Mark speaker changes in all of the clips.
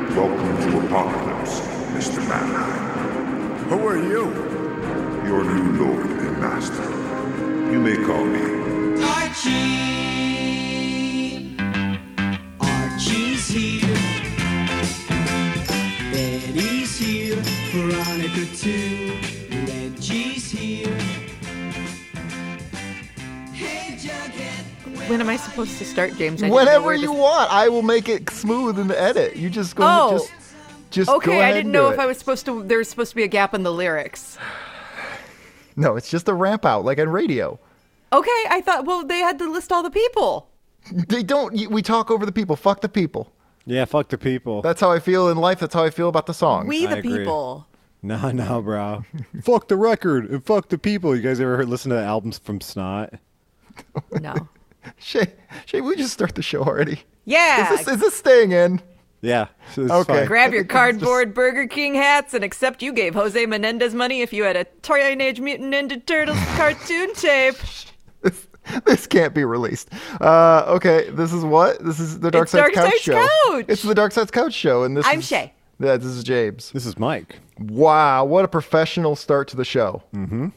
Speaker 1: to Apocalypse, Mr. Mannheim.
Speaker 2: Who are you?
Speaker 1: Your new lord and master. You may call me
Speaker 3: Archie. Archie's here. Betty's here. Veronica too. Reggie's here. Hey, Jughead.
Speaker 4: When am I supposed to start, James? I didn't know
Speaker 5: Whenever
Speaker 4: where
Speaker 5: you
Speaker 4: this-
Speaker 5: want, I will make it smooth in the edit. You just go.
Speaker 4: Oh.
Speaker 5: Just, just go
Speaker 4: Okay, I
Speaker 5: ahead
Speaker 4: didn't
Speaker 5: and
Speaker 4: know
Speaker 5: do
Speaker 4: if
Speaker 5: it.
Speaker 4: I was supposed to. There was supposed to be a gap in the lyrics.
Speaker 5: No, it's just a ramp out, like on radio.
Speaker 4: Okay, I thought. Well, they had to list all the people.
Speaker 5: They don't. y- We talk over the people. Fuck the people.
Speaker 6: Yeah, fuck the people.
Speaker 5: That's how I feel in life. That's how I feel about the songs.
Speaker 4: We
Speaker 6: I
Speaker 4: the
Speaker 6: agree.
Speaker 4: people.
Speaker 6: No, no, bro. fuck the record and fuck the people. You guys ever heard listen to the albums from Snot?
Speaker 4: No.
Speaker 5: Shay, Shay, we just start the show already.
Speaker 4: Yeah.
Speaker 5: Is this, is this staying in?
Speaker 6: Yeah. so it's
Speaker 5: Okay.
Speaker 6: fine.
Speaker 4: Grab your cardboard Burger King hats and accept you gave Jose Menendez money if you had a Teenage Mutant Ninja Turtles cartoon tape.
Speaker 5: This, this can't be released. Uh, okay, this is what? This is the Dark
Speaker 4: It's
Speaker 5: Side's
Speaker 4: Dark
Speaker 5: Couch
Speaker 4: Side's
Speaker 5: show.
Speaker 4: Couch!
Speaker 5: It's the Dark Side's Couch show, and this
Speaker 4: I'm
Speaker 5: is,
Speaker 4: Shay.
Speaker 5: Yeah, this is James.
Speaker 6: This is Mike.
Speaker 5: Wow, what a professional start to the show. Mm-hmm.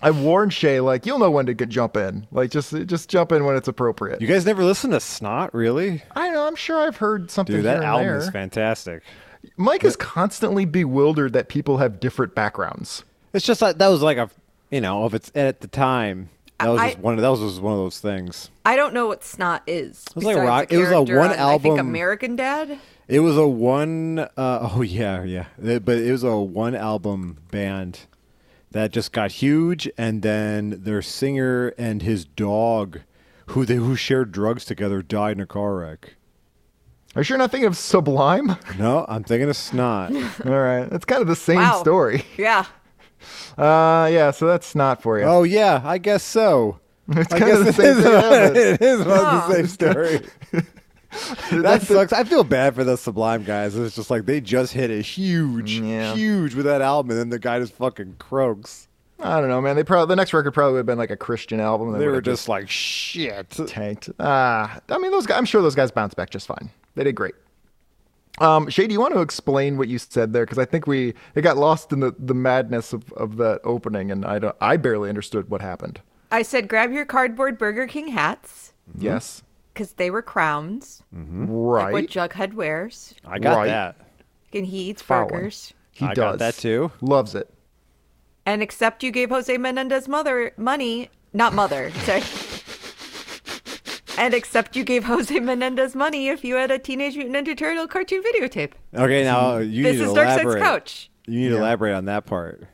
Speaker 5: I warned Shay, like, you'll know when to get, jump in. Like, just just jump in when it's appropriate.
Speaker 6: You guys never listen to Snot, really?
Speaker 5: I know, I'm sure I've heard something
Speaker 6: Dude, that
Speaker 5: here and
Speaker 6: album
Speaker 5: there.
Speaker 6: is fantastic.
Speaker 5: Mike is constantly bewildered that people have different backgrounds.
Speaker 6: It's just like that was like a you know, if it's at the time. That was
Speaker 4: I-
Speaker 6: just one of that was just one of those things.
Speaker 4: I don't know what snot is. It
Speaker 6: was like rock- it was a one
Speaker 4: I think
Speaker 6: album-
Speaker 4: American Dad.
Speaker 6: It was a one uh oh yeah, yeah. It- but it was a one album band that just got huge and then their singer and his dog who they who shared drugs together died in a car wreck.
Speaker 5: Are you sure you're not thinking of Sublime?
Speaker 6: No, I'm thinking of snot.
Speaker 5: All right, that's kind of the same
Speaker 4: Wow.
Speaker 5: story.
Speaker 4: Yeah.
Speaker 5: Uh, yeah, so that's not for you.
Speaker 6: oh yeah, I guess so.
Speaker 5: it's
Speaker 6: I
Speaker 5: kind of the
Speaker 6: guess
Speaker 5: same
Speaker 6: it is,
Speaker 5: thing. yeah, but
Speaker 6: it is about the same story. that sucks. I feel bad for the Sublime guys. It's just like they just hit it huge,
Speaker 5: Yeah.
Speaker 6: huge with that album, and then the guy just fucking croaks.
Speaker 5: I don't know, man. They probably the next record probably would have been like a Christian album. and
Speaker 6: They were
Speaker 5: would've
Speaker 6: just like shit.
Speaker 5: tanked. Ah, I mean, those guys. I'm sure those guys bounced back just fine. They did great. Um, Shay, do you want to explain what you said there? Because I think we it got lost in the, the madness of, of that opening, and I don't I barely understood what happened.
Speaker 4: I said grab your cardboard Burger King hats
Speaker 6: Mm-hmm.
Speaker 5: Yes,
Speaker 4: because they were crowns,
Speaker 5: right.
Speaker 4: what Jughead wears,
Speaker 6: I got
Speaker 5: Right.
Speaker 6: that.
Speaker 4: and he eats
Speaker 5: Foul one.
Speaker 4: burgers.
Speaker 5: he
Speaker 6: I
Speaker 5: does
Speaker 6: got that too.
Speaker 5: Loves it.
Speaker 4: And except you gave Jose Menendez mother money, not mother, sorry. And except you gave Jose Menendez money if you had a Teenage Mutant Ninja Turtle cartoon videotape.
Speaker 6: Okay, now you
Speaker 4: This
Speaker 6: need to
Speaker 4: is Dark Side's
Speaker 6: elaborate.
Speaker 4: couch.
Speaker 6: You need to elaborate on that part.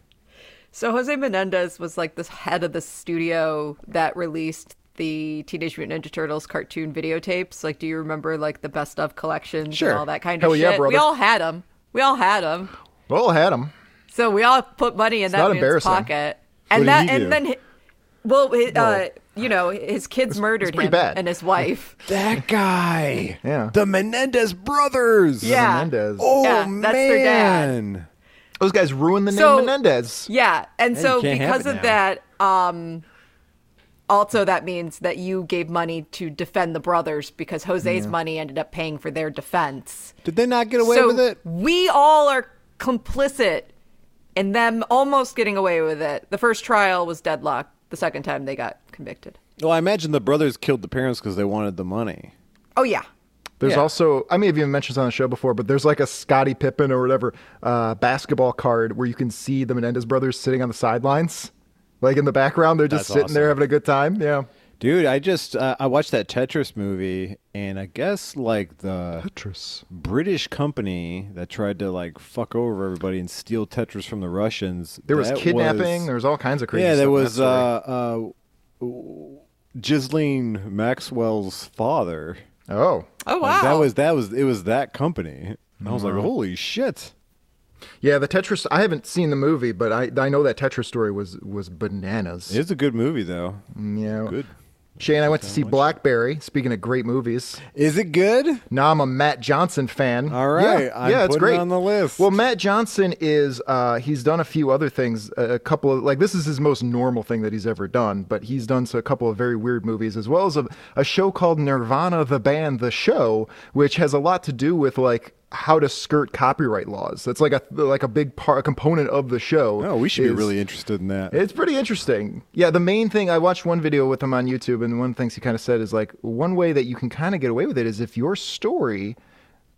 Speaker 4: So Jose Menendez was like the head of the studio that released the Teenage Mutant Ninja Turtles cartoon videotapes. Like, do you remember like the best of collections
Speaker 6: Sure.
Speaker 4: and all that kind
Speaker 5: Hell
Speaker 4: of
Speaker 5: yeah,
Speaker 4: shit? we
Speaker 5: brother.
Speaker 4: all had them. We all had them.
Speaker 5: Well, I had him.
Speaker 4: So we all put money in
Speaker 5: not
Speaker 4: that man's
Speaker 5: embarrassing.
Speaker 4: pocket, and
Speaker 6: did
Speaker 4: that,
Speaker 6: he do?
Speaker 4: and then, hi- well, hi- uh, you know, his kids murdered
Speaker 5: pretty
Speaker 4: him
Speaker 5: bad.
Speaker 4: and his wife.
Speaker 6: That guy.
Speaker 5: Yeah.
Speaker 6: The Menendez brothers.
Speaker 4: Yeah.
Speaker 5: Menendez.
Speaker 6: Oh
Speaker 4: Yeah,
Speaker 6: man.
Speaker 4: that's their dad.
Speaker 5: Those guys ruined the name
Speaker 4: So-
Speaker 5: Menendez.
Speaker 4: Yeah, and so
Speaker 6: you can't have
Speaker 4: because
Speaker 6: it
Speaker 4: of
Speaker 6: now.
Speaker 4: that, um, also that means that you gave money to defend the brothers because Jose's money ended up paying for their defense.
Speaker 6: Did they not get away
Speaker 4: so
Speaker 6: with it?
Speaker 4: we all are complicit in them almost getting away with it. The first trial was deadlocked. The second time they got convicted.
Speaker 6: Well, I imagine the brothers killed the parents because they wanted the money.
Speaker 4: Oh yeah.
Speaker 5: There's
Speaker 6: Yeah.
Speaker 5: also I may have even mentioned this on the show before, but there's like a Scottie Pippen or whatever uh, basketball card where you can see the Menendez brothers sitting on the sidelines, like in the background. They're just
Speaker 6: That's
Speaker 5: sitting there
Speaker 6: awesome.
Speaker 5: having a good time. Yeah.
Speaker 6: Dude, I just uh, I watched that Tetris movie, and I guess like the British company that tried to like fuck over everybody and steal Tetris from the Russians.
Speaker 5: There was
Speaker 6: that
Speaker 5: kidnapping. there was all kinds of crazy.
Speaker 6: yeah,
Speaker 5: stuff
Speaker 6: there
Speaker 5: in that
Speaker 6: was uh,
Speaker 5: story.
Speaker 6: uh, Ghislaine Maxwell's father.
Speaker 5: oh,
Speaker 4: Oh wow.
Speaker 6: Like, that was that was it was that company. And I was
Speaker 5: Mm-hmm.
Speaker 6: like, holy shit.
Speaker 5: yeah. The Tetris. I haven't seen the movie, but I I know that Tetris story was was bananas.
Speaker 6: It's a good movie though.
Speaker 5: yeah.
Speaker 6: Good.
Speaker 5: Shane, I went to see Blackberry. Speaking of great movies,
Speaker 6: Is it good?
Speaker 5: Now I'm a Matt Johnson fan.
Speaker 6: All right,
Speaker 5: yeah,
Speaker 6: I'm
Speaker 5: yeah, it's
Speaker 6: putting it
Speaker 5: great
Speaker 6: on the list.
Speaker 5: Well, Matt Johnson is uh, he's done a few other things, a, a couple of like this is his most normal thing that he's ever done, but he's done so, a couple of very weird movies as well as a, a show called Nirvana the band the show, which has a lot to do with like how to skirt copyright laws. That's like a like a big part, a component of the show.
Speaker 6: Oh, we should be
Speaker 5: is-
Speaker 6: really interested in that.
Speaker 5: It's pretty interesting. Yeah, the main thing I watched one video with him on YouTube, and one of the things he kind of said is like one way that you can kind of get away with it is if your story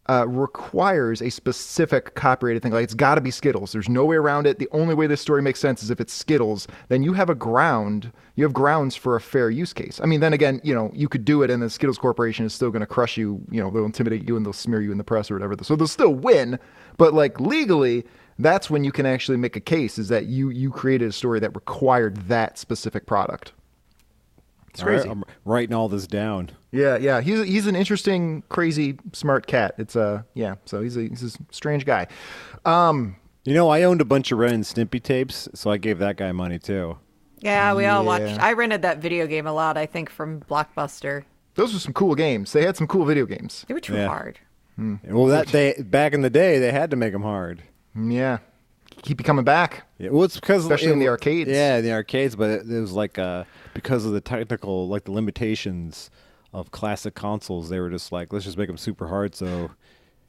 Speaker 5: uh, requires a specific copyrighted thing. Like it's got to be Skittles. There's no way around it. The only way this story makes sense is if it's Skittles. Then you have a ground. You have grounds for a fair use case. I mean, then again, you know, you could do it, and the Skittles Corporation is still going to crush you. You know, they'll intimidate you and they'll smear you in the press or whatever. So they'll still win. But like legally, that's when you can actually make a case is that you you created a story that required that specific product. It's
Speaker 6: All right,
Speaker 5: crazy.
Speaker 6: I'm writing all this down.
Speaker 5: Yeah, yeah. He's he's an interesting, crazy, smart cat. It's uh, yeah. So he's a he's a strange guy. Um,
Speaker 6: You know, I owned a bunch of Ren and Snippy tapes, so I gave that guy money too.
Speaker 4: Yeah, we all watched.
Speaker 5: Yeah.
Speaker 4: I rented that video game a lot. I think from Blockbuster.
Speaker 5: those were some cool games. They had some cool video games.
Speaker 4: They were too
Speaker 6: Yeah.
Speaker 4: hard.
Speaker 6: Well, that they back in the day, they had to make them hard.
Speaker 5: Mm, Yeah, keep you coming back.
Speaker 6: Yeah, well, it's because
Speaker 5: Especially
Speaker 6: it-
Speaker 5: in the arcades.
Speaker 6: Yeah, in the arcades, but it, it was like uh, because of the technical, like the limitations of classic consoles, they were just like, let's just make them super hard so kids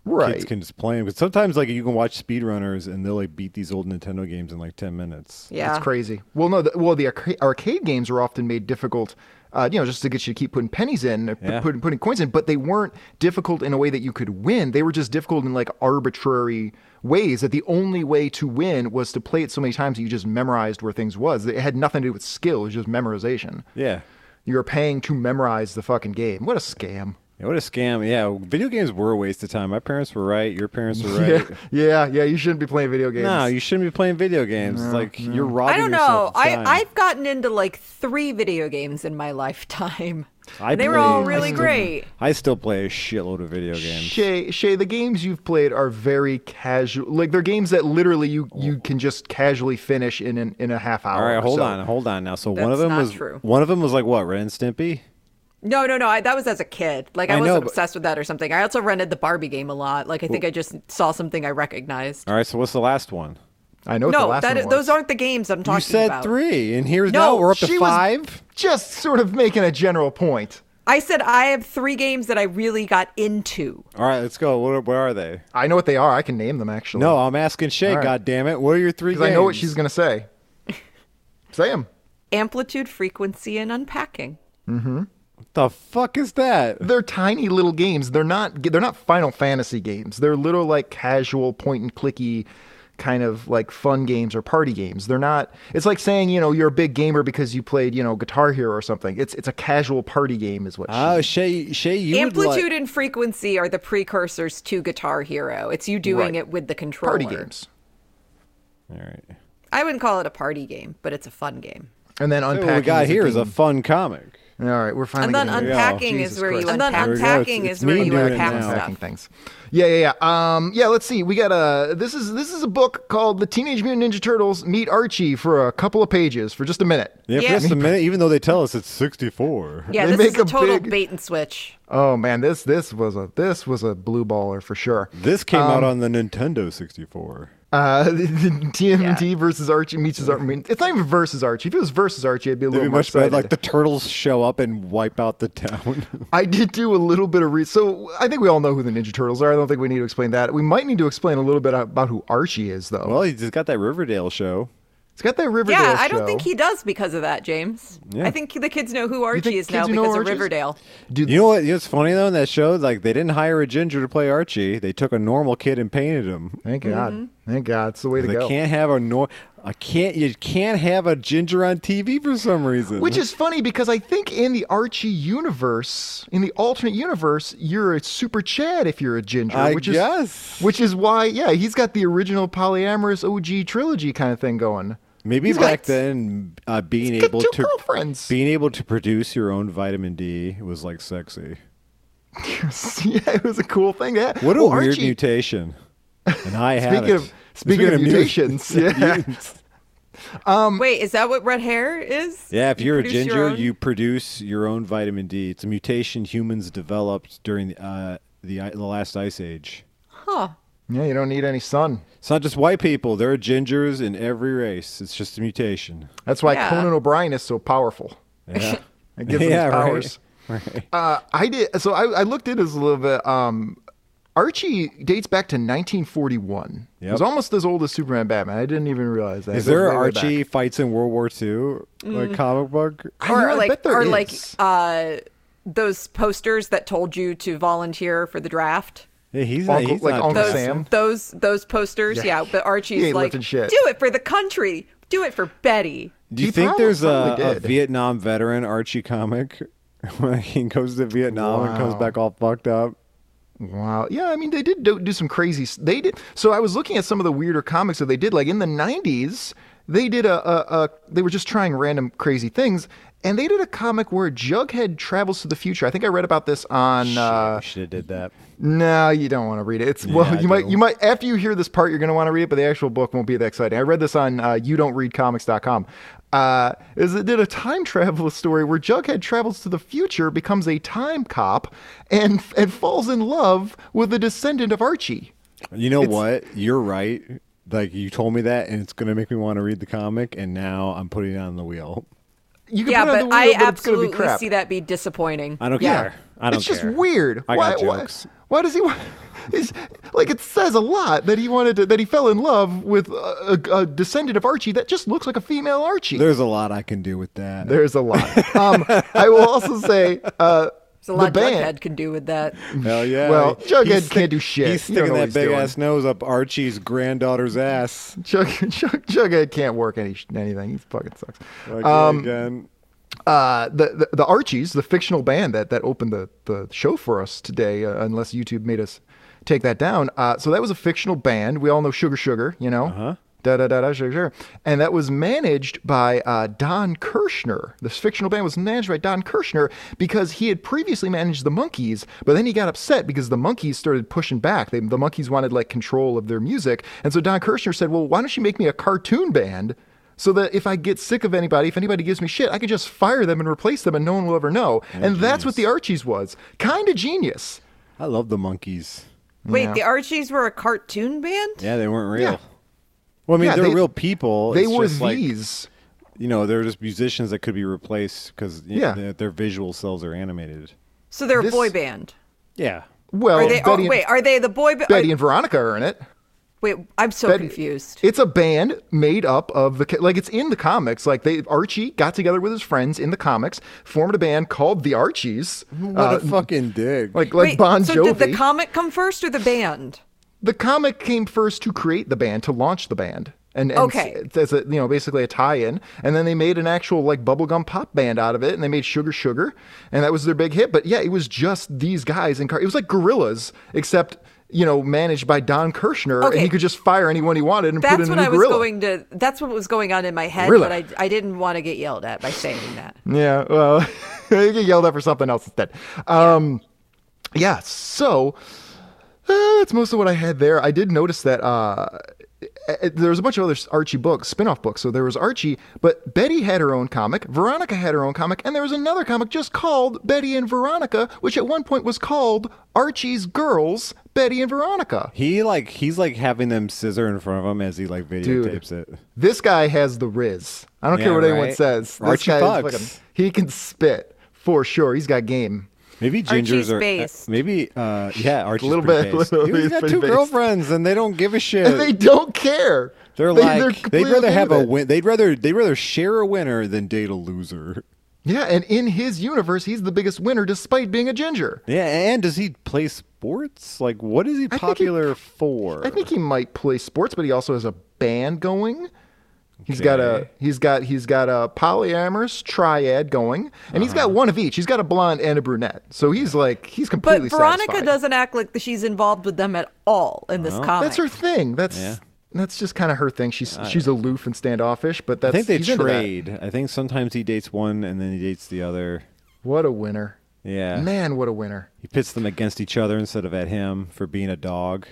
Speaker 5: Right.
Speaker 6: can just play them. Because sometimes, like, you can watch speedrunners and they'll like beat these old Nintendo games in like ten minutes.
Speaker 4: Yeah,
Speaker 5: It's crazy. Well, no, the, well the arca- arcade games were often made difficult, uh, you know, just to get you to keep putting pennies in, or p-
Speaker 6: Yeah.
Speaker 5: putting putting coins in, but they weren't difficult in a way that you could win. They were just difficult in like arbitrary ways that the only way to win was to play it so many times that you just memorized where things was. It had nothing to do with skill; it was just memorization.
Speaker 6: Yeah.
Speaker 5: You were paying to memorize the fucking game. What a scam.
Speaker 6: Yeah, what a scam! Yeah, video games were a waste of time. My parents were right. Your parents were right.
Speaker 5: Yeah, yeah, yeah. You shouldn't be playing video games.
Speaker 6: No, you shouldn't be playing video games. like you're robbing.
Speaker 4: I don't know.
Speaker 6: yourself of
Speaker 4: I
Speaker 6: time.
Speaker 4: I've gotten into like three video games in my lifetime.
Speaker 6: I
Speaker 4: they were all
Speaker 6: played-
Speaker 4: really great.
Speaker 6: I still play a shitload of video games.
Speaker 5: Shay, Shay, the games you've played are very casual. Like they're games that literally you you can just casually finish in an, in a half hour.
Speaker 6: All right,
Speaker 5: or
Speaker 6: hold
Speaker 5: so.
Speaker 6: on, hold on now. So one
Speaker 4: That's
Speaker 6: of them
Speaker 4: not
Speaker 6: was
Speaker 4: true.
Speaker 6: one of them was like what Ren and Stimpy.
Speaker 4: No, no, no. I, that was as a kid. Like I,
Speaker 6: I know,
Speaker 4: wasn't
Speaker 6: but-
Speaker 4: obsessed with that or something. I also rented the Barbie game a lot. Like I think I just saw something I recognized.
Speaker 6: All right, so what's the last one?
Speaker 5: I know what the
Speaker 4: no,
Speaker 5: last
Speaker 4: that
Speaker 5: one
Speaker 4: is,
Speaker 5: was.
Speaker 4: those aren't the games I'm talking
Speaker 6: You said
Speaker 4: about.
Speaker 6: three, and here's
Speaker 4: No,
Speaker 6: now we're up
Speaker 5: she
Speaker 6: to
Speaker 5: was-
Speaker 6: five.
Speaker 5: just sort of making a general point.
Speaker 4: I said I have three games that I really got into.
Speaker 6: All right, let's go. What are, what are they?
Speaker 5: I know what they are. I can name them actually.
Speaker 6: No, I'm asking Shay.
Speaker 5: All right.
Speaker 6: God damn it! What are your three?
Speaker 5: because I know what
Speaker 6: games?
Speaker 5: she's gonna say. say 'em.
Speaker 4: Amplitude, frequency, and unpacking.
Speaker 6: The fuck is that?
Speaker 5: They're tiny little games. They're not. They're not Final Fantasy games. They're little like casual point and clicky, kind of like fun games or party games. They're not. It's like saying you know you're a big gamer because you played you know Guitar Hero or something. It's it's a casual party game is what. she-
Speaker 6: Oh, Shay, Shay, you would like-
Speaker 4: Amplitude and frequency are the precursors to Guitar Hero. It's you doing
Speaker 5: Right.
Speaker 4: it with the controller.
Speaker 5: party games.
Speaker 6: All right.
Speaker 4: I wouldn't call it a party game, but it's a fun game.
Speaker 5: And then
Speaker 6: So
Speaker 5: unpacking.
Speaker 6: what we got
Speaker 5: is a
Speaker 6: here is a
Speaker 5: game.
Speaker 6: fun comic.
Speaker 5: All right, we're finally.
Speaker 4: And then
Speaker 5: getting there.
Speaker 4: unpacking
Speaker 5: Jesus
Speaker 4: is where you
Speaker 5: Christ.
Speaker 4: and then
Speaker 6: There we go. It's-
Speaker 4: unpacking
Speaker 6: it's
Speaker 4: is where
Speaker 6: me
Speaker 4: you
Speaker 6: doing it
Speaker 4: unpack
Speaker 6: now.
Speaker 4: stuff.
Speaker 5: unpacking things. Yeah, yeah, yeah. Um, yeah. Let's see. We got a. This is this is a book called "The Teenage Mutant Ninja Turtles Meet Archie" for a couple of pages for just a minute.
Speaker 6: Yeah,
Speaker 4: Yeah.
Speaker 6: for just a minute, even though they tell us it's 64.
Speaker 4: Yeah,
Speaker 5: They
Speaker 4: this is
Speaker 5: make
Speaker 4: a
Speaker 5: a
Speaker 4: total
Speaker 5: big-
Speaker 4: bait and switch.
Speaker 5: Oh man, this this was a this was a blue baller for sure.
Speaker 6: This came out on the Nintendo 64.
Speaker 5: Uh, the, the TMNT versus Archie meets his Archie. It's not even versus Archie. If it was versus Archie, I'd be a
Speaker 6: It'd
Speaker 5: little
Speaker 6: be
Speaker 5: more
Speaker 6: much better.
Speaker 5: excited.
Speaker 6: Like the turtles show up and wipe out the town.
Speaker 5: I did do a little bit of re. So I think we all know who the Ninja Turtles are. I don't think we need to explain that. We might need to explain a little bit about who Archie is, though.
Speaker 6: well, he's got that Riverdale show.
Speaker 5: it's got that Riverdale.
Speaker 4: Yeah, I don't
Speaker 5: show.
Speaker 4: think he does because of that, James.
Speaker 6: Yeah.
Speaker 4: I think the kids know who
Speaker 5: think
Speaker 4: Archie is
Speaker 5: kids
Speaker 4: now
Speaker 5: who know
Speaker 4: because of
Speaker 5: Archie is?
Speaker 4: Riverdale.
Speaker 5: Dude,
Speaker 6: You know what? It's funny though in that show, like they didn't hire a ginger to play Archie. They took a normal kid and painted him.
Speaker 5: thank God.
Speaker 4: Mm-hmm.
Speaker 5: Thank God. It's the way to
Speaker 6: They
Speaker 5: go.
Speaker 6: can't have a nor. I can't. You can't have a ginger on TV for some reason.
Speaker 5: Which is funny because I think in the Archie universe, in the alternate universe, you're a super Chad if you're a ginger.
Speaker 6: I
Speaker 5: which
Speaker 6: guess.
Speaker 5: Is, which is why, yeah, he's got the original polyamorous OG trilogy kind of thing going.
Speaker 6: maybe
Speaker 5: He's
Speaker 6: back
Speaker 5: got-
Speaker 6: then uh, being
Speaker 5: he's got
Speaker 6: able
Speaker 5: two
Speaker 6: to
Speaker 5: girlfriends.
Speaker 6: being able to produce your own vitamin D was like sexy.
Speaker 5: yeah, it was a cool thing. Yeah.
Speaker 6: What a
Speaker 5: Well,
Speaker 6: weird
Speaker 5: Archie-
Speaker 6: mutation. And I have
Speaker 5: Speaking
Speaker 6: it.
Speaker 5: of speaking, of
Speaker 6: mut-
Speaker 5: mutations, yeah.
Speaker 4: Wait, is that what red hair is?
Speaker 6: Yeah, if you're a
Speaker 4: produce your
Speaker 6: ginger,
Speaker 4: own?
Speaker 6: you produce your own vitamin D. It's a mutation humans developed during the uh, the, i- the last ice age.
Speaker 4: Huh.
Speaker 5: yeah, you don't need any sun.
Speaker 6: It's not just white people. There are gingers in every race. It's just a mutation.
Speaker 5: That's why
Speaker 4: Yeah.
Speaker 5: Conan O'Brien is so powerful.
Speaker 6: Yeah.
Speaker 5: It gives him his powers.
Speaker 6: Right.
Speaker 5: Uh, I did. So I, I looked into this a little bit. Um, Archie dates back to 1941. It was
Speaker 6: Yep.
Speaker 5: almost as old as Superman Batman. I didn't even realize that.
Speaker 6: Is
Speaker 5: It was
Speaker 6: there
Speaker 5: way, way
Speaker 6: Archie
Speaker 5: back.
Speaker 6: fights in World War II like comic book?
Speaker 5: I
Speaker 4: or
Speaker 5: know, I
Speaker 4: like
Speaker 5: bet there
Speaker 4: or like
Speaker 5: is.
Speaker 4: uh those posters that told you to volunteer for the draft
Speaker 6: Yeah, he's not,
Speaker 5: Uncle-
Speaker 6: he's
Speaker 5: like
Speaker 6: not
Speaker 5: Uncle
Speaker 4: those
Speaker 6: dressed.
Speaker 5: Sam?
Speaker 4: those those posters yeah, but
Speaker 5: He
Speaker 4: archie's
Speaker 5: ain't
Speaker 4: like
Speaker 5: lifting shit.
Speaker 4: do it for the country do it for betty
Speaker 6: Do you
Speaker 5: He
Speaker 6: think
Speaker 5: probably-
Speaker 6: there's a,
Speaker 5: probably
Speaker 6: a
Speaker 5: did.
Speaker 6: Vietnam veteran Archie comic when he goes to Vietnam and comes
Speaker 5: Wow.
Speaker 6: back all fucked up?
Speaker 5: Wow. Yeah, I mean, they did do, do some crazy. s- They did. So I was looking at some of the weirder comics that they did. Like in the '90s, they did a, a, a they were just trying random crazy things, and they did a comic where Jughead travels to the future. I think I read about this on. Uh,
Speaker 6: should have did that.
Speaker 5: no, you don't want to read it. It's well,
Speaker 6: I
Speaker 5: you might
Speaker 6: do.
Speaker 5: you might after you hear this part, you're going to want to read it, but the actual book won't be that exciting. I read this on uh, you don't read comics.com. Uh, is it did a time travel story where Jughead travels to the future, becomes a time cop, and and falls in love with a descendant of Archie.
Speaker 6: You know what? You're right. Like you told me that, and it's gonna make me want to read the comic. And now I'm putting it on the wheel.
Speaker 5: You can
Speaker 4: yeah
Speaker 5: put it
Speaker 4: but
Speaker 5: on the
Speaker 4: i
Speaker 5: wheel, but it's gonna be
Speaker 4: absolutely
Speaker 5: crap.
Speaker 4: see that be disappointing
Speaker 6: I don't care. I don't
Speaker 5: it's
Speaker 6: care.
Speaker 5: just weird.
Speaker 6: I
Speaker 5: why,
Speaker 6: got
Speaker 5: why-
Speaker 6: jokes.
Speaker 5: Why, does he want? It's, like it says a lot that he wanted to, that he fell in love with a, a, a descendant of Archie that just looks like a female Archie.
Speaker 6: There's a lot I can do with that.
Speaker 5: There's a lot. Um, I will also say, uh,
Speaker 4: there's a lot
Speaker 5: the band- Mm,
Speaker 4: jughead can do with that
Speaker 6: Hell yeah.
Speaker 5: Well,
Speaker 6: He-
Speaker 5: Jughead
Speaker 6: he's
Speaker 5: can't do shit.
Speaker 6: He's
Speaker 5: You don't
Speaker 6: sticking
Speaker 5: know what
Speaker 6: that
Speaker 5: he's
Speaker 6: big
Speaker 5: doing.
Speaker 6: ass nose up Archie's granddaughter's ass.
Speaker 5: Jug, Jug, Jughead can't work any anything. He fucking sucks.
Speaker 6: Like,
Speaker 5: Um,
Speaker 6: again.
Speaker 5: Uh, the, the the Archies, the fictional band that that opened the the show for us today, uh, unless YouTube made us take that down. Uh, so that was a fictional band. We all know Sugar Sugar, you know. Uh-huh. Da da da da sugar, sugar, and that was managed by uh, Don Kirshner. This fictional band was managed by Don Kirshner because he had previously managed the Monkees, but then he got upset because the Monkees started pushing back. They, the Monkees wanted like control of their music, and so Don Kirshner said, "Well, why don't you make me a cartoon band?" so that if I get sick of anybody, if anybody gives me shit, I can just fire them and replace them and no one will ever
Speaker 6: Oh,
Speaker 5: know. and that's what the Archies was. Kind of genius.
Speaker 6: I love the monkeys.
Speaker 4: wait the archies were a cartoon band
Speaker 6: Yeah, they weren't real.
Speaker 5: Yeah.
Speaker 6: Well, I mean,
Speaker 5: Yeah,
Speaker 6: they're
Speaker 5: they-
Speaker 6: real people.
Speaker 5: they
Speaker 6: It's
Speaker 5: were
Speaker 6: just like,
Speaker 5: these.
Speaker 6: you know, they're just musicians that could be replaced because
Speaker 5: Yeah.
Speaker 6: their, their visual selves are animated.
Speaker 4: so they're
Speaker 5: This-
Speaker 4: a boy band
Speaker 6: Yeah.
Speaker 5: Well,
Speaker 4: are they
Speaker 5: Betty,
Speaker 4: oh, wait are they the boy band
Speaker 5: Betty and Veronica are in it.
Speaker 4: wait i'm so
Speaker 5: Betty-
Speaker 4: confused
Speaker 5: It's a band made up of the ca- like it's in the comics. Like they Archie got together with his friends in the comics, formed a band called the Archies.
Speaker 6: What
Speaker 5: Uh,
Speaker 6: a fucking dig.
Speaker 5: like like
Speaker 4: Wait,
Speaker 5: Bon Jovi.
Speaker 4: so did the comic come first or the band
Speaker 5: The comic came first to create the band, to launch the band. And, and
Speaker 4: Okay.
Speaker 5: s- as a, you know, basically a tie-in, and then they made an actual like bubblegum pop band out of it, and they made Sugar Sugar, and that was their big hit. But yeah, it was just these guys in car. It was like Gorillas, except you know, managed by Don Kirshner, and
Speaker 4: Okay.
Speaker 5: he could just fire anyone he wanted and put
Speaker 4: That's
Speaker 5: in
Speaker 4: what
Speaker 5: a new
Speaker 4: I was
Speaker 5: gorilla.
Speaker 4: going to. That's what was going on in my head,
Speaker 5: Gorilla.
Speaker 4: but I, I didn't want to get yelled at by saying that.
Speaker 5: Yeah, well, you get yelled at for something else instead. Um, yeah, so uh, that's most of what I had there. I did notice that uh, eh, there was a bunch of other Archie books, spin-off books. So there was Archie, but Betty had her own comic, Veronica had her own comic, and there was another comic just called Betty and Veronica, which at one point was called Archie's Girls, Betty and Veronica.
Speaker 6: he like he's like having them scissor in front of him as he like videotapes it.
Speaker 5: This guy has the riz. I don't
Speaker 6: Yeah,
Speaker 5: care what anyone
Speaker 6: right?
Speaker 5: says. This
Speaker 6: Archie
Speaker 5: guy
Speaker 6: fucks.
Speaker 5: is fucking, he can spit for sure. He's got game.
Speaker 6: Maybe gingers
Speaker 4: Archie's
Speaker 6: are
Speaker 4: based.
Speaker 6: maybe uh yeah Archie's
Speaker 5: Little
Speaker 6: pretty
Speaker 5: bit, little
Speaker 6: based.
Speaker 5: bit,
Speaker 6: He's got
Speaker 5: pretty
Speaker 6: two
Speaker 5: based.
Speaker 6: girlfriends and they don't give a shit.
Speaker 5: And they don't care.
Speaker 6: They're
Speaker 5: They-
Speaker 6: like they, would
Speaker 5: completely
Speaker 6: rather
Speaker 5: okay
Speaker 6: have
Speaker 5: with
Speaker 6: a
Speaker 5: it.
Speaker 6: win. They'd rather they'd rather share a winner than date a loser.
Speaker 5: Yeah, and in his universe, he's the biggest winner despite being a ginger.
Speaker 6: Yeah, and does he play sports? Like, what is he
Speaker 5: he-
Speaker 6: popular for?
Speaker 5: I think he might play sports, but he also has a band going. He's got a
Speaker 6: Okay.
Speaker 5: he's got he's got a polyamorous triad going, and he's
Speaker 6: Uh-huh.
Speaker 5: got one of each. He's got a blonde and a brunette, so he's like he's
Speaker 4: But
Speaker 5: completely.
Speaker 4: Veronica
Speaker 5: satisfied.
Speaker 4: doesn't act like she's involved with them at all in this comic.
Speaker 5: That's her thing. That's
Speaker 6: Yeah.
Speaker 5: that's just kind of her thing. She's she's aloof and standoffish, but
Speaker 6: I
Speaker 5: that's
Speaker 6: think they
Speaker 5: he's into that.
Speaker 6: trade. I think sometimes he dates one and then he dates the other.
Speaker 5: What a winner!
Speaker 6: Yeah.
Speaker 5: man, what a winner!
Speaker 6: He pits them against each other instead of at him for being a dog.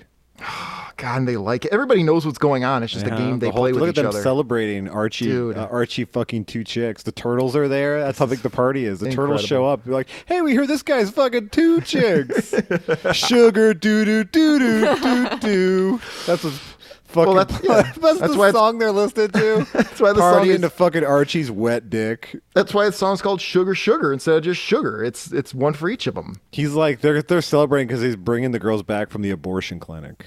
Speaker 5: God, and they like it. Everybody knows what's going on. It's just
Speaker 6: Yeah,
Speaker 5: a game they
Speaker 6: the whole-
Speaker 5: play with
Speaker 6: look
Speaker 5: each
Speaker 6: at them
Speaker 5: other.
Speaker 6: celebrating Archie.
Speaker 5: Dude.
Speaker 6: uh, Archie fucking two chicks. The turtles are there. That's how big the party is. The turtles show up. You're like, hey, we hear this guy's fucking two chicks. Sugar doo doo doo doo doo doo. That's what fucking.
Speaker 5: that's- yeah,
Speaker 6: that's,
Speaker 5: that's
Speaker 6: the
Speaker 5: why it's-
Speaker 6: song they're listening to.
Speaker 5: That's why the song
Speaker 6: party
Speaker 5: is-
Speaker 6: into fucking Archie's wet dick.
Speaker 5: That's why the song's called Sugar Sugar instead of just Sugar. It's it's one for each of them.
Speaker 6: He's like they're they're celebrating because he's bringing the girls back from the abortion clinic.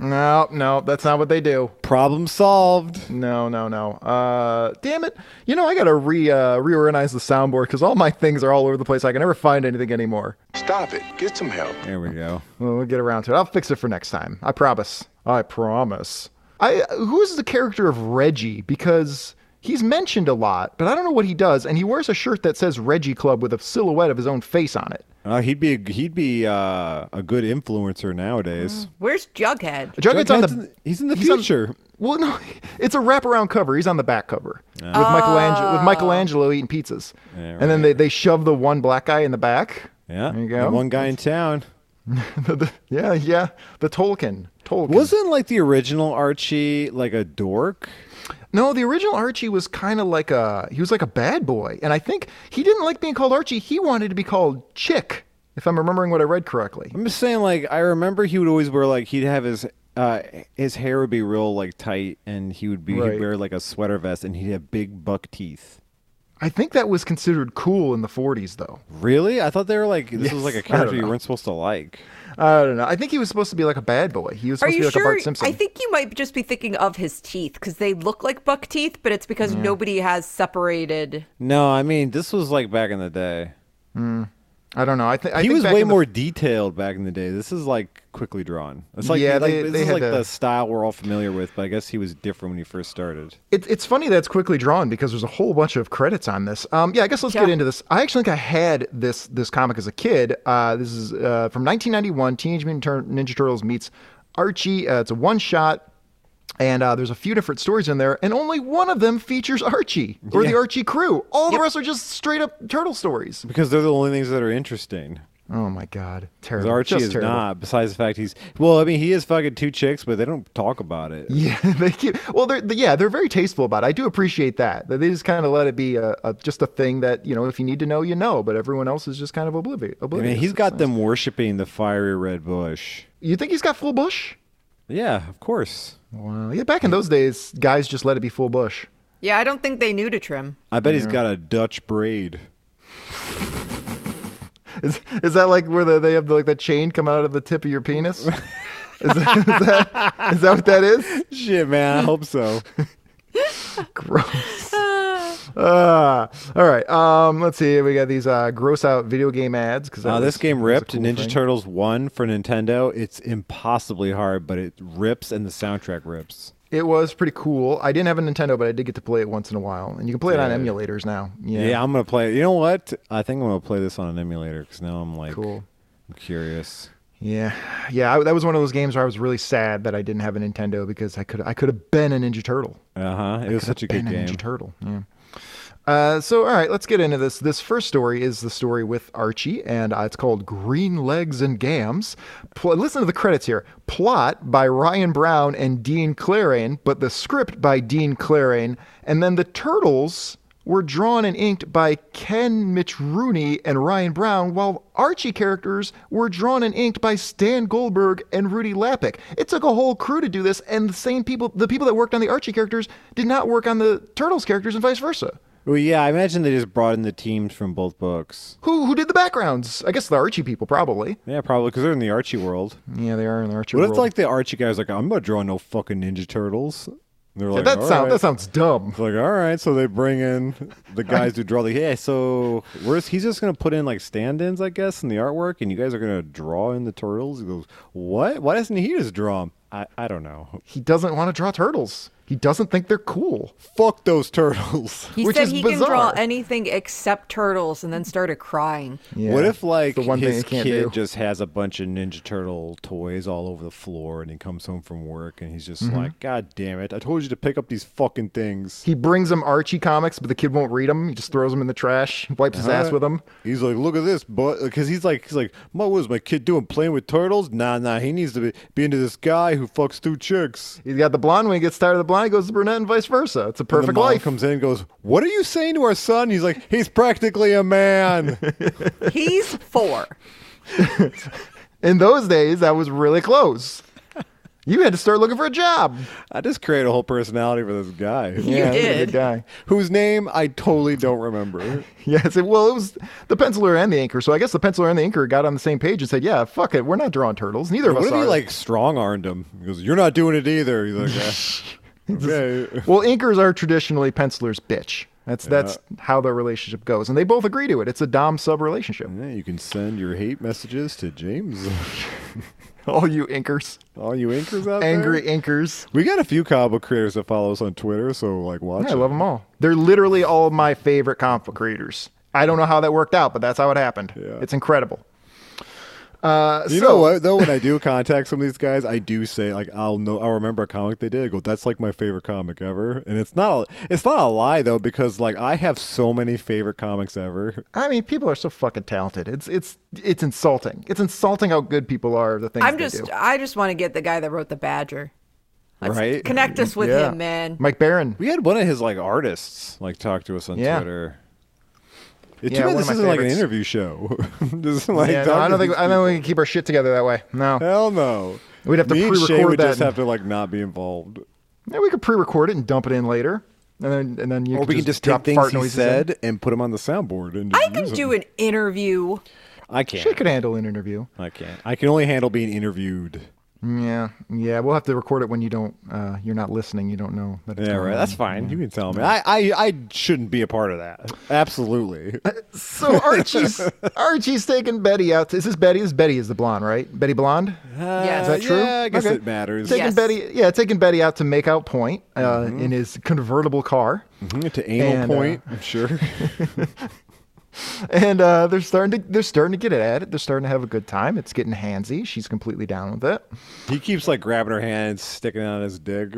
Speaker 5: No, no, that's not what they do.
Speaker 6: Problem solved.
Speaker 5: No, no, no. Uh, damn it. You know, I gotta re uh, reorganize the soundboard because all my things are all over the place. I can never find anything anymore.
Speaker 7: Stop it. Get some help.
Speaker 6: There we go.
Speaker 5: Well, we'll get around to it. I'll fix it for next time. I promise. I promise. I who is the character of Reggie because he's mentioned a lot, but I don't know what he does. And he wears a shirt that says Reggie Club with a silhouette of his own face on it.
Speaker 6: Uh, he'd be a, he'd be uh, a good influencer nowadays.
Speaker 5: Mm.
Speaker 4: Where's Jughead?
Speaker 5: Jughead's on
Speaker 6: Jughead's
Speaker 5: the
Speaker 6: in- he's in the
Speaker 5: on-
Speaker 6: future.
Speaker 5: well, no, it's a wraparound cover. He's on the back cover with Michelangelo with Michelangelo eating pizzas,
Speaker 6: Ah. Yeah,
Speaker 5: and then they, they shove the one black guy in the back.
Speaker 6: Yeah,
Speaker 5: there you
Speaker 6: the
Speaker 5: go.
Speaker 6: one guy in town.
Speaker 5: yeah, yeah, the Tolkien. Tolkien
Speaker 6: Wasn't like the original Archie like a dork?
Speaker 5: No, the original Archie was kind of like a he was like a bad boy, and I think he didn't like being called Archie. He wanted to be called Chick, if I'm remembering what I read correctly.
Speaker 6: I'm just saying, like I remember he would always wear like he'd have his uh, his hair would be real like tight, and he would be
Speaker 5: Right.
Speaker 6: he'd wear like a sweater vest, and he'd have big buck teeth.
Speaker 5: I think that was considered cool in the 40s, though.
Speaker 6: Really? I thought they were like this
Speaker 5: Yes,
Speaker 6: was like
Speaker 5: I
Speaker 6: a
Speaker 5: don't
Speaker 6: character you
Speaker 5: know.
Speaker 6: weren't supposed to like.
Speaker 5: I don't know. I think he was supposed to be like a bad boy. He was
Speaker 4: Are
Speaker 5: supposed to be
Speaker 4: you
Speaker 5: like a
Speaker 4: sure?
Speaker 5: Bart Simpson.
Speaker 4: I think you might just be thinking of his teeth because they look like buck teeth, but it's because nobody has separated.
Speaker 6: No, I mean this was like back in the day.
Speaker 5: I don't know. I, thi- I
Speaker 6: he
Speaker 5: think
Speaker 6: was
Speaker 5: back
Speaker 6: way
Speaker 5: in the-
Speaker 6: more detailed back in the day. This is like quickly drawn. It's like,
Speaker 5: Yeah,
Speaker 6: like,
Speaker 5: they-
Speaker 6: this
Speaker 5: they
Speaker 6: is
Speaker 5: had
Speaker 6: like
Speaker 5: to-
Speaker 6: the style we're all familiar with, but I guess he was different when he first started.
Speaker 5: It, it's funny that's quickly drawn because there's a whole bunch of credits on this. Um, yeah, I guess let's get
Speaker 4: Yeah.
Speaker 5: into this. I actually think I had this this comic as a kid. Uh, this is uh, from 1991. Teenage Mutant Tur- Ninja Turtles meets Archie. Uh, it's a one shot, and uh, there's a few different stories in there, and only one of them features Archie or the
Speaker 6: Yeah.
Speaker 5: Archie crew. All the rest are just straight up turtle stories.
Speaker 6: Because they're the only things that are interesting.
Speaker 5: Oh my god, terrible!
Speaker 6: Because Archie
Speaker 5: Just
Speaker 6: is
Speaker 5: terrible.
Speaker 6: not, besides the fact he's well, I mean he is fucking two chicks, but they don't talk about it.
Speaker 5: Yeah, they keep. Well, they're yeah, they're very tasteful about it. I do appreciate that. That they just kind of let it be a, a just a thing that you know, if you need to know, you know. But everyone else is just kind of oblivious.
Speaker 6: I
Speaker 5: oblivious.
Speaker 6: mean he's
Speaker 5: It's
Speaker 6: got
Speaker 5: nice.
Speaker 6: them worshiping the fiery red bush.
Speaker 5: You think he's got full bush?
Speaker 6: Yeah, of course.
Speaker 5: Wow. Yeah, back in those days, guys just let it be full bush.
Speaker 4: Yeah, I don't think they knew to trim.
Speaker 6: I bet he's got a Dutch braid.
Speaker 5: Is, is that like where the, they have the, like the chain coming out of the tip of your penis? Is that, is, that, is that what that is?
Speaker 6: Shit, man, I hope so.
Speaker 5: Gross. Uh, all right. Um, let's see. We got these uh, gross out video game ads because
Speaker 6: Uh, this game ripped.
Speaker 5: cool
Speaker 6: Ninja
Speaker 5: thing.
Speaker 6: Turtles 1 for Nintendo. It's impossibly hard, but it rips and the soundtrack rips.
Speaker 5: It was pretty cool. I didn't have a Nintendo, but I did get to play it once in a while, and you can play it on
Speaker 6: Yeah.
Speaker 5: emulators now. Yeah,
Speaker 6: Yeah, I'm going to play it. You know what? I think I'm going to play this on an emulator because now I'm like,
Speaker 5: Cool.
Speaker 6: I'm curious.
Speaker 5: yeah, yeah. I, that was one of those games where I was really sad that I didn't have a Nintendo because I could I could have been a Ninja Turtle.
Speaker 6: Uh huh. It was such a good
Speaker 5: Been a
Speaker 6: game.
Speaker 5: Ninja Turtle. Yeah. Uh, so all right, let's get into this. This first story is the story with Archie, and uh, it's called Green Legs and Gams. Pl- listen to the credits here: plot by Ryan Brown and Dean Clarain, but the script by Dean Clarain, and then the turtles were drawn and inked by Ken Mitch Rooney and Ryan Brown, while Archie characters were drawn and inked by Stan Goldberg and Rudy Lapik. It took a whole crew to do this, and the same people, the people that worked on the Archie characters, did not work on the Turtles characters, and vice versa.
Speaker 6: Well, yeah, I imagine they just brought in the teams from both books.
Speaker 5: Who who did the backgrounds? I guess the Archie people probably.
Speaker 6: Yeah, probably because they're in the Archie world.
Speaker 5: Yeah, they are in the Archie
Speaker 6: What
Speaker 5: world.
Speaker 6: if like the Archie guys like, I'm going to draw no fucking Ninja Turtles? And They're like,
Speaker 5: that
Speaker 6: "All
Speaker 5: sound
Speaker 6: right."
Speaker 5: that sounds dumb.
Speaker 6: It's like, all right, so they bring in the guys who draw the yeah. So where's he's just gonna put in like stand-ins, I guess, in the artwork, and you guys are gonna draw in the turtles. He goes, what? Why doesn't he just draw 'em?" I I don't know.
Speaker 5: He doesn't want to draw turtles. He doesn't think they're cool.
Speaker 6: Fuck those turtles.
Speaker 4: He
Speaker 5: Which
Speaker 4: said
Speaker 5: is
Speaker 4: he can draw
Speaker 5: bizarre.
Speaker 4: anything except turtles, and then started crying.
Speaker 5: Yeah.
Speaker 6: What if like
Speaker 5: the one thing
Speaker 6: his
Speaker 5: you can't
Speaker 6: kid
Speaker 5: do.
Speaker 6: just has a bunch of Ninja Turtle toys all over the floor, and he comes home from work, and he's just
Speaker 5: Mm-hmm.
Speaker 6: like, God damn it! I told you to pick up these fucking things.
Speaker 5: He brings him Archie comics, but the kid won't read them. He just throws them in the trash, wipes his ass with them.
Speaker 6: He's like, look at this, but because he's like, he's like, what was my kid doing playing with turtles? Nah, nah, he needs to be, be into this guy who fucks two chicks.
Speaker 5: He's got the blonde when he gets tired of the blonde, he goes to the brunette and vice versa. It's a
Speaker 6: And the
Speaker 5: perfect
Speaker 6: mom
Speaker 5: life.
Speaker 6: comes in and goes, what are you saying to our son? He's like, he's practically a man.
Speaker 4: He's four.
Speaker 5: In those days, that was really close. You had to start looking for a job.
Speaker 6: I just create a whole personality for this guy.
Speaker 5: yeah, he was a
Speaker 4: did.
Speaker 5: good guy.
Speaker 6: Whose name I totally don't remember.
Speaker 5: Yeah, I said, well, it was the penciler and the anchor. So I guess the penciler and the anchor got on the same page and said, yeah, fuck it. We're not drawing turtles. Neither of
Speaker 6: What
Speaker 5: us
Speaker 6: if he
Speaker 5: are.
Speaker 6: like strong armed him? He goes, You're not doing it either. He's like, "Yeah." okay.
Speaker 5: well, inkers are traditionally pencilers' bitch. That's that's how their relationship goes, and they both agree to it. It's a dom sub relationship.
Speaker 6: Yeah, you can send your hate messages to James.
Speaker 5: All you inkers,
Speaker 6: All you inkers out
Speaker 5: angry
Speaker 6: there.
Speaker 5: inkers.
Speaker 6: We got a few comic book creators that follow us on Twitter, so like watch.
Speaker 5: Yeah, I love them all. They're literally all my favorite comic book creators. I don't know how that worked out, but that's how it happened.
Speaker 6: Yeah.
Speaker 5: It's incredible. Uh,
Speaker 6: You
Speaker 5: so-
Speaker 6: know what though? When I do contact some of these guys, I do say like I'll know I'll remember a comic they did. I go, that's like my favorite comic ever, and it's not a, it's not a lie though because like I have so many favorite comics ever.
Speaker 5: I mean, people are so fucking talented. It's it's it's insulting. It's insulting how good people are. The things
Speaker 4: I'm
Speaker 5: they
Speaker 4: just,
Speaker 5: do.
Speaker 4: I just want to get the guy that wrote the Badger. Let's
Speaker 6: Right?
Speaker 4: Connect us with
Speaker 5: Yeah.
Speaker 4: him, man.
Speaker 5: Mike Barron.
Speaker 6: We had one of his like artists like talk to us on
Speaker 5: Yeah.
Speaker 6: Twitter. It's
Speaker 5: Yeah,
Speaker 6: too
Speaker 5: one
Speaker 6: bad
Speaker 5: of
Speaker 6: this
Speaker 5: my
Speaker 6: isn't like an
Speaker 5: favorites.
Speaker 6: interview show. Just, like,
Speaker 5: yeah, no,
Speaker 6: talk
Speaker 5: I don't
Speaker 6: to
Speaker 5: think
Speaker 6: these
Speaker 5: I don't think we can keep our shit together that way. No,
Speaker 6: people. Hell no.
Speaker 5: We'd have to
Speaker 6: Me and Shay
Speaker 5: pre-record
Speaker 6: would just
Speaker 5: that.
Speaker 6: have to like not be involved.
Speaker 5: Yeah, we could pre-record it and dump it in later, and then and then you
Speaker 6: Or we can just
Speaker 5: drop
Speaker 6: take things
Speaker 5: fart
Speaker 6: he
Speaker 5: noises
Speaker 6: said
Speaker 5: In.
Speaker 6: and put them on the soundboard. And
Speaker 4: I can do an interview.
Speaker 6: I can't.
Speaker 5: She could handle an interview.
Speaker 6: I can't. I can only handle being interviewed.
Speaker 5: Yeah, yeah. We'll have to record it when you don't. Uh, you're not listening. You don't know. That it's
Speaker 6: Yeah,
Speaker 5: going
Speaker 6: right.
Speaker 5: on.
Speaker 6: That's fine. Mm, You can tell me. I, I, I shouldn't be a part of that. Absolutely.
Speaker 5: So Archie's Archie's taking Betty out. Is this Betty? This Betty is the blonde, right? Betty blonde.
Speaker 4: Yes.
Speaker 5: Is that true?
Speaker 6: Uh, Yeah, I guess
Speaker 5: Okay.
Speaker 6: it matters.
Speaker 5: Taking
Speaker 4: Yes.
Speaker 5: Betty, yeah, taking Betty out to make out point uh,
Speaker 6: Mm-hmm.
Speaker 5: in his convertible car,
Speaker 6: Mhm, To anal
Speaker 5: And, uh,
Speaker 6: point, I'm sure.
Speaker 5: and uh, they're starting to they're starting to get at it. They're starting to have a good time. It's getting handsy. She's completely down with it.
Speaker 6: he keeps like grabbing her hands, sticking out his dick.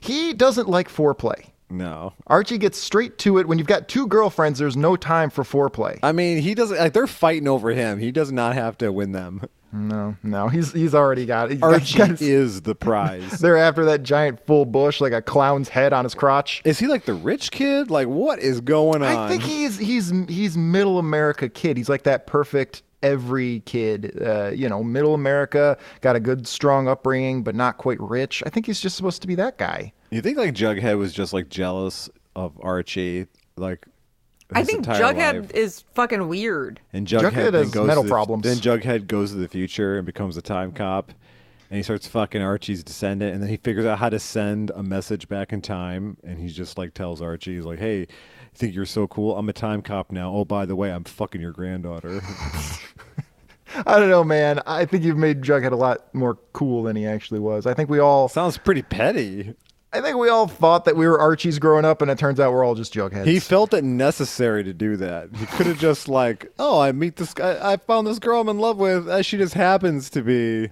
Speaker 5: He doesn't like foreplay.
Speaker 6: No.
Speaker 5: Archie gets straight to it. When you've got two girlfriends, there's no time for foreplay.
Speaker 6: I mean, he doesn't like they're fighting over him. He does not have to win them.
Speaker 5: no, no, he's he's already got it. He's got-
Speaker 6: Archie
Speaker 5: got his-
Speaker 6: is the prize.
Speaker 5: they're after that giant full bush like a clown's head on his crotch.
Speaker 6: is he like the rich kid? Like what is going on?
Speaker 5: I think he's he's he's middle America kid. He's like that perfect every kid. Uh, you know, middle America, got a good strong upbringing, but not quite rich. I think he's just supposed to be that guy.
Speaker 6: You think like Jughead was just like jealous of Archie, like
Speaker 4: I
Speaker 6: his
Speaker 4: think
Speaker 6: entire
Speaker 4: Jughead
Speaker 6: life?
Speaker 4: is fucking weird.
Speaker 6: and Jughead,
Speaker 5: Jughead
Speaker 6: then
Speaker 5: has
Speaker 6: goes
Speaker 5: mental
Speaker 6: to the,
Speaker 5: problems.
Speaker 6: Then Jughead goes to the future and becomes a time cop, and he starts fucking Archie's descendant, and then he figures out how to send a message back in time, and he just like tells Archie, he's like, "Hey, you think you're so cool? I'm a time cop now. Oh, by the way, I'm fucking your granddaughter."
Speaker 5: I don't know, man. I think you've made Jughead a lot more cool than he actually was. I think we all
Speaker 6: Sounds pretty petty.
Speaker 5: I think we all thought that we were Archies growing up, and it turns out we're all just jugheads.
Speaker 6: He felt it necessary to do that. He could have just like, oh, I meet this guy. I found this girl I'm in love with. Uh, she just happens to be the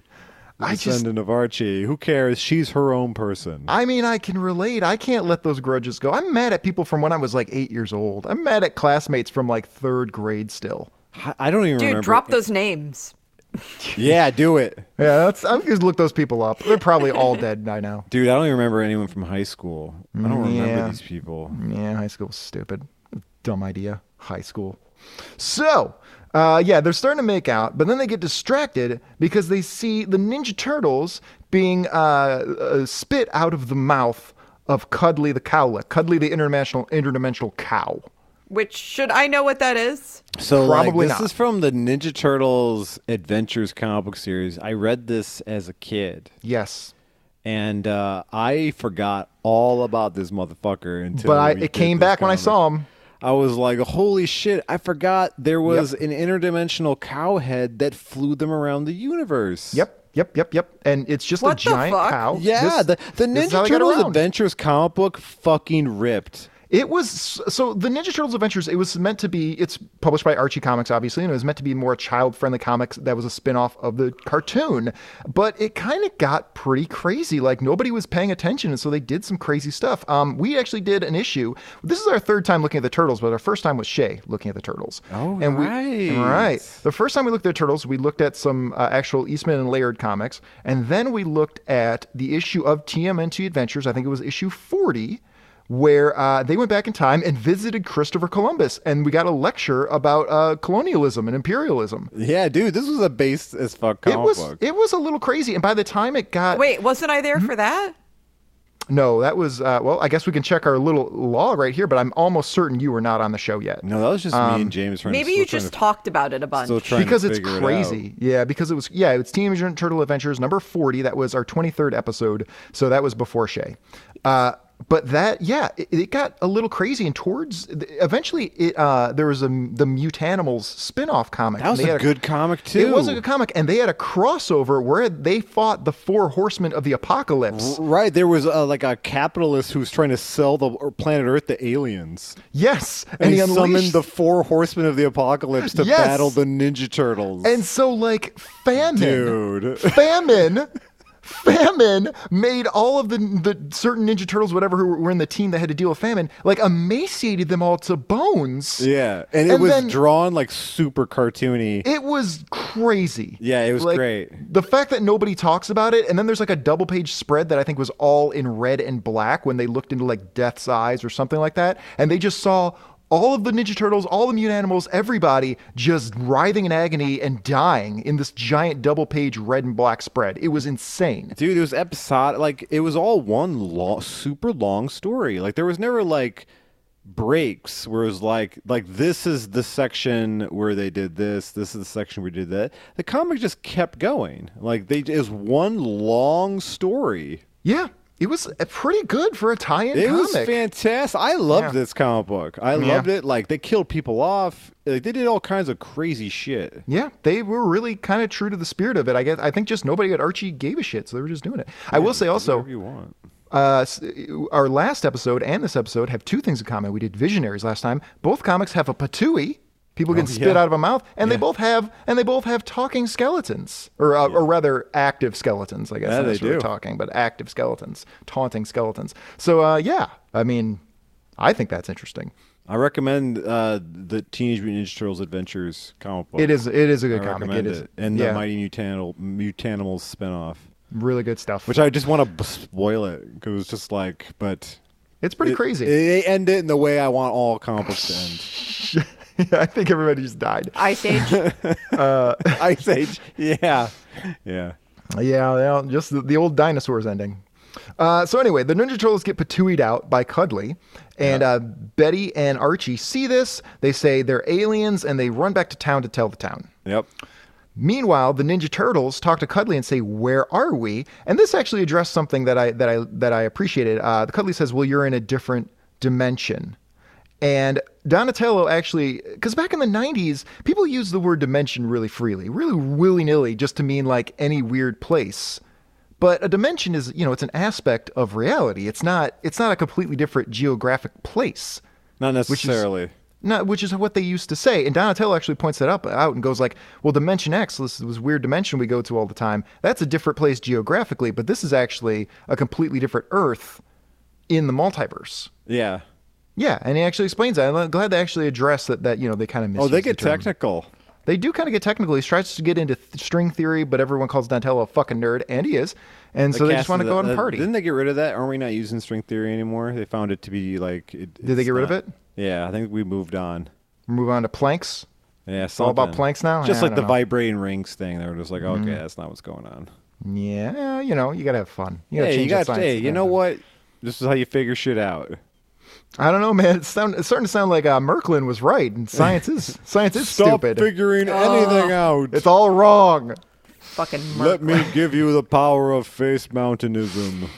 Speaker 5: I just-
Speaker 6: descendant of Archie. Who cares? She's her own person.
Speaker 5: I mean, I can relate. I can't let those grudges go. I'm mad at people from when I was like eight years old. I'm mad at classmates from like third grade still.
Speaker 6: I, I don't even
Speaker 4: Dude,
Speaker 6: remember.
Speaker 4: drop those names.
Speaker 6: Yeah, do it,
Speaker 5: Yeah, that's I'm just look those people up. They're probably all dead by now.
Speaker 6: dude. I don't even remember anyone from high school. I don't remember
Speaker 5: Yeah.
Speaker 6: these people.
Speaker 5: Yeah, high school was stupid. Dumb idea. High school. So, uh, yeah, they're starting to make out, but then they get distracted because they see the Ninja Turtles being uh, uh, spit out of the mouth of Cuddly the cowlet, Cuddly the international interdimensional cow.
Speaker 4: Which should I know what that is?
Speaker 6: So
Speaker 5: Probably
Speaker 6: like, this
Speaker 5: not.
Speaker 6: is from the Ninja Turtles Adventures comic book series. I read this as a kid.
Speaker 5: Yes,
Speaker 6: And uh, I forgot all about this motherfucker until.
Speaker 5: but I,
Speaker 6: we did
Speaker 5: it came
Speaker 6: this
Speaker 5: back when I
Speaker 6: comic.
Speaker 5: saw him.
Speaker 6: I was like, holy shit, I forgot there was an interdimensional cow head that flew them around the universe.
Speaker 5: Yep, yep, yep, yep. And it's just
Speaker 4: What
Speaker 5: a
Speaker 4: the
Speaker 5: giant
Speaker 4: fuck?
Speaker 5: cow.
Speaker 6: Yeah,
Speaker 5: This-
Speaker 6: the, the
Speaker 5: this is how
Speaker 6: Ninja
Speaker 5: they got
Speaker 6: Turtles
Speaker 5: around.
Speaker 6: Adventures comic book fucking ripped.
Speaker 5: It was so the Ninja Turtles Adventures. It was meant to be. It's published by Archie Comics, obviously, and it was meant to be more child-friendly comics. That was a spin-off of the cartoon, but it kind of got pretty crazy. Like nobody was paying attention, and so they did some crazy stuff. Um, we actually did an issue. This is our third time looking at the turtles, but our first time was Shay looking at the turtles.
Speaker 6: Oh,
Speaker 5: and We,
Speaker 6: right.
Speaker 5: right. The first time we looked at Turtles, we looked at some uh, actual Eastman and Laird comics, and then we looked at the issue of TMNT Adventures. I think it was issue 40, where uh, they went back in time and visited Christopher Columbus, and we got a lecture about uh, colonialism and imperialism.
Speaker 6: Yeah, dude, this was a base as fuck comic
Speaker 5: it was
Speaker 6: book.
Speaker 5: it was a little crazy, and by the time it got
Speaker 4: Wait, wasn't I there
Speaker 6: Mm-hmm.
Speaker 4: for that?
Speaker 5: no, that was uh, well, I guess we can check our little law right here, but I'm almost certain you were not on the show yet.
Speaker 6: no, that was just
Speaker 5: Um,
Speaker 6: me and James. Trying
Speaker 4: Maybe
Speaker 6: to,
Speaker 4: you
Speaker 6: still trying
Speaker 4: just
Speaker 6: to,
Speaker 4: talked about it a bunch.
Speaker 6: still trying
Speaker 5: because
Speaker 6: to
Speaker 5: it's
Speaker 6: figure it out.
Speaker 5: crazy. yeah, because it was yeah, it's Teenage Mutant Turtle Adventures number forty. That was our twenty third episode, so that was before Shay. Uh, but that yeah, it, it got a little crazy, and towards eventually it uh, there was a the Mutanimals spin off comic.
Speaker 6: That was
Speaker 5: and they
Speaker 6: a
Speaker 5: had
Speaker 6: good comic too.
Speaker 5: It was a good comic, and they had a crossover where they fought the Four Horsemen of the Apocalypse.
Speaker 6: Right, there was uh like a capitalist who was trying to sell the or planet Earth to aliens,
Speaker 5: Yes,
Speaker 6: and, he,
Speaker 5: unleashed-
Speaker 6: summoned the four horsemen of the apocalypse to
Speaker 5: Yes.
Speaker 6: battle the Ninja Turtles.
Speaker 5: And so, like, famine,
Speaker 6: Dude.
Speaker 5: famine, famine made all of the the certain Ninja Turtles, whatever, who were in the team that had to deal with famine, like emaciated them all to bones.
Speaker 6: yeah, and it
Speaker 5: And
Speaker 6: was
Speaker 5: then-
Speaker 6: drawn like super cartoony.
Speaker 5: It was crazy.
Speaker 6: Yeah, it was
Speaker 5: Like,
Speaker 6: great.
Speaker 5: The fact that nobody talks about it, and then there's like a double page spread that I think was all in red and black when they looked into like Death's eyes or something like that, and they just saw all of the Ninja Turtles, all the mutant animals, everybody just writhing in agony and dying in this giant double page red and black spread. It was insane.
Speaker 6: Dude, it was episodic. Like it was all one long, super long story. Like there was never like breaks where it was like like this is the section where they did this, this is the section where we did that. The comic just kept going. Like they is one long story.
Speaker 5: Yeah, it was uh, pretty good for a tie in
Speaker 6: It
Speaker 5: comic.
Speaker 6: was fantastic. I loved
Speaker 5: Yeah.
Speaker 6: this comic book. I loved it. Like they killed people off. Like they did all kinds of crazy shit.
Speaker 5: Yeah, they were really kind of true to the spirit of it. I guess I think just nobody at Archie gave a shit, so they were just doing it. I will say also,
Speaker 6: Whatever you want.
Speaker 5: uh, s- our last episode and this episode have two things in common. We did Visionaries last time. Both comics have a patooey. People can spit
Speaker 6: Oh, yeah.
Speaker 5: out of a mouth, and they
Speaker 6: Yeah.
Speaker 5: both have, and they both have talking skeletons, or uh, or rather, active skeletons. I guess
Speaker 6: Yeah,
Speaker 5: not
Speaker 6: they
Speaker 5: necessarily
Speaker 6: do.
Speaker 5: talking, but active skeletons, taunting skeletons. So uh, yeah, I mean, I think that's interesting.
Speaker 6: I recommend uh, the Teenage Mutant Ninja Turtles Adventures comic book.
Speaker 5: It is it is a good
Speaker 6: I
Speaker 5: comic.
Speaker 6: recommend
Speaker 5: it is,
Speaker 6: And
Speaker 5: yeah,
Speaker 6: the Mighty Mutanil, Mutanimals spinoff,
Speaker 5: really good stuff.
Speaker 6: which I just want to spoil it because it was just like, but
Speaker 5: it's pretty
Speaker 6: it-
Speaker 5: crazy.
Speaker 6: They end it in the way I want all comic books to
Speaker 5: yeah,
Speaker 6: end.
Speaker 5: I think everybody just died.
Speaker 4: Ice Age.
Speaker 6: Ice Age, yeah, yeah.
Speaker 5: Yeah, yeah, just the, the old dinosaurs ending. Uh, so anyway, the Ninja Turtles get patooied out by Cuddly, and uh, Betty and Archie see this. They say they're aliens, and they run back to town to tell the town.
Speaker 6: Yep.
Speaker 5: Meanwhile, the Ninja Turtles talk to Cuddly and say, "Where are we?" And this actually addressed something that I that I that I appreciated. Uh, the Cuddly says, "Well, you're in a different dimension," and Donatello actually, because back in the '90s, people used the word dimension really freely, really willy nilly, just to mean like any weird place. But a dimension is, you know, it's an aspect of reality. It's not it's not a completely different geographic place
Speaker 6: Not
Speaker 5: which is-
Speaker 6: necessarily.
Speaker 5: no, which is what they used to say. And Donatello actually points that up out and goes like, "Well, Dimension X, this this weird dimension we go to all the time. That's a different place geographically, but this is actually a completely different Earth in the multiverse."
Speaker 6: yeah.
Speaker 5: Yeah, and he actually explains that. I'm glad they actually address that. That you know they kind of
Speaker 6: Oh, they get technical.
Speaker 5: They do kind of get technical. He tries to get into th- string theory, but everyone calls Donatello a fucking nerd, and he is. And so they just
Speaker 6: Cast
Speaker 5: want to
Speaker 6: the-
Speaker 5: go out
Speaker 6: uh,
Speaker 5: and party.
Speaker 6: Didn't they get rid of that? Aren't we not using string theory anymore? They found it to be like. It,
Speaker 5: Did they
Speaker 6: it's
Speaker 5: get rid of
Speaker 6: not-
Speaker 5: it?
Speaker 6: Yeah, I think we moved on.
Speaker 5: Move on to planks.
Speaker 6: Yeah,
Speaker 5: all about
Speaker 6: something.
Speaker 5: planks now? Yeah,
Speaker 6: Just
Speaker 5: I
Speaker 6: like
Speaker 5: don't know.
Speaker 6: the
Speaker 5: Mm-hmm.
Speaker 6: vibrating rings thing. They were just like, okay, that's not what's going on.
Speaker 5: Yeah, you know you gotta have fun. You
Speaker 6: Yeah,
Speaker 5: gotta
Speaker 6: hey,
Speaker 5: change
Speaker 6: you
Speaker 5: that
Speaker 6: got.
Speaker 5: science.
Speaker 6: Hey, you
Speaker 5: Yeah.
Speaker 6: know what? This is how you figure shit out.
Speaker 5: I don't know, man. It's, sound, it's starting to sound like uh, Merklin was right, and science is science is stupid. Ah,
Speaker 6: figuring anything out.
Speaker 5: it's all wrong.
Speaker 4: Fucking Merc.
Speaker 6: Let me give you the power of face mountainism.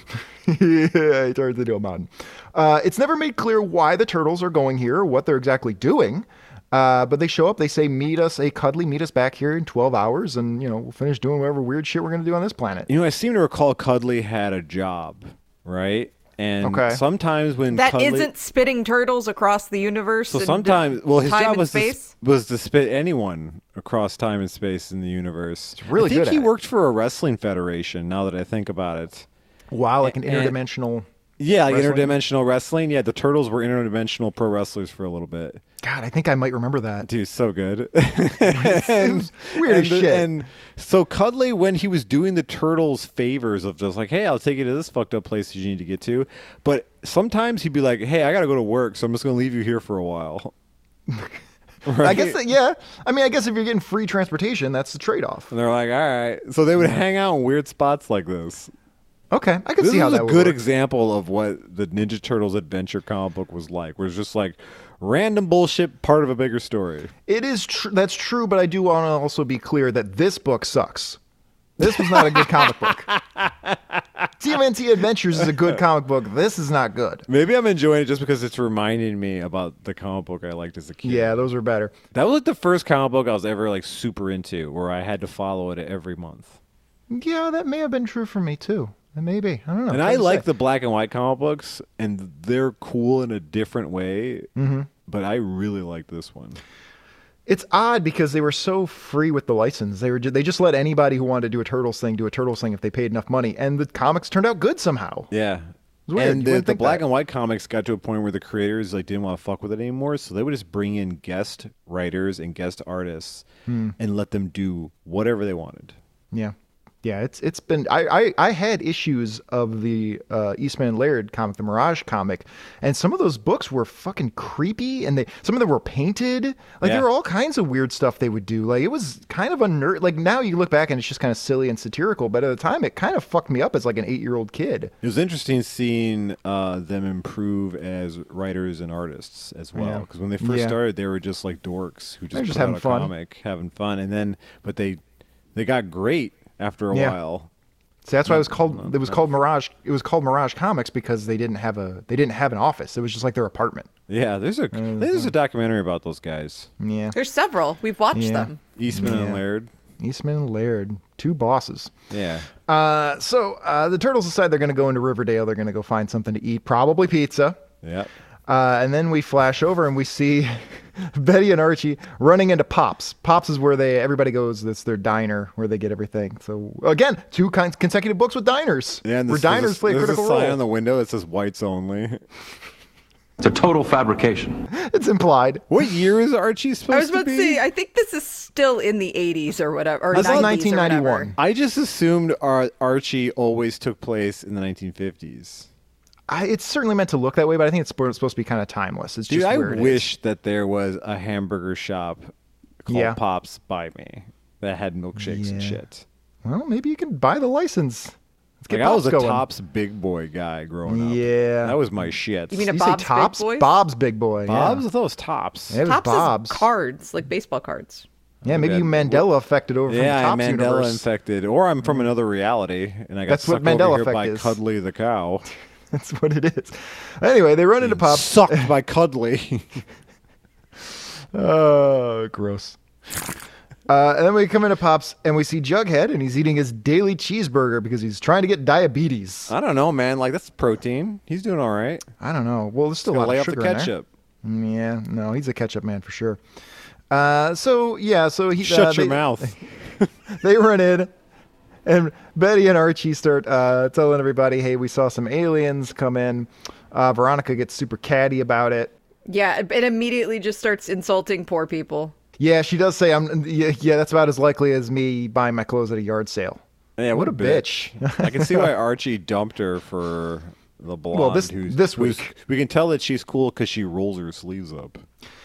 Speaker 5: yeah, he turns into a mountain. Uh, it's never made clear why the turtles are going here, or what they're exactly doing. Uh, but they show up. They say, "Meet us, a cuddly. Meet us back here in 12 hours, and you know we'll finish doing whatever weird shit we're gonna do on this planet."
Speaker 6: You know, I seem to recall Cuddly had a job, right? And
Speaker 5: Okay.
Speaker 6: sometimes when
Speaker 4: That
Speaker 6: Cuddly,
Speaker 4: not spitting turtles across the universe.
Speaker 6: so
Speaker 4: and
Speaker 6: sometimes well his
Speaker 4: time
Speaker 6: job
Speaker 4: and
Speaker 6: was to,
Speaker 4: space.
Speaker 6: s- was to spit anyone across time and space in the universe.
Speaker 5: really
Speaker 6: I think
Speaker 5: good
Speaker 6: he
Speaker 5: at it.
Speaker 6: worked for a wrestling federation. Now that I think about it,
Speaker 5: Wow, like an
Speaker 6: And-
Speaker 5: interdimensional.
Speaker 6: Yeah, like
Speaker 5: Wrestling?
Speaker 6: interdimensional wrestling. Yeah, the turtles were interdimensional pro wrestlers for a little bit.
Speaker 5: God, I think I might remember that.
Speaker 6: Dude, so good. and,
Speaker 5: weird as
Speaker 6: and the-
Speaker 5: shit.
Speaker 6: And so Cudley, when he was doing the turtles favors of just like, hey, I'll take you to this fucked up place that you need to get to, but sometimes he'd be like, hey, I gotta go to work, so I'm just gonna leave you here for a while.
Speaker 5: I guess that, yeah. I mean, I guess if you're getting free transportation, that's the trade-off.
Speaker 6: And they're like, all right. So they would hang out in weird spots like this.
Speaker 5: Okay, I could
Speaker 6: This
Speaker 5: see
Speaker 6: is
Speaker 5: how
Speaker 6: a
Speaker 5: that would
Speaker 6: good
Speaker 5: work.
Speaker 6: example of what the Ninja Turtles adventure comic book was like, where it's just like random bullshit part of a bigger story.
Speaker 5: It is true. That's true, but I do want to also be clear that this book sucks. This was not a good comic book. TMNT Adventures is a good comic book. This is not good.
Speaker 6: Maybe I'm enjoying it just because it's reminding me about the comic book I liked as a kid.
Speaker 5: Yeah, those were better.
Speaker 6: That was like the first comic book I was ever like super into, where I had to follow it every month.
Speaker 5: Yeah, that may have been true for me too. Maybe I don't know.
Speaker 6: And
Speaker 5: Hard
Speaker 6: I
Speaker 5: to say.
Speaker 6: like the black and white comic books, and they're cool in a different way. Mm-hmm. But I really like this one.
Speaker 5: It's odd because they were so free with the license. They were ju- they just let anybody who wanted to do a turtles thing do a turtles thing if they paid enough money, and the comics turned out good somehow.
Speaker 6: Yeah.
Speaker 5: It's weird. You
Speaker 6: And the,
Speaker 5: wouldn't
Speaker 6: the
Speaker 5: think
Speaker 6: black
Speaker 5: that.
Speaker 6: and white comics got to a point where the creators like didn't want to fuck with it anymore, so they would just bring in guest writers and guest artists
Speaker 5: Hmm.
Speaker 6: and let them do whatever they wanted.
Speaker 5: Yeah. Yeah, it's it's been I, I, I had issues of the uh, Eastman Laird comic, the Mirage comic, and some of those books were fucking creepy, and they some of them were painted. Like
Speaker 6: Yeah.
Speaker 5: there were all kinds of weird stuff they would do. Like it was kind of a nerd. Like now you look back and it's just kind of silly and satirical, but at the time it kind of fucked me up as like an eight year old kid.
Speaker 6: It was interesting seeing uh, them improve as writers and artists as well.
Speaker 5: Yeah.
Speaker 6: Because when they first
Speaker 5: Yeah.
Speaker 6: started, they were just like dorks who just,
Speaker 5: just
Speaker 6: put out
Speaker 5: having
Speaker 6: a
Speaker 5: fun.
Speaker 6: comic, having fun, and then but they they got great after a
Speaker 5: Yeah.
Speaker 6: while.
Speaker 5: So that's why it was called it was called Mirage. It was called Mirage Comics because they didn't have a they didn't have an office. It was just like their apartment.
Speaker 6: Yeah, there's a there's a documentary about those guys,
Speaker 5: Yeah.
Speaker 4: There's several. We've watched
Speaker 5: Yeah.
Speaker 4: them.
Speaker 6: Eastman and Laird.
Speaker 5: Eastman Laird, two bosses.
Speaker 6: Yeah,
Speaker 5: Uh, so uh, the turtles decide they're going to go into Riverdale. They're going to go find something to eat, probably pizza.
Speaker 6: yeah.
Speaker 5: Uh, and then we flash over and we see Betty and Archie running into Pops. Pops is where they everybody goes. That's their diner where they get everything. So again, two kinds consecutive books with diners.
Speaker 6: Yeah, and
Speaker 5: where
Speaker 6: this- there's
Speaker 5: diners
Speaker 6: a,
Speaker 5: play a
Speaker 6: there's
Speaker 5: critical
Speaker 6: a sign
Speaker 5: role.
Speaker 6: on the window that says "whites only."
Speaker 8: It's a total fabrication.
Speaker 5: it's implied.
Speaker 6: What year is Archie supposed
Speaker 4: I was about
Speaker 6: to
Speaker 4: to
Speaker 6: be?
Speaker 4: say, I think this is still in the 80s or whatever. Or
Speaker 5: This is
Speaker 4: 90s or whatever.
Speaker 5: 1991.
Speaker 6: I just assumed our Archie always took place in the 1950s.
Speaker 5: I, it's certainly meant to look that way, but I think it's supposed to be kind of timeless. It's
Speaker 6: Dude,
Speaker 5: just
Speaker 6: I
Speaker 5: where it is.
Speaker 6: wish that there was a hamburger shop called
Speaker 5: Yeah.
Speaker 6: Pops by me that had milkshakes and
Speaker 5: Yeah.
Speaker 6: shit.
Speaker 5: Well, maybe you can buy the license. Let's get
Speaker 6: Like I
Speaker 5: Pops
Speaker 6: was a
Speaker 5: going.
Speaker 6: Tops big boy guy growing up.
Speaker 5: Yeah.
Speaker 6: that was my shit.
Speaker 4: You mean a
Speaker 5: you
Speaker 4: Bob's
Speaker 5: say
Speaker 4: Big
Speaker 5: Tops?
Speaker 4: Boys?
Speaker 5: Bob's Big Boy. yeah.
Speaker 6: Bob's? I thought it was Tops.
Speaker 5: It was
Speaker 4: Pops is
Speaker 5: Bob's.
Speaker 4: cards, like baseball cards.
Speaker 5: Yeah, maybe
Speaker 6: bad.
Speaker 5: you Mandela affected over
Speaker 6: Yeah,
Speaker 5: from
Speaker 6: I'm
Speaker 5: the Tops
Speaker 6: Mandela
Speaker 5: universe. Mm.
Speaker 6: infected, or I'm from another reality, and I got
Speaker 5: That's what
Speaker 6: sucked
Speaker 5: Mandela
Speaker 6: over here
Speaker 5: effect
Speaker 6: by
Speaker 5: is.
Speaker 6: Cuddly the cow.
Speaker 5: That's what it is. Anyway, they run into Pops.
Speaker 6: Sucked by Cuddly.
Speaker 5: Oh, gross. Uh, and then we come into Pops and we see Jughead, and he's eating his daily cheeseburger because he's trying to get diabetes.
Speaker 6: I don't know, man. Like that's protein. He's doing all right.
Speaker 5: I don't know. Well, there's still a
Speaker 6: Gonna
Speaker 5: lot
Speaker 6: lay
Speaker 5: of
Speaker 6: off the
Speaker 5: sugar in there.
Speaker 6: ketchup.
Speaker 5: Mm, Yeah, no, he's a ketchup man for sure. Uh, so yeah, so he
Speaker 6: Shut
Speaker 5: uh,
Speaker 6: your
Speaker 5: they-
Speaker 6: mouth.
Speaker 5: they run in and betty and archie start uh, telling everybody hey we saw some aliens come in uh, veronica gets super catty about it
Speaker 4: Yeah, it it immediately just starts insulting poor people.
Speaker 5: yeah she does say i'm yeah, yeah that's about as likely as me buying my clothes at a yard sale
Speaker 6: Yeah,
Speaker 5: what,
Speaker 6: what,
Speaker 5: a bitch,
Speaker 6: I can see why Archie dumped her for the blonde.
Speaker 5: this-
Speaker 6: who's,
Speaker 5: this
Speaker 6: who's-
Speaker 5: week.
Speaker 6: we can tell that she's cool because she rolls her sleeves up.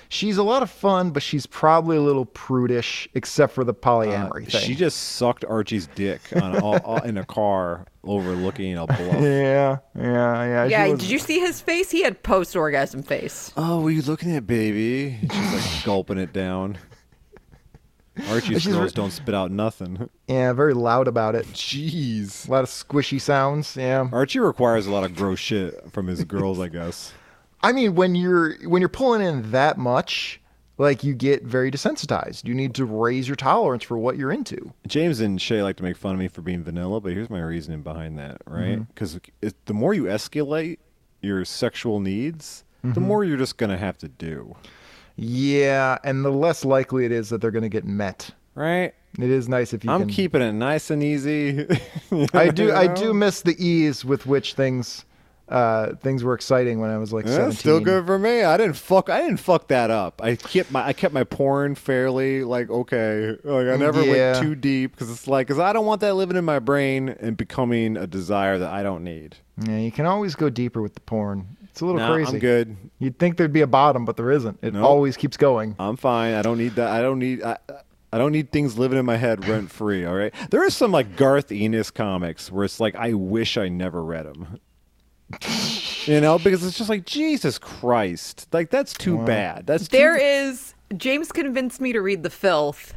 Speaker 5: she's a lot of fun but she's probably a little prudish except for the polyamory thing
Speaker 6: Uh, She just sucked Archie's dick on a, all- in a car overlooking a bluff.
Speaker 5: yeah yeah yeah she
Speaker 4: Yeah,
Speaker 5: was-
Speaker 4: did you see his face? He had post orgasm face.
Speaker 6: Oh, what are you looking at, baby? And She's like gulping it down. Archie's
Speaker 5: She's
Speaker 6: girls
Speaker 5: re-
Speaker 6: don't spit out nothing.
Speaker 5: yeah very loud about it
Speaker 6: Jeez.
Speaker 5: a lot of squishy sounds yeah
Speaker 6: Archie requires a lot of gross shit from his girls, I guess.
Speaker 5: I mean, when you're when you're pulling in that much, like you get very desensitized. You need to raise your tolerance for what you're into.
Speaker 6: James and Shay like to make fun of me for being vanilla, but here's my reasoning behind that, right?
Speaker 5: Mm-hmm.
Speaker 6: Because the more you escalate your sexual needs,
Speaker 5: Mm-hmm.
Speaker 6: the more you're just gonna have to do,
Speaker 5: Yeah, and the less likely it is that they're going to get met.
Speaker 6: right?
Speaker 5: It is nice if you.
Speaker 6: I'm
Speaker 5: can-
Speaker 6: keeping it nice and easy.
Speaker 5: I do. I do miss the ease with which things uh, things were exciting when I was like
Speaker 6: Yeah,
Speaker 5: 17.
Speaker 6: that's still good for me. I didn't fuck. I didn't fuck that up. I kept my I kept my porn fairly like okay. Like I never
Speaker 5: Mm, Yeah.
Speaker 6: went too deep because it's like because I don't want that living in my brain and becoming a desire that I don't need.
Speaker 5: Yeah, you can always go deeper with the porn. It's a little
Speaker 6: Nah,
Speaker 5: crazy.
Speaker 6: I'm good.
Speaker 5: You'd think there'd be a bottom, but there isn't. It
Speaker 6: Nope.
Speaker 5: always keeps going.
Speaker 6: I'm fine. I don't need that. I don't need. I, I don't need things living in my head rent free. All right. There is some like Garth Ennis comics where it's like I wish I never read them. you know, because it's just like Jesus Christ. Like that's too bad. That's too
Speaker 4: There is James convinced me to read The Filth,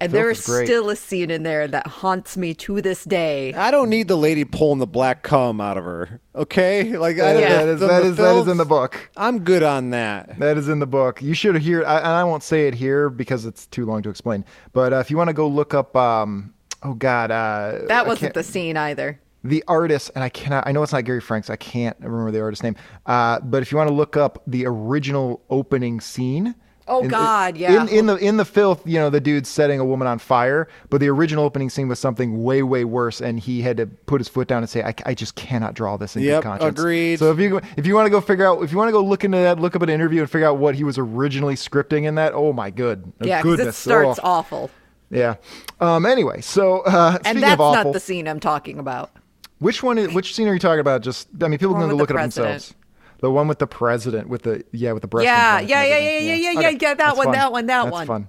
Speaker 4: and there
Speaker 5: Filth
Speaker 4: is
Speaker 5: is great.
Speaker 4: still a scene in there that haunts me to this day.
Speaker 6: I don't need the lady pulling the black cum out of her. Okay, like
Speaker 5: Yeah,
Speaker 6: I don't
Speaker 5: that is
Speaker 6: the-
Speaker 5: that
Speaker 6: the
Speaker 5: is that is in the
Speaker 6: filth-
Speaker 5: book.
Speaker 6: I'm good on that.
Speaker 5: That is in the book. You should hear, I, and I won't say it here because it's too long to explain. But uh, if you want to go look up, um, oh God, uh,
Speaker 4: That
Speaker 5: I
Speaker 4: wasn't
Speaker 5: can't-
Speaker 4: the scene either.
Speaker 5: the artist, and I cannot. I know it's not Gary Franks. I can't remember the artist's name. Uh, but if you want to look up the original opening scene.
Speaker 4: Oh,
Speaker 5: in-
Speaker 4: God, yeah.
Speaker 5: In, in the in the filth, you know, the dude's setting a woman on fire, but the original opening scene was something way way worse, and he had to put his foot down and say, "I, I just cannot draw this in
Speaker 6: Yep,
Speaker 5: good conscience."
Speaker 6: agreed.
Speaker 5: So if you go- if you want to go figure out if you want to go look into that, look up an interview and figure out what he was originally scripting in that. Oh my good,
Speaker 4: Yeah, because it
Speaker 5: goodness,
Speaker 4: starts
Speaker 5: oh.
Speaker 4: awful,
Speaker 5: Yeah. Um. Anyway, so uh, speaking
Speaker 4: and that's
Speaker 5: of awful,
Speaker 4: not the scene I'm talking about.
Speaker 5: which one? Is, which scene are you talking about? Just I mean, people
Speaker 4: one
Speaker 5: can go
Speaker 4: with
Speaker 5: look
Speaker 4: the
Speaker 5: at it themselves. The one with the president, with the yeah, with the breast.
Speaker 4: Yeah,
Speaker 5: implant
Speaker 4: yeah,
Speaker 5: and
Speaker 4: yeah,
Speaker 5: everything.
Speaker 4: yeah, yeah, yeah, yeah, yeah, that
Speaker 5: That's
Speaker 4: one,
Speaker 5: fun.
Speaker 4: that one, that
Speaker 5: That's
Speaker 4: one.
Speaker 5: fun.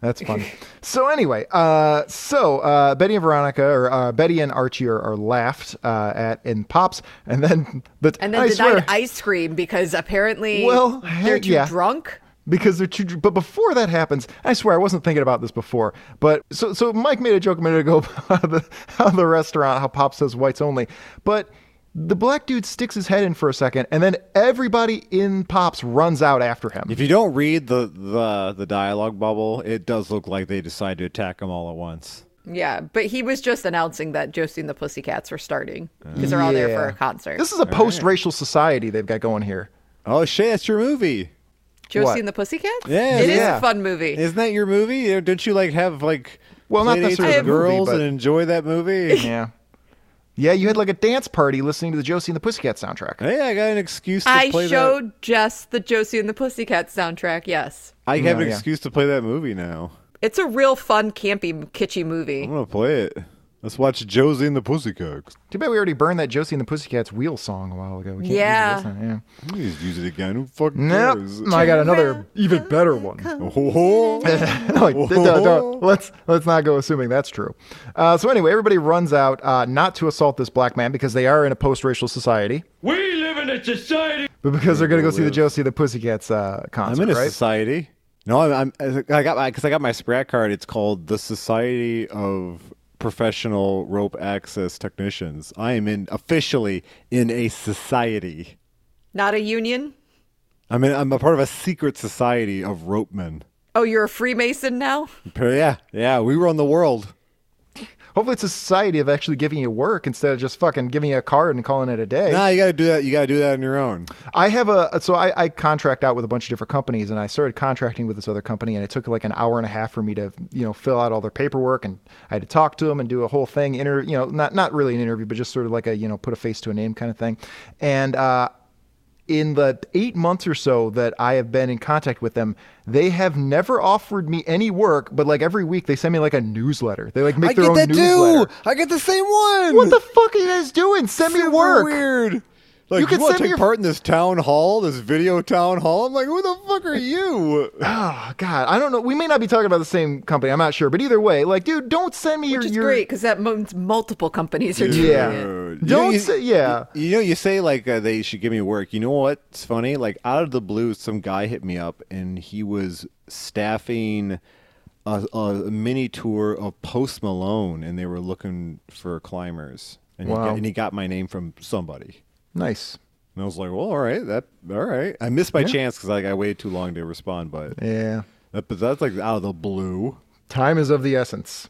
Speaker 5: That's fun. so anyway, uh, so uh, Betty and Veronica, or uh, Betty and Archie are, are laughed uh, at in pops, and then the
Speaker 4: And then
Speaker 5: I
Speaker 4: denied
Speaker 5: swear,
Speaker 4: ice cream because apparently
Speaker 5: Well,
Speaker 4: they're too
Speaker 5: yeah.
Speaker 4: drunk.
Speaker 5: because they're too. But before that happens, I swear I wasn't thinking about this before. But so so Mike made a joke a minute ago about the, how the restaurant how Pop says whites only, but the black dude sticks his head in for a second, and then everybody in Pops runs out after him.
Speaker 6: If you don't read the the the dialogue bubble, it does look like they decide to attack them all at once.
Speaker 4: Yeah, but he was just announcing that Josie and the Pussycats were starting because they're all there for a
Speaker 5: Yeah.
Speaker 4: concert.
Speaker 5: This is a post-racial society they've got going here.
Speaker 6: Oh shit, that's your movie.
Speaker 4: Josie
Speaker 5: what?
Speaker 4: and the Pussycats?
Speaker 6: Yeah,
Speaker 4: it is
Speaker 5: yeah.
Speaker 4: a fun movie.
Speaker 6: Isn't that your movie? Yeah, Don't you like have like
Speaker 5: Well, not
Speaker 6: play dates
Speaker 5: necessarily
Speaker 6: with
Speaker 5: the movie,
Speaker 6: girls
Speaker 5: but-
Speaker 6: and enjoy that movie?
Speaker 5: Yeah, yeah. You had like a dance party listening to the Josie and the Pussycat soundtrack.
Speaker 6: Hey, I got an excuse to
Speaker 4: I
Speaker 6: play
Speaker 4: showed
Speaker 6: that.
Speaker 4: just the Josie and the Pussycats soundtrack, yes.
Speaker 6: I have an
Speaker 5: yeah.
Speaker 6: excuse to play that movie now.
Speaker 4: It's a real fun, campy, kitschy movie.
Speaker 6: I'm gonna play it. Let's watch Josie and the Pussycats.
Speaker 5: Too bad we already burned that Josie and the Pussycats wheel song a while ago. We can't
Speaker 4: Yeah.
Speaker 5: Use it this time, yeah.
Speaker 6: Please use it again. Who fucking
Speaker 5: Nope.
Speaker 6: cares?
Speaker 5: I got another even better one.
Speaker 6: Oh,
Speaker 5: No, wait, d- d- d- let's let's not go assuming that's true. Uh, so anyway, everybody runs out uh, not to assault this black man because they are in a post-racial society,
Speaker 3: We live in a society.
Speaker 5: but because they're going to go see the Josie and the Pussycats uh,
Speaker 6: I'm
Speaker 5: concert,
Speaker 6: in a
Speaker 5: right?
Speaker 6: society. No, I'm, I'm I got my because I got my Sprat card. It's called the Society of Professional Rope Access Technicians. I am in officially in a society.
Speaker 4: Not a union?
Speaker 6: I'm in, I'm a part of a secret society of ropemen.
Speaker 4: Oh, you're a Freemason now?
Speaker 6: Yeah, yeah, we run the world.
Speaker 5: Hopefully, it's a society of actually giving you work instead of just fucking giving you a card and calling it a day.
Speaker 6: Nah, you gotta do that. You gotta do that on your own.
Speaker 5: I have a so I, I contract out with a bunch of different companies, and I started contracting with this other company, and it took like an hour and a half for me to you know fill out all their paperwork, and I had to talk to them and do a whole thing, inter you know not not really an interview, but just sort of like a you know put a face to a name kind of thing, and uh, in the eight months or so that I have been in contact with them, they have never offered me any work, but like every week they send me like a newsletter. They like make
Speaker 6: I
Speaker 5: their
Speaker 6: get
Speaker 5: own
Speaker 6: that
Speaker 5: newsletter.
Speaker 6: too. I get the same one.
Speaker 5: What the fuck are you guys doing? Send me
Speaker 6: Super
Speaker 5: work.
Speaker 6: Weird. Like
Speaker 5: You
Speaker 6: you,
Speaker 5: can
Speaker 6: want
Speaker 5: send
Speaker 6: to
Speaker 5: me your-
Speaker 6: take part in this town hall, this video town hall. I'm like, who the fuck are you?
Speaker 5: Oh, God, I don't know. We may not be talking about the same company. I'm not sure, but either way, like, dude, don't send me your
Speaker 4: Which is
Speaker 5: your.
Speaker 4: great because that means multiple companies are doing
Speaker 5: Yeah.
Speaker 4: it.
Speaker 6: You
Speaker 5: Don't
Speaker 6: know, you-
Speaker 5: say- yeah.
Speaker 6: You, know, you say like uh, they should give me work. You know what's funny? Like out of the blue, some guy hit me up and he was staffing a, a mini tour of Post Malone, and they were looking for climbers. And, he
Speaker 5: Wow.
Speaker 6: got, and he got my name from somebody.
Speaker 5: Nice.
Speaker 6: And I was like, well, all right, that, all right. I missed my chance because like I waited too long to respond, but
Speaker 5: Yeah.
Speaker 6: that, but that's like out of the blue.
Speaker 5: Time is of the essence.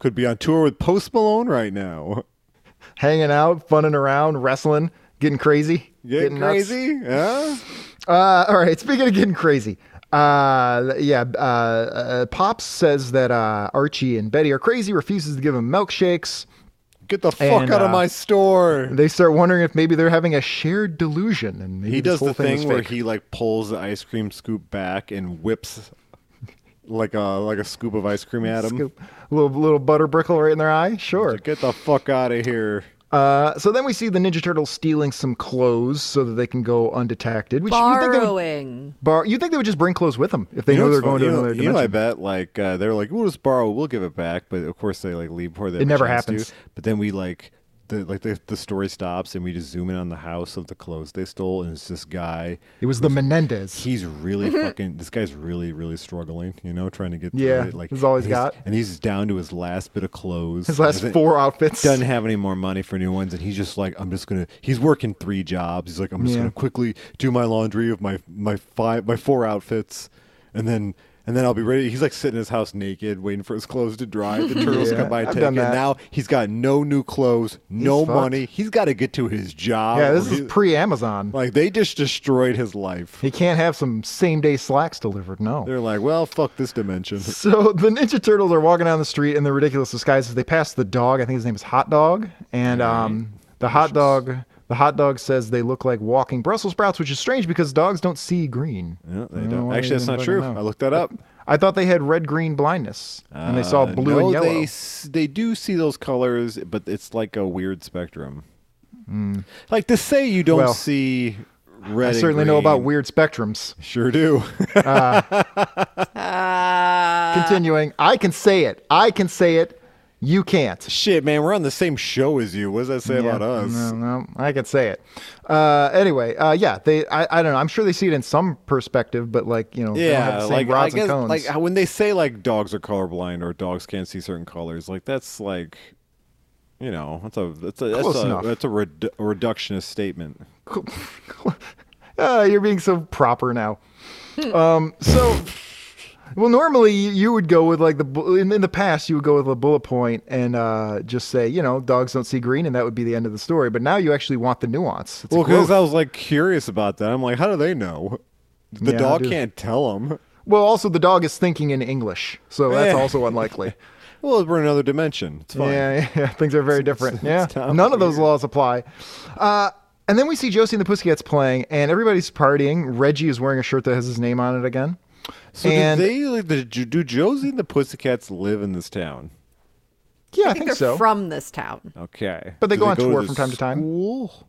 Speaker 6: Could be on tour with Post Malone right now.
Speaker 5: Hanging out, funning around, wrestling, getting crazy.
Speaker 6: Getting
Speaker 5: nuts.
Speaker 6: crazy, yeah.
Speaker 5: Uh, all right. Speaking of getting crazy, uh, yeah. Uh, uh, Pops says that uh, Archie and Betty are crazy. Refuses to give him milkshakes.
Speaker 6: Get the fuck
Speaker 5: And,
Speaker 6: out of
Speaker 5: uh,
Speaker 6: my store.
Speaker 5: They start wondering if maybe they're having a shared delusion, and maybe
Speaker 6: He
Speaker 5: this
Speaker 6: does
Speaker 5: whole
Speaker 6: the thing,
Speaker 5: is
Speaker 6: where
Speaker 5: fake.
Speaker 6: he like pulls the ice cream scoop back and whips like a like a scoop of ice cream at him.
Speaker 5: Scoop. little little butter brickle right in their eye. Sure.
Speaker 6: Get the fuck out of here.
Speaker 5: Uh, so then we see the Ninja Turtles stealing some clothes so that they can go undetected. Which you think they would
Speaker 4: Borrowing.
Speaker 5: bar- you think they would just bring clothes with them if they
Speaker 6: You
Speaker 5: know,
Speaker 6: what's
Speaker 5: they're
Speaker 6: fun-
Speaker 5: going to
Speaker 6: you know-
Speaker 5: another
Speaker 6: you know, I
Speaker 5: dimension?
Speaker 6: bet like uh, they're like, we'll just borrow, we'll give it back, but of course they like leave before they. have a
Speaker 5: never
Speaker 6: chance to.
Speaker 5: happens.
Speaker 6: But then we like the like the, the story stops and we just zoom in on the house of the clothes they stole and it's this guy.
Speaker 5: It was the Menendez.
Speaker 6: He's really fucking. This guy's really really struggling, you know, trying to get. through
Speaker 5: Mm-hmm. Yeah,
Speaker 6: it, like
Speaker 5: that's all he's
Speaker 6: and
Speaker 5: got.
Speaker 6: and he's down to his last bit of clothes.
Speaker 5: His last
Speaker 6: Doesn't-
Speaker 5: four outfits.
Speaker 6: doesn't have any more money for new ones and he's just like i'm just gonna he's working three jobs he's like i'm just
Speaker 5: Yeah.
Speaker 6: gonna quickly do my laundry of my my five my four outfits and then and then i'll be ready he's like sitting in his house naked waiting for his clothes to dry the turtles
Speaker 5: Yeah,
Speaker 6: come by
Speaker 5: I've
Speaker 6: and take it
Speaker 5: done
Speaker 6: and
Speaker 5: that.
Speaker 6: now he's got no new clothes no
Speaker 5: fucked.
Speaker 6: money he's got to get to his job
Speaker 5: Yeah, this
Speaker 6: or
Speaker 5: is
Speaker 6: he-
Speaker 5: pre-Amazon.
Speaker 6: like they just destroyed his life
Speaker 5: He can't have some same-day slacks delivered. No.
Speaker 6: they're like well fuck this dimension
Speaker 5: So the Ninja Turtles are walking down the street in their ridiculous disguises. They pass the dog. I think his name is Hot Dog, and um, the hot dog. The hot dog says they look like walking Brussels sprouts, which is strange because dogs don't see green.
Speaker 6: Yeah,
Speaker 5: I
Speaker 6: they
Speaker 5: don't know
Speaker 6: don't-
Speaker 5: why they
Speaker 6: actually that's
Speaker 5: even
Speaker 6: not
Speaker 5: fucking
Speaker 6: true
Speaker 5: know.
Speaker 6: i looked that up
Speaker 5: I thought they had red-green blindness, and they saw
Speaker 6: Uh,
Speaker 5: blue
Speaker 6: no,
Speaker 5: and yellow.
Speaker 6: They s- they do see those colors, but it's like a weird spectrum. Like to say you don't
Speaker 5: Hmm. Well,
Speaker 6: see red.
Speaker 5: I
Speaker 6: and
Speaker 5: certainly know about
Speaker 6: green,
Speaker 5: weird spectrums.
Speaker 6: Sure do.
Speaker 4: Ah.
Speaker 5: Continuing, I can say it. I can say it. You can't.
Speaker 6: Shit, man, we're on the same show as you. What does that say
Speaker 5: Yeah,
Speaker 6: about us?
Speaker 5: No, no, I could say it. Uh, anyway, uh, yeah, they. I, I don't know. I'm sure they see it in some perspective, but like you know, they don't have
Speaker 6: Yeah,
Speaker 5: the same
Speaker 6: like
Speaker 5: rods
Speaker 6: I
Speaker 5: and
Speaker 6: guess,
Speaker 5: cones.
Speaker 6: like when they say like dogs are colorblind or dogs can't see certain colors, like that's like, you know, that's a that's a that's
Speaker 5: Close
Speaker 6: a,
Speaker 5: enough.
Speaker 6: that's a redu- reductionist statement.
Speaker 5: Ah, you're being so proper now. um, so, well, normally you- you would go with like the bu- in, in the past you would go with a bullet point and uh, just say you know dogs don't see green and that would be the end of the story. But now you actually want the nuance. It's a
Speaker 6: Well, because
Speaker 5: growth.
Speaker 6: I was like curious about that. I'm like, how do they know? The
Speaker 5: Yeah, I
Speaker 6: dog
Speaker 5: do.
Speaker 6: can't tell them.
Speaker 5: well, also the dog is thinking in English, so that's
Speaker 6: Yeah.
Speaker 5: also unlikely.
Speaker 6: Well, we're in another dimension. It's fine.
Speaker 5: Yeah, yeah, things are very different. yeah,
Speaker 6: it's not
Speaker 5: none of those
Speaker 6: weird.
Speaker 5: laws apply. Uh, and then we see Josie and the Pussycats playing, and everybody's partying. Reggie is wearing a shirt that has his name on it again.
Speaker 6: So
Speaker 5: and
Speaker 6: do they like, the- do, do Josie and the Pussycats live in this town?
Speaker 5: yeah,
Speaker 4: I think they're
Speaker 5: so.
Speaker 4: from this town.
Speaker 6: Okay.
Speaker 5: But they
Speaker 6: Do
Speaker 5: go on tour
Speaker 6: the
Speaker 5: from time to time.
Speaker 6: School?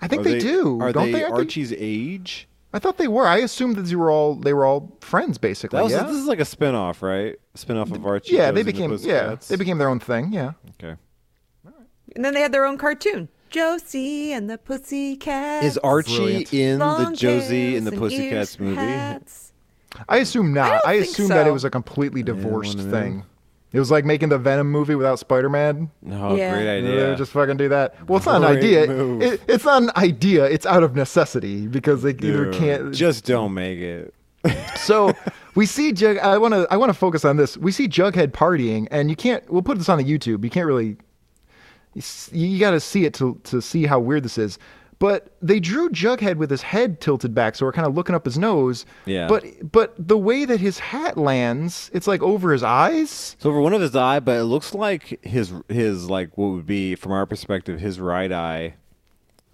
Speaker 5: I think they, do.
Speaker 6: Are
Speaker 5: don't
Speaker 6: they,
Speaker 5: they? I, think-
Speaker 6: Archie's age?
Speaker 5: I thought they were. I assumed that they were all they were all friends basically.
Speaker 6: That was
Speaker 5: yeah,
Speaker 6: this is like a spin-off, right? Spin-off of Archie.
Speaker 5: yeah.
Speaker 6: Josie
Speaker 5: They
Speaker 6: and the
Speaker 5: became yeah.
Speaker 6: Pussycats?
Speaker 5: They became their own thing. Yeah.
Speaker 6: Okay.
Speaker 4: And then they had their own cartoon. Josie and the Pussycats.
Speaker 6: Is Archie
Speaker 5: Brilliant.
Speaker 6: in
Speaker 4: Long
Speaker 6: the Josie
Speaker 4: tails
Speaker 6: and the
Speaker 4: ears
Speaker 6: Pussycats
Speaker 4: for
Speaker 6: movie?
Speaker 4: hats.
Speaker 5: I assume not.
Speaker 4: don't
Speaker 5: I,
Speaker 4: think
Speaker 5: assume that it
Speaker 4: so.
Speaker 5: was a completely divorced
Speaker 6: one of them.
Speaker 5: thing. It was like making the Venom movie without Spider Man.
Speaker 6: No,
Speaker 4: Yeah.
Speaker 6: Oh, great
Speaker 4: Yeah,
Speaker 5: Yeah,
Speaker 6: idea.
Speaker 5: just fucking do that. Well, it's not an
Speaker 6: Great
Speaker 5: idea.
Speaker 6: move.
Speaker 5: It, it's not an idea. It's out of necessity because they either
Speaker 6: Dude,
Speaker 5: can't.
Speaker 6: Just don't make it.
Speaker 5: so we see Jug. I want to. I want to focus on this. We see Jughead partying, and you can't. We'll put this on the YouTube. You can't really. You, s- you got to see it to to see how weird this is. But they drew Jughead with his head tilted back, so we're kind of looking up his nose.
Speaker 6: Yeah.
Speaker 5: But but the way that his hat lands, it's like over his eyes.
Speaker 6: So for one of his eye, but it looks like his his like what would be from our perspective his right eye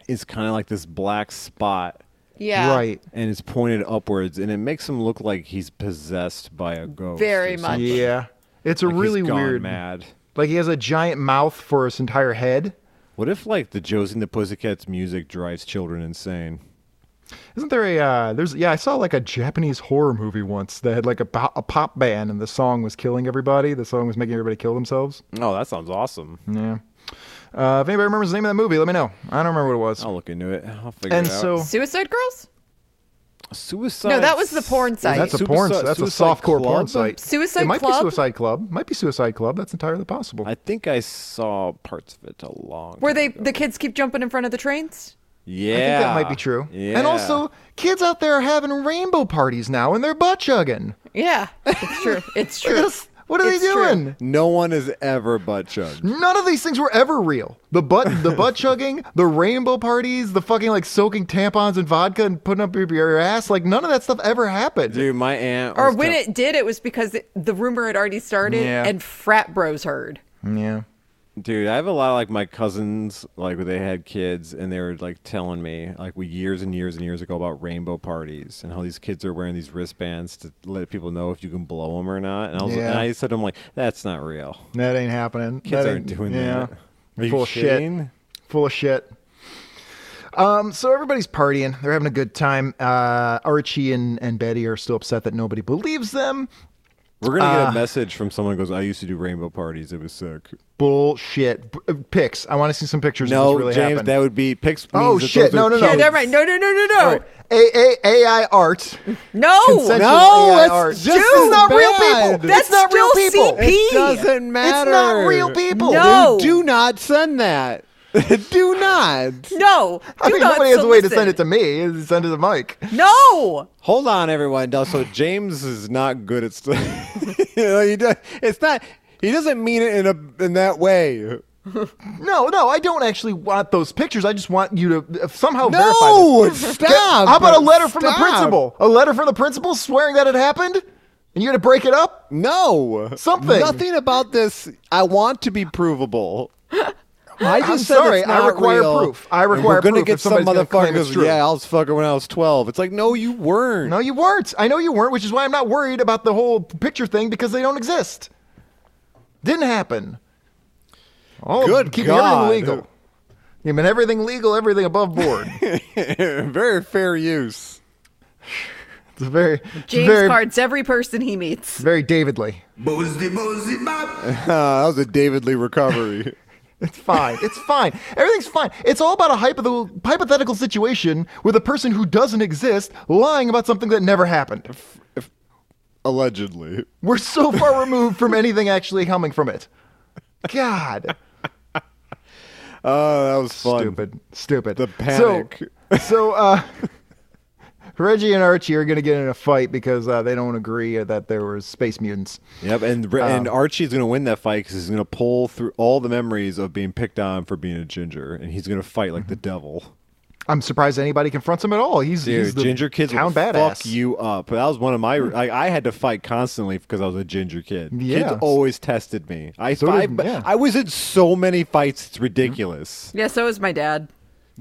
Speaker 6: is kind of like this black spot
Speaker 4: Yeah.
Speaker 5: Right.
Speaker 6: and it's pointed upwards and it makes him look like he's possessed by a ghost.
Speaker 4: Very
Speaker 6: or
Speaker 4: much.
Speaker 6: something.
Speaker 5: Yeah. It's a
Speaker 6: Like he's
Speaker 5: really
Speaker 6: gone
Speaker 5: weird.
Speaker 6: mad.
Speaker 5: Like he has a giant mouth for his entire head.
Speaker 6: What if like the Josie and the Pussycats music drives children insane?
Speaker 5: Isn't there a uh, there's yeah I saw like a Japanese horror movie once that had like a, po- a pop band and the song was killing everybody. The song was making everybody kill themselves.
Speaker 6: Oh, that sounds awesome.
Speaker 5: Yeah. Uh, if anybody remembers the name of that movie, let me know. I don't remember what it was.
Speaker 6: I'll look into it. I'll figure
Speaker 5: and
Speaker 6: it out.
Speaker 5: so
Speaker 4: Suicide Girls?
Speaker 6: suicide.
Speaker 4: No, that was the porn site.
Speaker 5: that's a
Speaker 6: Suicide-
Speaker 5: porn. That's a
Speaker 6: Suicide
Speaker 5: softcore porn
Speaker 6: Club?
Speaker 5: site.
Speaker 4: Suicide
Speaker 5: It might
Speaker 4: Club?
Speaker 5: be Suicide Club. Might be Suicide Club. That's entirely possible.
Speaker 6: I think I saw parts of it a long.
Speaker 4: Where
Speaker 6: time
Speaker 4: they
Speaker 6: ago.
Speaker 4: the kids keep jumping in front of the trains?
Speaker 6: Yeah,
Speaker 5: I think that might be true.
Speaker 6: Yeah.
Speaker 5: And also, kids out there are having rainbow parties now, and they're butt chugging.
Speaker 4: Yeah. It's true. It's true.
Speaker 5: Yes. What are
Speaker 4: It's
Speaker 5: they
Speaker 4: true.
Speaker 5: doing?
Speaker 6: No one has ever butt chugged.
Speaker 5: None of these things were ever real. The butt, the butt chugging, the rainbow parties, the fucking like soaking tampons in vodka and putting up your, your ass. Like none of that stuff ever happened.
Speaker 6: Dude, my aunt.
Speaker 4: Or
Speaker 6: was
Speaker 4: when
Speaker 6: tell-
Speaker 4: it did, it was because it, the rumor had already started
Speaker 5: Yeah.
Speaker 4: and frat bros heard.
Speaker 5: Yeah.
Speaker 9: Dude, I have a lot of like my cousins, like when they had kids, and they were like telling me, like we years and years and years ago about rainbow parties and how these kids are wearing these wristbands to let people know if you can blow them or not. And I was,
Speaker 5: Yeah.
Speaker 9: and I said, to them like, that's not real.
Speaker 5: That ain't happening.
Speaker 9: Kids
Speaker 5: That
Speaker 9: aren't
Speaker 5: ain't-
Speaker 9: doing that. Are you
Speaker 5: Full of
Speaker 9: kidding?
Speaker 5: shit. Full of shit. Um, so everybody's partying. They're having a good time. Uh, Archie and, and Betty are still upset that nobody believes them.
Speaker 9: We're gonna
Speaker 5: Ah.
Speaker 9: get a message from someone who goes, "I used to do rainbow parties. It was sick."
Speaker 5: Bullshit. B- uh, pics. I want to see some pictures.
Speaker 9: No,
Speaker 5: of this really
Speaker 9: James,
Speaker 5: happened.
Speaker 9: that would be pics.
Speaker 5: Oh,
Speaker 9: means that
Speaker 5: shit.
Speaker 9: those are
Speaker 5: No, no, no.
Speaker 4: Yeah,
Speaker 9: kids.
Speaker 4: never mind. No, no, no, no, no.
Speaker 5: Oh, A- A- AI art.
Speaker 4: No.
Speaker 5: Consensual
Speaker 9: No,
Speaker 5: AI
Speaker 9: it's
Speaker 5: art.
Speaker 9: just as
Speaker 5: it's not real
Speaker 6: bad.
Speaker 5: people.
Speaker 4: That's
Speaker 5: it's not real
Speaker 4: still
Speaker 5: people.
Speaker 4: CP.
Speaker 6: It doesn't matter.
Speaker 5: real people.
Speaker 4: No.
Speaker 6: Dude, do not send that. do not.
Speaker 4: No.
Speaker 5: I
Speaker 4: do
Speaker 5: mean,
Speaker 4: not
Speaker 5: nobody has a way to send
Speaker 4: solicit.
Speaker 5: it to me. It's Send it to Mike.
Speaker 4: No.
Speaker 9: Hold on, everyone. No, So James is not good at stuff. you know, he does, it's not. He doesn't mean it in a in that way.
Speaker 5: No, no, I don't actually want those pictures. I just want you to uh, somehow
Speaker 6: No,
Speaker 5: verify this.
Speaker 6: stop.
Speaker 5: How about a letter from
Speaker 6: Stop.
Speaker 5: the principal? A letter from the principal swearing that it happened, and you're gonna break it up?
Speaker 6: No.
Speaker 5: Something.
Speaker 6: Nothing about this. I want to be provable. I just
Speaker 5: I'm
Speaker 6: said
Speaker 5: sorry,
Speaker 6: it's
Speaker 5: I
Speaker 6: not
Speaker 5: require
Speaker 6: real,
Speaker 5: proof. I
Speaker 6: and
Speaker 5: require
Speaker 6: We're gonna
Speaker 5: proof
Speaker 6: get
Speaker 5: if
Speaker 6: some
Speaker 5: somebody's gonna
Speaker 6: motherfucker.
Speaker 5: claim
Speaker 6: who
Speaker 5: it's
Speaker 6: goes,
Speaker 5: true.
Speaker 6: yeah, I was fucking when I was twelve. It's like, no, you weren't.
Speaker 5: No, you weren't. I know you weren't, which is why I'm not worried about the whole picture thing because they don't exist. Didn't happen. Oh,
Speaker 6: Good
Speaker 5: keeping
Speaker 6: God.
Speaker 5: everything legal. You mean everything legal, everything above board.
Speaker 6: Very fair use.
Speaker 5: it's very,
Speaker 4: James
Speaker 5: very,
Speaker 4: cards every person he meets.
Speaker 5: very Davidly.
Speaker 1: Boozy, boozy, bop.
Speaker 6: Uh, that was a David Lee recovery.
Speaker 5: It's fine. It's fine. Everything's fine. It's all about a hypo- hypothetical situation with a person who doesn't exist lying about something that never happened.
Speaker 6: Allegedly.
Speaker 5: We're so far removed from anything actually coming from it. God. Uh,
Speaker 6: Oh, that was fun.
Speaker 5: Stupid. Stupid.
Speaker 6: The
Speaker 5: So-
Speaker 6: panic.
Speaker 5: So, uh, Reggie and Archie are going to get in a fight because uh, they don't agree that there were space mutants.
Speaker 6: Yep, and
Speaker 5: Uh,
Speaker 6: and Archie's gonna win that fight because he's gonna pull through all the memories of being picked on for being a ginger, and he's gonna fight like the
Speaker 5: Mm-hmm.
Speaker 6: devil.
Speaker 5: I'm surprised anybody confronts him at all. He's, he's
Speaker 6: Dude,
Speaker 5: the
Speaker 6: ginger kids
Speaker 5: town
Speaker 6: will
Speaker 5: badass.
Speaker 6: fuck you up. That was one of my. I, I had to fight constantly because I was a ginger kid.
Speaker 5: Yeah.
Speaker 6: Kids always tested me. I
Speaker 5: So
Speaker 6: I,
Speaker 5: did- yeah.
Speaker 6: I was in so many fights. It's ridiculous,
Speaker 4: Yeah, so is my dad.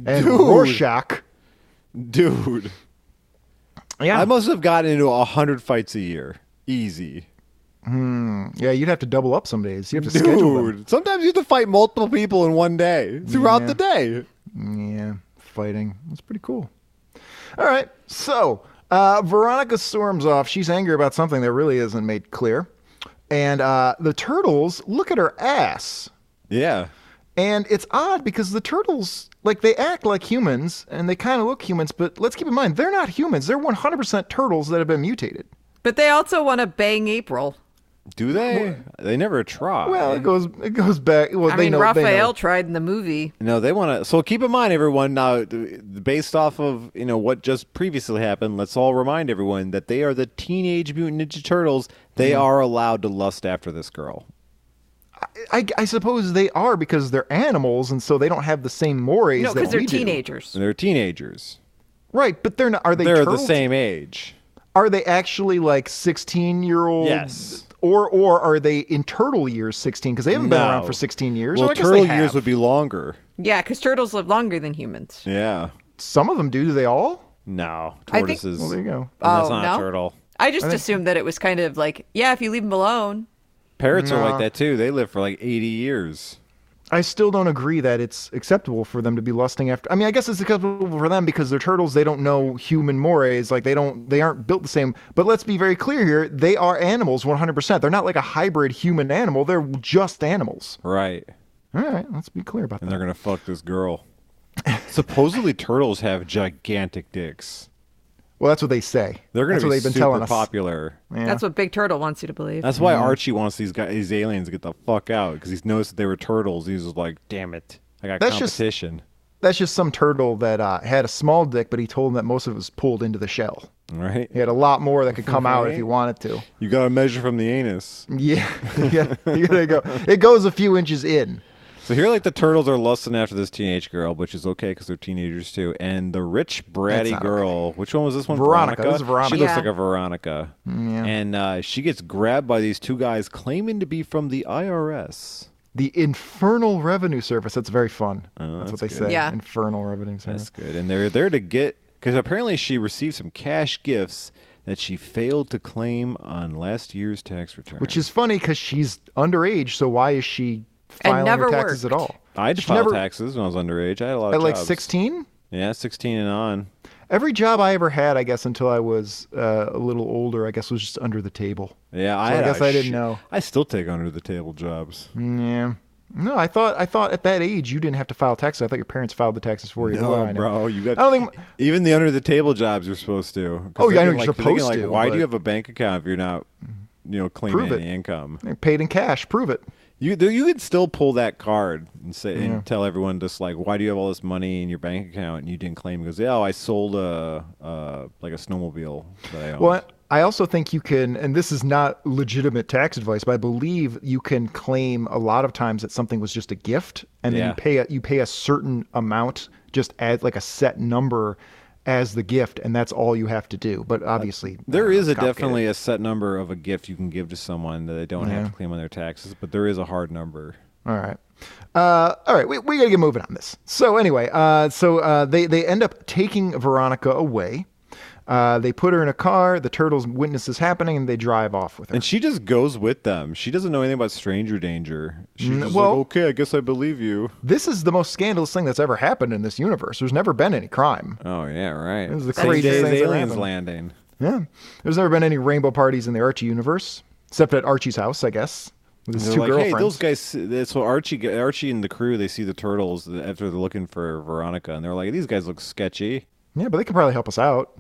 Speaker 5: And
Speaker 6: Dude.
Speaker 5: Rorschach.
Speaker 6: dude.
Speaker 5: Yeah.
Speaker 6: I must have gotten into a hundred fights a year, easy.
Speaker 5: yeah, you'd have to double up some days. You have to schedule them.
Speaker 6: Dude, sometimes you have to fight multiple people in one day throughout
Speaker 5: Yeah.
Speaker 6: the day.
Speaker 5: Yeah, fighting. That's pretty cool. All right. So uh, Veronica storms off. She's angry about something that really isn't made clear. And uh, the turtles look at her ass.
Speaker 6: Yeah.
Speaker 5: And it's odd because the turtles, like, they act like humans and they kind of look humans, but let's keep in mind, they're not humans. They're 100% turtles that have been mutated.
Speaker 4: But they also want to bang April.
Speaker 6: Do they? They never try.
Speaker 5: Well, it goes it goes back. Well,
Speaker 4: I
Speaker 5: they
Speaker 4: mean,
Speaker 5: know, they know.
Speaker 4: Raphael tried in the movie.
Speaker 6: No, they want to. So keep in mind, everyone. Now, th- based off of you know what just previously happened, let's all remind everyone that they are the Teenage Mutant Ninja Turtles. They
Speaker 5: Mm-hmm.
Speaker 6: are allowed to lust after this girl.
Speaker 5: I, I suppose they are because they're animals and so they don't have the same mores.
Speaker 4: No,
Speaker 5: that
Speaker 4: because they're
Speaker 5: we do.
Speaker 4: teenagers.
Speaker 6: And they're teenagers.
Speaker 5: Right, but they're not. Are they
Speaker 6: They are the
Speaker 5: turtles?
Speaker 6: same age.
Speaker 5: are they actually like 16 year old
Speaker 6: Yes.
Speaker 5: or or are they in turtle years 16 because they haven't been
Speaker 6: No.
Speaker 5: around for 16 years
Speaker 6: Well,
Speaker 5: Or I guess
Speaker 6: turtle
Speaker 5: they
Speaker 6: years
Speaker 5: have.
Speaker 6: would be longer.
Speaker 4: Yeah, because turtles live longer than humans.
Speaker 6: Yeah.
Speaker 5: some of them do do they all
Speaker 6: No,
Speaker 4: I think-
Speaker 6: tortoises.
Speaker 5: well there you go
Speaker 4: Oh,
Speaker 6: That's not
Speaker 4: no?
Speaker 6: a turtle.
Speaker 4: I just assumed that it was kind of like, yeah, if you leave them alone.
Speaker 6: Parrots are like that too. They live for like eighty years.
Speaker 5: i still don't agree that it's acceptable for them to be lusting after i mean i guess it's acceptable for them because they're turtles they don't know human mores like they don't they aren't built the same but let's be very clear here they are animals 100% they're not like a hybrid human animal they're just animals
Speaker 6: Right.
Speaker 5: all right let's be clear about
Speaker 6: And
Speaker 5: that
Speaker 6: they're gonna fuck this girl. Supposedly, turtles have gigantic dicks.
Speaker 5: well that's what they say
Speaker 6: They're going
Speaker 5: that's
Speaker 6: to be
Speaker 5: what they've been telling
Speaker 6: super
Speaker 5: us Mm-hmm.
Speaker 6: popular.
Speaker 4: That's what Big Turtle wants you to believe.
Speaker 6: That's why Archie wants these guys, these aliens, to get the fuck out because he's noticed that they were turtles. He's just like, "Damn it, I got
Speaker 5: That's just-
Speaker 6: competition."
Speaker 5: That's just some turtle that uh, had a small dick, but he told him that most of it was pulled into the shell.
Speaker 6: Right?
Speaker 5: He had a lot more that could come out if he wanted to.
Speaker 6: You got to measure from the anus.
Speaker 5: Yeah, yeah, there you go. It goes a few inches in.
Speaker 6: So here, like the turtles are lusting after this teenage girl, which is okay because they're teenagers too. And the rich bratty
Speaker 5: not
Speaker 6: girl, which one was this one?
Speaker 5: Veronica. This is Veronica.
Speaker 6: She looks
Speaker 4: Yeah.
Speaker 6: like a Veronica, and uh, she gets grabbed by these two guys claiming to be from the IRS.
Speaker 5: the Infernal Revenue Service. That's very fun. that's, what they say.
Speaker 4: Yeah.
Speaker 5: Infernal Revenue Service.
Speaker 6: Oh, That's good. And they're there to get because apparently she received some cash gifts that she failed to claim on last year's tax return.
Speaker 5: Which is funny because she's underage, so why is she
Speaker 4: And
Speaker 5: filing
Speaker 4: never
Speaker 5: her taxes
Speaker 4: worked.
Speaker 5: at all?
Speaker 6: I had to
Speaker 5: She
Speaker 6: file
Speaker 5: never-
Speaker 6: taxes when I was underage. I had a lot of
Speaker 5: At like
Speaker 6: jobs.
Speaker 5: 16?
Speaker 6: Yeah, sixteen and on.
Speaker 5: Every job I ever had, I guess, until I was uh, a little older, I guess was just under the table.
Speaker 6: Yeah, I,
Speaker 5: So I
Speaker 6: had a
Speaker 5: guess I didn't
Speaker 6: shit-
Speaker 5: know.
Speaker 6: I still take under the table jobs.
Speaker 5: Yeah. No, I thought I thought at that age you didn't have to file taxes. I thought your parents filed the taxes for you. Well, I
Speaker 6: No,
Speaker 5: know.
Speaker 6: bro, you got.
Speaker 5: I don't think.
Speaker 6: even the under the table jobs you're supposed to. 'Cause
Speaker 5: Oh, yeah,
Speaker 6: they
Speaker 5: I know
Speaker 6: can,
Speaker 5: you're
Speaker 6: like- they can,
Speaker 5: supposed
Speaker 6: like,
Speaker 5: to,
Speaker 6: Why do
Speaker 5: but-
Speaker 6: you have a bank account if you're not, you know, claiming
Speaker 5: Prove it.
Speaker 6: any income?
Speaker 5: They Paid in cash. Prove it.
Speaker 6: You there- you could still pull that card and say and tell everyone just like, why do you have all this money in your bank account and you didn't claim? Because yeah, oh, I sold a uh, like a snowmobile that I owned.
Speaker 5: Well, I also think you can, and this is not legitimate tax advice, but I believe you can claim a lot of times that something was just a gift, and then
Speaker 6: Yeah.
Speaker 5: you pay a, you pay a certain amount, just as like a set number, as the gift, and that's all you have to do. But obviously,
Speaker 6: There
Speaker 5: I don't
Speaker 6: is
Speaker 5: know,
Speaker 6: a
Speaker 5: it's complicated.
Speaker 6: definitely a set number of a gift you can give to someone that they don't have to claim on their taxes, but there is a hard number.
Speaker 5: All right. Uh, all right, we, we gotta get moving on this. So anyway, uh, so uh, they they end up taking Veronica away. Uh, they put her in a car. The turtles witness this happening, and they drive off with her.
Speaker 6: And she just goes with them. She doesn't know anything about stranger danger. She's just
Speaker 5: well-
Speaker 6: like, okay, I guess I believe you.
Speaker 5: This is the most scandalous thing that's ever happened in this universe. There's never been any crime.
Speaker 6: Oh yeah, right. It
Speaker 5: was the
Speaker 6: Same
Speaker 5: craziest
Speaker 6: day as
Speaker 5: things that
Speaker 6: aliens
Speaker 5: happened.
Speaker 6: landing.
Speaker 5: Yeah, there's never been any rainbow parties in the Archie universe, except at Archie's house, I guess. With his
Speaker 6: They're
Speaker 5: two
Speaker 6: like,
Speaker 5: girlfriends.
Speaker 6: hey, those guys. they- So Archie, g- Archie and the crew, they see the turtles after they're looking for Veronica, and they're like, these guys look sketchy.
Speaker 5: Yeah, but they could probably help us out.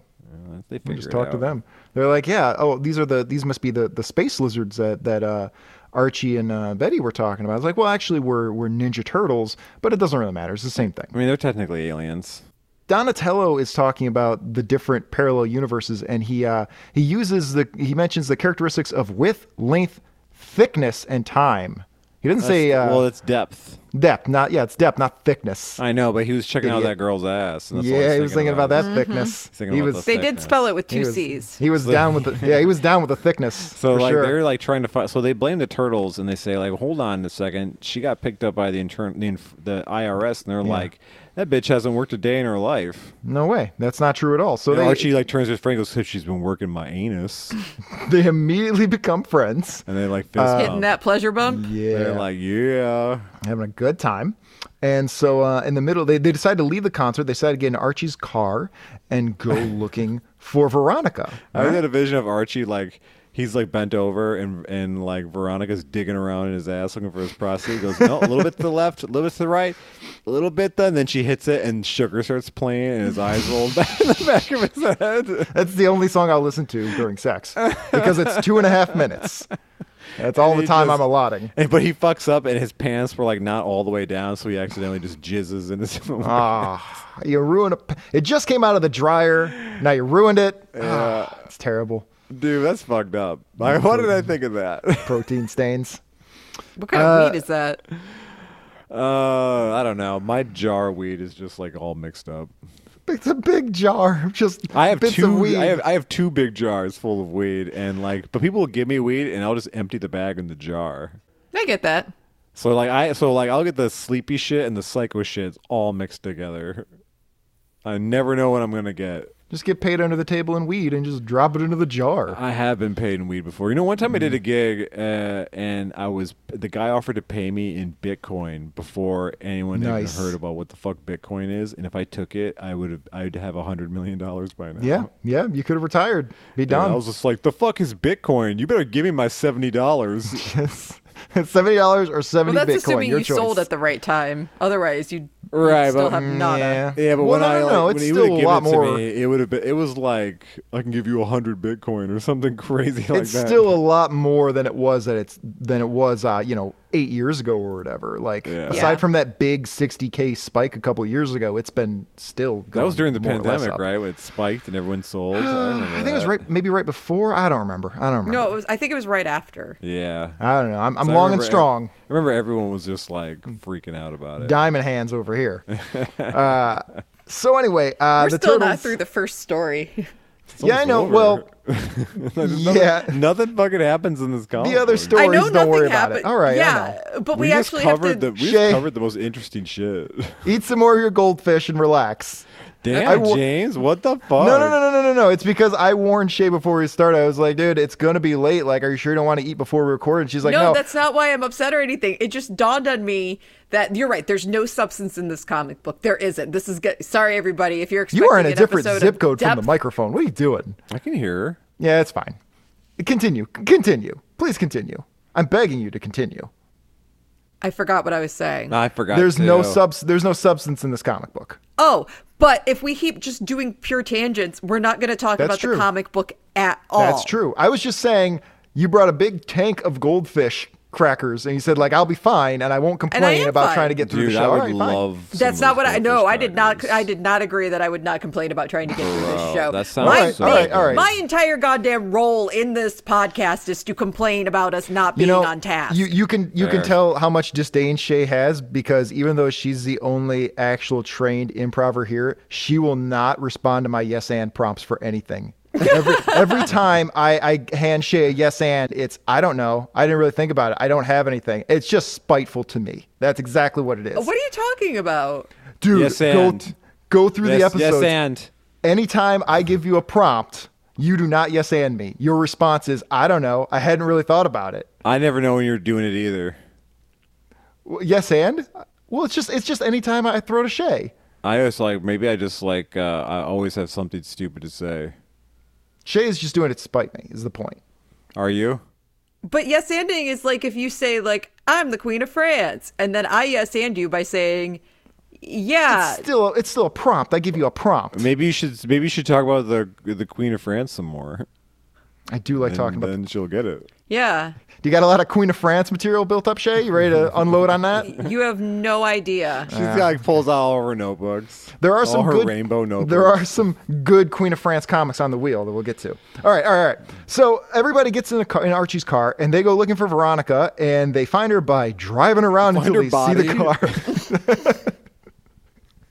Speaker 6: They
Speaker 5: We
Speaker 6: figure
Speaker 5: just
Speaker 6: it
Speaker 5: talk to
Speaker 6: out.
Speaker 5: them. They're like, yeah, oh, these are the these must be the the space lizards that that uh, Archie and uh, Betty were talking about. It's like, well, actually, we're we're Ninja Turtles, but it doesn't really matter. It's the same thing.
Speaker 6: I mean, they're technically aliens.
Speaker 5: Donatello is talking about the different parallel universes, and he uh, he uses the he mentions the characteristics of width, length, thickness, and time. He didn't say uh,
Speaker 6: well, it's depth.
Speaker 5: depth, not yeah, it's depth, not thickness.
Speaker 6: I know, but he was checking out
Speaker 5: Idiot.
Speaker 6: that girl's ass. And that's all
Speaker 5: yeah, he was thinking about, that thickness.
Speaker 6: He's thinking
Speaker 5: he
Speaker 6: about
Speaker 5: was
Speaker 6: the
Speaker 4: Mm-hmm. They did
Speaker 6: Thickness.
Speaker 4: spell it with two
Speaker 5: he was,
Speaker 4: C's.
Speaker 5: he was down with the yeah, he was down with the thickness.
Speaker 6: So
Speaker 5: for
Speaker 6: like
Speaker 5: sure.
Speaker 6: they're like trying to find. So they blame the turtles and they say like, hold on a second, she got picked up by the intern, the, inf- the IRS, and they're like, that bitch hasn't worked a day in her life.
Speaker 5: No way. That's not true at all. So
Speaker 6: And
Speaker 5: they,
Speaker 6: Archie like turns to his friend and goes, "So she's been working my anus,
Speaker 5: they immediately become friends.
Speaker 6: and they like fist
Speaker 5: Uh,
Speaker 4: Hitting
Speaker 6: bump.
Speaker 4: that pleasure bump.
Speaker 6: They're
Speaker 5: Yeah.
Speaker 6: like, yeah.
Speaker 5: having a good time. And so uh, in the middle, they, they decide to leave the concert. They decide to get in Archie's car and go looking for Veronica.
Speaker 6: I had a vision of Archie like he's like bent over and and like Veronica's digging around in his ass looking for his prostate. He goes, no, a little bit to the left, a little bit to the right, a little bit. Then then she hits it and sugar starts playing and his eyes roll back in the back of his head.
Speaker 5: That's the only song I'll listen to during sex because it's two and a half minutes. That's all the
Speaker 6: He
Speaker 5: time
Speaker 6: just-
Speaker 5: I'm allotting.
Speaker 6: And, but he fucks up and his pants were like not all the way down, so he accidentally just jizzes in his.
Speaker 5: Ah, you ruined a, it. Just came out of the dryer. Now you ruined it. Ah, it's terrible.
Speaker 6: Dude, that's fucked up. Like, what did I think of that?
Speaker 5: Protein stains.
Speaker 4: What kind of weed is that?
Speaker 6: Uh, I don't know. My jar weed is just like all mixed up.
Speaker 5: It's a big jar of just
Speaker 6: I have
Speaker 5: bits
Speaker 6: two.
Speaker 5: of weed.
Speaker 6: I have I have two big jars full of weed, and like, but people will give me weed, and I'll just empty the bag in the jar.
Speaker 4: I get that.
Speaker 6: So like I so like I'll get the sleepy shit and the psycho shit all mixed together. I never know what I'm gonna get.
Speaker 5: just get paid under the table in weed and just drop it into the jar.
Speaker 6: I have been paid in weed before. You know, one time I did
Speaker 5: Mm-hmm.
Speaker 6: a gig, uh, and I was the guy offered to pay me in Bitcoin before anyone
Speaker 5: Nice.
Speaker 6: even heard about what the fuck Bitcoin is. And if I took it, I would have I'd have a hundred million dollars by now.
Speaker 5: Yeah, yeah, you could have retired. Be
Speaker 6: And I
Speaker 5: done.
Speaker 6: was just like, the fuck is Bitcoin? You better give me my seventy dollars.
Speaker 5: seventy dollars or
Speaker 4: Well,
Speaker 5: seventy
Speaker 4: that's
Speaker 5: Bitcoin.
Speaker 4: assuming
Speaker 5: your
Speaker 4: you
Speaker 5: choice.
Speaker 4: sold at the right time. Otherwise, you'd you'd
Speaker 6: Right,
Speaker 4: still
Speaker 6: but-
Speaker 4: have nada.
Speaker 5: Yeah.
Speaker 6: Yeah, but
Speaker 5: well,
Speaker 6: when I
Speaker 5: no,
Speaker 6: like,
Speaker 5: no,
Speaker 6: when
Speaker 5: it's
Speaker 6: he
Speaker 5: still
Speaker 6: would've
Speaker 5: a
Speaker 6: given
Speaker 5: lot
Speaker 6: it to
Speaker 5: more.
Speaker 6: me, it would have been. It was like I can give you a hundred Bitcoin or something crazy like
Speaker 5: it's
Speaker 6: that.
Speaker 5: still a lot more than it was that it's than it was uh, you know eight years ago or whatever. Like
Speaker 4: Yeah.
Speaker 5: aside from that big sixty k spike a couple years ago, it's been still.
Speaker 6: that
Speaker 5: Going
Speaker 6: was during the
Speaker 5: more or less
Speaker 6: pandemic,
Speaker 5: up.
Speaker 6: right? When it spiked and everyone sold. I, remember
Speaker 5: I think it was
Speaker 6: that.
Speaker 5: right, maybe right before. I don't remember. I don't remember.
Speaker 4: No, it was. I think it was right after.
Speaker 6: Yeah,
Speaker 5: I don't know. I'm, I'm
Speaker 6: So I
Speaker 5: long and
Speaker 6: remember-
Speaker 5: strong.
Speaker 6: I remember everyone was just like freaking out about it.
Speaker 5: Diamond hands over here. uh, so anyway, uh,
Speaker 4: We're
Speaker 5: the
Speaker 4: still
Speaker 5: turtles.
Speaker 4: not through the first story.
Speaker 6: It's
Speaker 5: yeah, I
Speaker 6: almost
Speaker 5: know.
Speaker 6: over.
Speaker 5: Well,
Speaker 6: There's nothing,
Speaker 5: yeah.
Speaker 6: nothing fucking happens in this comic.
Speaker 5: The other
Speaker 6: book.
Speaker 5: stories,
Speaker 4: I know
Speaker 5: don't
Speaker 4: nothing
Speaker 5: worry about
Speaker 4: happened.
Speaker 5: it. All right. I
Speaker 4: Yeah,
Speaker 5: know.
Speaker 4: but we,
Speaker 6: We, just
Speaker 4: actually have to.
Speaker 6: covered the we
Speaker 5: Shay-
Speaker 6: just covered the most interesting shit.
Speaker 5: Eat some more of your goldfish and relax.
Speaker 6: Damn,
Speaker 5: I wa-
Speaker 6: James, what the fuck?
Speaker 5: No, no, no, no, no, no, no. It's because I warned Shay before we started. I was like, dude, it's gonna be late. Like, are you sure you don't want to eat before we record? And she's like,
Speaker 4: no,
Speaker 5: no.
Speaker 4: that's not why I'm upset or anything. It just dawned on me that you're right. There's no substance in this comic book. There isn't. This is good. Sorry, everybody, if you're expecting
Speaker 5: you are in a
Speaker 4: an
Speaker 5: different
Speaker 4: episode
Speaker 5: zip
Speaker 4: of
Speaker 5: code from the
Speaker 4: depth-
Speaker 5: microphone. What are you doing?
Speaker 6: I can hear. her.
Speaker 5: Yeah, it's fine. Continue. C- Continue. Please continue. I'm begging you to continue.
Speaker 4: I forgot what I was saying.
Speaker 6: I forgot.
Speaker 5: There's no
Speaker 6: too.
Speaker 5: subs. There's no substance in this comic book.
Speaker 4: oh, but if we keep just doing pure tangents, we're not going to talk
Speaker 5: That's
Speaker 4: about
Speaker 5: true.
Speaker 4: the comic book at all.
Speaker 5: That's true. I was just saying you brought a big tank of goldfish crackers, and you said like I'll be fine, and I won't complain
Speaker 4: am
Speaker 5: about
Speaker 4: fine.
Speaker 5: trying to get through
Speaker 6: Dude,
Speaker 5: the show.
Speaker 6: I
Speaker 5: All
Speaker 6: would
Speaker 5: right, fine.
Speaker 6: love. some
Speaker 4: That's
Speaker 6: of
Speaker 4: not
Speaker 6: those
Speaker 4: what I
Speaker 6: goldfish
Speaker 4: know. I did not.
Speaker 6: crackers.
Speaker 4: I did not agree that I would not complain about trying to get through this
Speaker 6: Bro,
Speaker 4: show.
Speaker 6: that sounds
Speaker 4: my,
Speaker 6: so
Speaker 4: big-
Speaker 5: good. All right.
Speaker 4: my entire goddamn role in this podcast is to complain about us not being on task.
Speaker 5: You you can you
Speaker 6: Fair.
Speaker 5: can tell how much disdain Shay has because even though she's the only actual trained improver here, she will not respond to my yes and prompts for anything. every, every time I, I hand Shay a yes and, it's I don't know. I didn't really think about it. I don't have anything. It's just spiteful to me. That's exactly what it is.
Speaker 4: what are you talking about?
Speaker 5: Dude,
Speaker 6: Yes
Speaker 5: go,
Speaker 6: and.
Speaker 5: go through the
Speaker 6: Yes,
Speaker 5: episodes.
Speaker 6: yes, and
Speaker 5: anytime I give you a prompt, you do not yes and me. Your response is I don't know. I hadn't really thought about it.
Speaker 6: I never know when you're doing it either.
Speaker 5: Well, Yes, and well, it's just it's just any time I throw to Shay.
Speaker 6: I always like maybe I just like uh, I always have something stupid to say.
Speaker 5: Shay is just doing it to spite me. Is the point?
Speaker 6: Are you?
Speaker 4: But yes ending is like if you say like I'm the Queen of France and then I yes and you by saying yeah.
Speaker 5: It's still it's still a prompt. I give you a prompt.
Speaker 6: Maybe you should maybe you should talk about the the Queen of France some more.
Speaker 5: I do like talking
Speaker 6: and
Speaker 5: about.
Speaker 6: then she'll get it.
Speaker 4: yeah.
Speaker 5: Do you got a lot of Queen of France material built up, Shay? You ready to unload on that?
Speaker 4: You have no idea.
Speaker 6: She's got like pulls out all her notebooks.
Speaker 5: There are
Speaker 6: all
Speaker 5: some
Speaker 6: her
Speaker 5: good
Speaker 6: rainbow notebooks.
Speaker 5: There are some good Queen of France comics on the wheel that we'll get to. All right, all right, all right. So everybody gets in, a car, in Archie's car and they go looking for Veronica and they find her by driving around
Speaker 6: Find
Speaker 5: until
Speaker 6: her
Speaker 5: they see the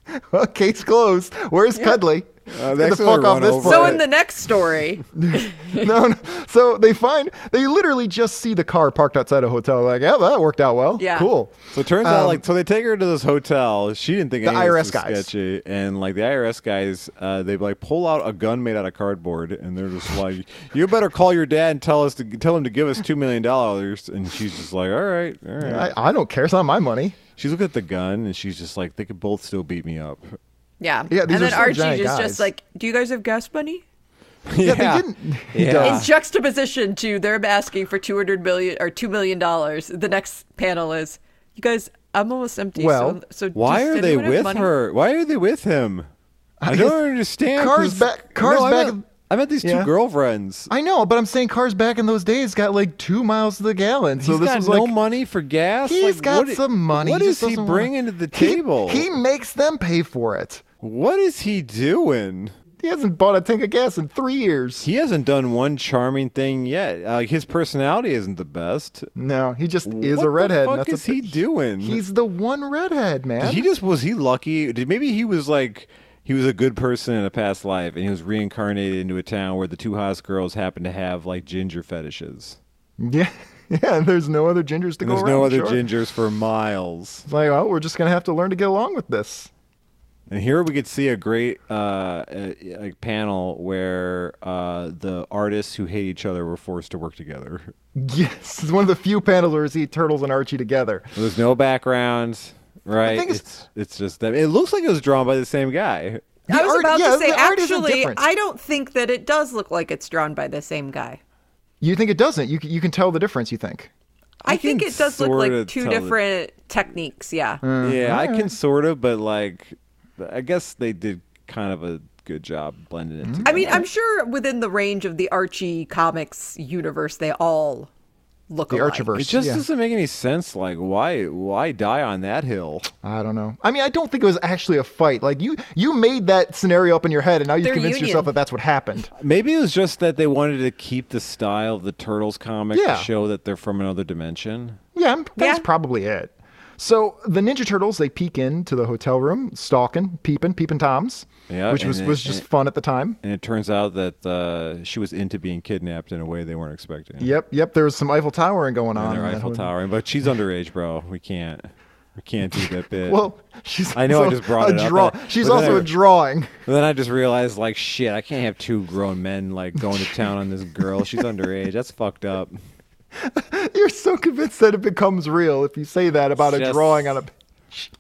Speaker 5: car. well, case closed. Where's Cudley?
Speaker 6: Uh, they
Speaker 5: Get the
Speaker 6: actually
Speaker 5: fuck off
Speaker 6: run
Speaker 5: this
Speaker 6: over
Speaker 4: So
Speaker 5: planet.
Speaker 4: in the next story,
Speaker 5: no, no. So they find they literally just see the car parked outside a hotel. Like, yeah, that worked out well.
Speaker 4: Yeah.
Speaker 5: cool.
Speaker 6: So it turns
Speaker 5: Um,
Speaker 6: out, like, so they take her to this hotel. She didn't think
Speaker 5: The
Speaker 6: any of
Speaker 5: IRS
Speaker 6: this was
Speaker 5: guys.
Speaker 6: sketchy, and like the IRS guys, uh, they like pull out a gun made out of cardboard, and they're just like, "You better call your dad and tell us to tell him to give us two million dollars." And she's just like, "All right, all right."
Speaker 5: I, I don't care. It's not my money.
Speaker 6: She's looking at the gun, and she's just like, "They could both still beat me up."
Speaker 4: yeah.
Speaker 5: Yeah, these
Speaker 4: and
Speaker 5: are
Speaker 4: then
Speaker 5: still
Speaker 4: Archie
Speaker 5: giant
Speaker 4: is
Speaker 5: guys.
Speaker 4: just like, "Do you guys have gas money?"
Speaker 5: Yeah, they didn't.
Speaker 6: Yeah.
Speaker 5: Uh,
Speaker 4: In juxtaposition to them asking for 200 million or 2 million dollars, the next panel is, "You guys, I'm almost empty."
Speaker 5: Well,
Speaker 4: so, so
Speaker 6: Why
Speaker 4: does
Speaker 6: are they
Speaker 4: anyone have
Speaker 6: with
Speaker 4: money?
Speaker 6: her? Why are they with him? I don't understand.
Speaker 5: Car's
Speaker 6: 'cause-
Speaker 5: back- Car's
Speaker 6: No, I
Speaker 5: back-
Speaker 6: meant- I met these
Speaker 5: Yeah.
Speaker 6: two girlfriends.
Speaker 5: I know, but I'm saying cars back in those days got like two miles to the gallon. So
Speaker 6: He's
Speaker 5: this
Speaker 6: got
Speaker 5: was
Speaker 6: no
Speaker 5: like
Speaker 6: money for gas.
Speaker 5: He's
Speaker 6: He's
Speaker 5: got some money.
Speaker 6: What
Speaker 5: He
Speaker 6: is
Speaker 5: just
Speaker 6: he
Speaker 5: doesn't wanna-
Speaker 6: bringing to the
Speaker 5: He-
Speaker 6: table?
Speaker 5: He, makes them pay for it.
Speaker 6: what is he doing?
Speaker 5: He hasn't bought a tank of gas in three years.
Speaker 6: He hasn't done one charming thing yet. Uh, his personality isn't the best.
Speaker 5: no, he just is
Speaker 6: What
Speaker 5: a redhead.
Speaker 6: The
Speaker 5: and
Speaker 6: fuck
Speaker 5: that's
Speaker 6: is
Speaker 5: a
Speaker 6: he
Speaker 5: bitch.
Speaker 6: doing?
Speaker 5: He's the one redhead, man.
Speaker 6: Did he just was he lucky? Did maybe he was like he was a good person in a past life, and he was reincarnated into a town where the two hottest girls happen to have like ginger fetishes.
Speaker 5: yeah, yeah. And there's no other gingers to
Speaker 6: And
Speaker 5: go
Speaker 6: there's
Speaker 5: around.
Speaker 6: no other
Speaker 5: sure.
Speaker 6: gingers for miles.
Speaker 5: It's like, oh, we're just gonna have to learn to get along with this.
Speaker 6: And here we could see a great uh, uh like panel where uh, the artists who hate each other were forced to work together.
Speaker 5: Yes, it's one of the few panels where we see Turtles and Archie together.
Speaker 6: There's no background, right?
Speaker 5: thing is-
Speaker 6: It's, it's just that it looks like it was drawn by the same guy.
Speaker 5: The
Speaker 4: I was
Speaker 5: art-
Speaker 4: about
Speaker 5: yeah,
Speaker 4: to say,
Speaker 5: the art isn't
Speaker 4: actually,
Speaker 5: different.
Speaker 4: I don't think that it does look like it's drawn by the same guy.
Speaker 5: You think it doesn't? You c- you can tell the difference. You think?
Speaker 4: I,
Speaker 6: I
Speaker 4: think
Speaker 6: can
Speaker 4: it does look
Speaker 6: sorta
Speaker 4: like two
Speaker 6: tell Uh, that-
Speaker 4: different techniques. Yeah.
Speaker 5: Uh-huh.
Speaker 6: yeah, I can sort of, but like, I guess they did kind of a good job blending it.
Speaker 5: Mm-hmm.
Speaker 6: Together.
Speaker 4: I mean, I'm sure within the range of the Archie comics universe, they all look
Speaker 5: The
Speaker 4: alike.
Speaker 5: Archiverse.
Speaker 6: it just
Speaker 5: yeah.
Speaker 6: doesn't make any sense. Like, why, why die on that hill?
Speaker 5: I don't know. I mean, I don't think it was actually a fight. Like you, you made that scenario up in your head, and now you've
Speaker 4: They're
Speaker 5: convinced
Speaker 4: union.
Speaker 5: yourself that that's what happened.
Speaker 6: Maybe it was just that they wanted to keep the style of the Turtles comic
Speaker 5: Yeah.
Speaker 6: to show that they're from another dimension.
Speaker 5: Yeah, I'm- that's
Speaker 4: Yeah.
Speaker 5: probably it. So the Ninja Turtles they peek into the hotel room, stalking, peeping, peeping toms,
Speaker 6: Yeah,
Speaker 5: which
Speaker 6: and
Speaker 5: was
Speaker 6: it-
Speaker 5: was just
Speaker 6: and-
Speaker 5: fun at the time.
Speaker 6: And it turns out that uh, she was into being kidnapped in a way they weren't expecting.
Speaker 5: Yep, yep. There was some Eiffel Towering going on.
Speaker 6: And their
Speaker 5: in that
Speaker 6: Eiffel
Speaker 5: one.
Speaker 6: Tower. But she's underage, bro. We can't. We can't do that bit.
Speaker 5: Well, she's.
Speaker 6: I know I
Speaker 5: also
Speaker 6: just brought
Speaker 5: a
Speaker 6: it up,
Speaker 5: draw-
Speaker 6: but-
Speaker 5: She's
Speaker 6: but
Speaker 5: also a
Speaker 6: there-
Speaker 5: drawing.
Speaker 6: And then I just realized, like, shit, I can't have two grown men like going to town on this girl. She's underage. That's fucked up.
Speaker 5: You're so convinced that it becomes real if you say that about a
Speaker 6: It's just-
Speaker 5: drawing on a.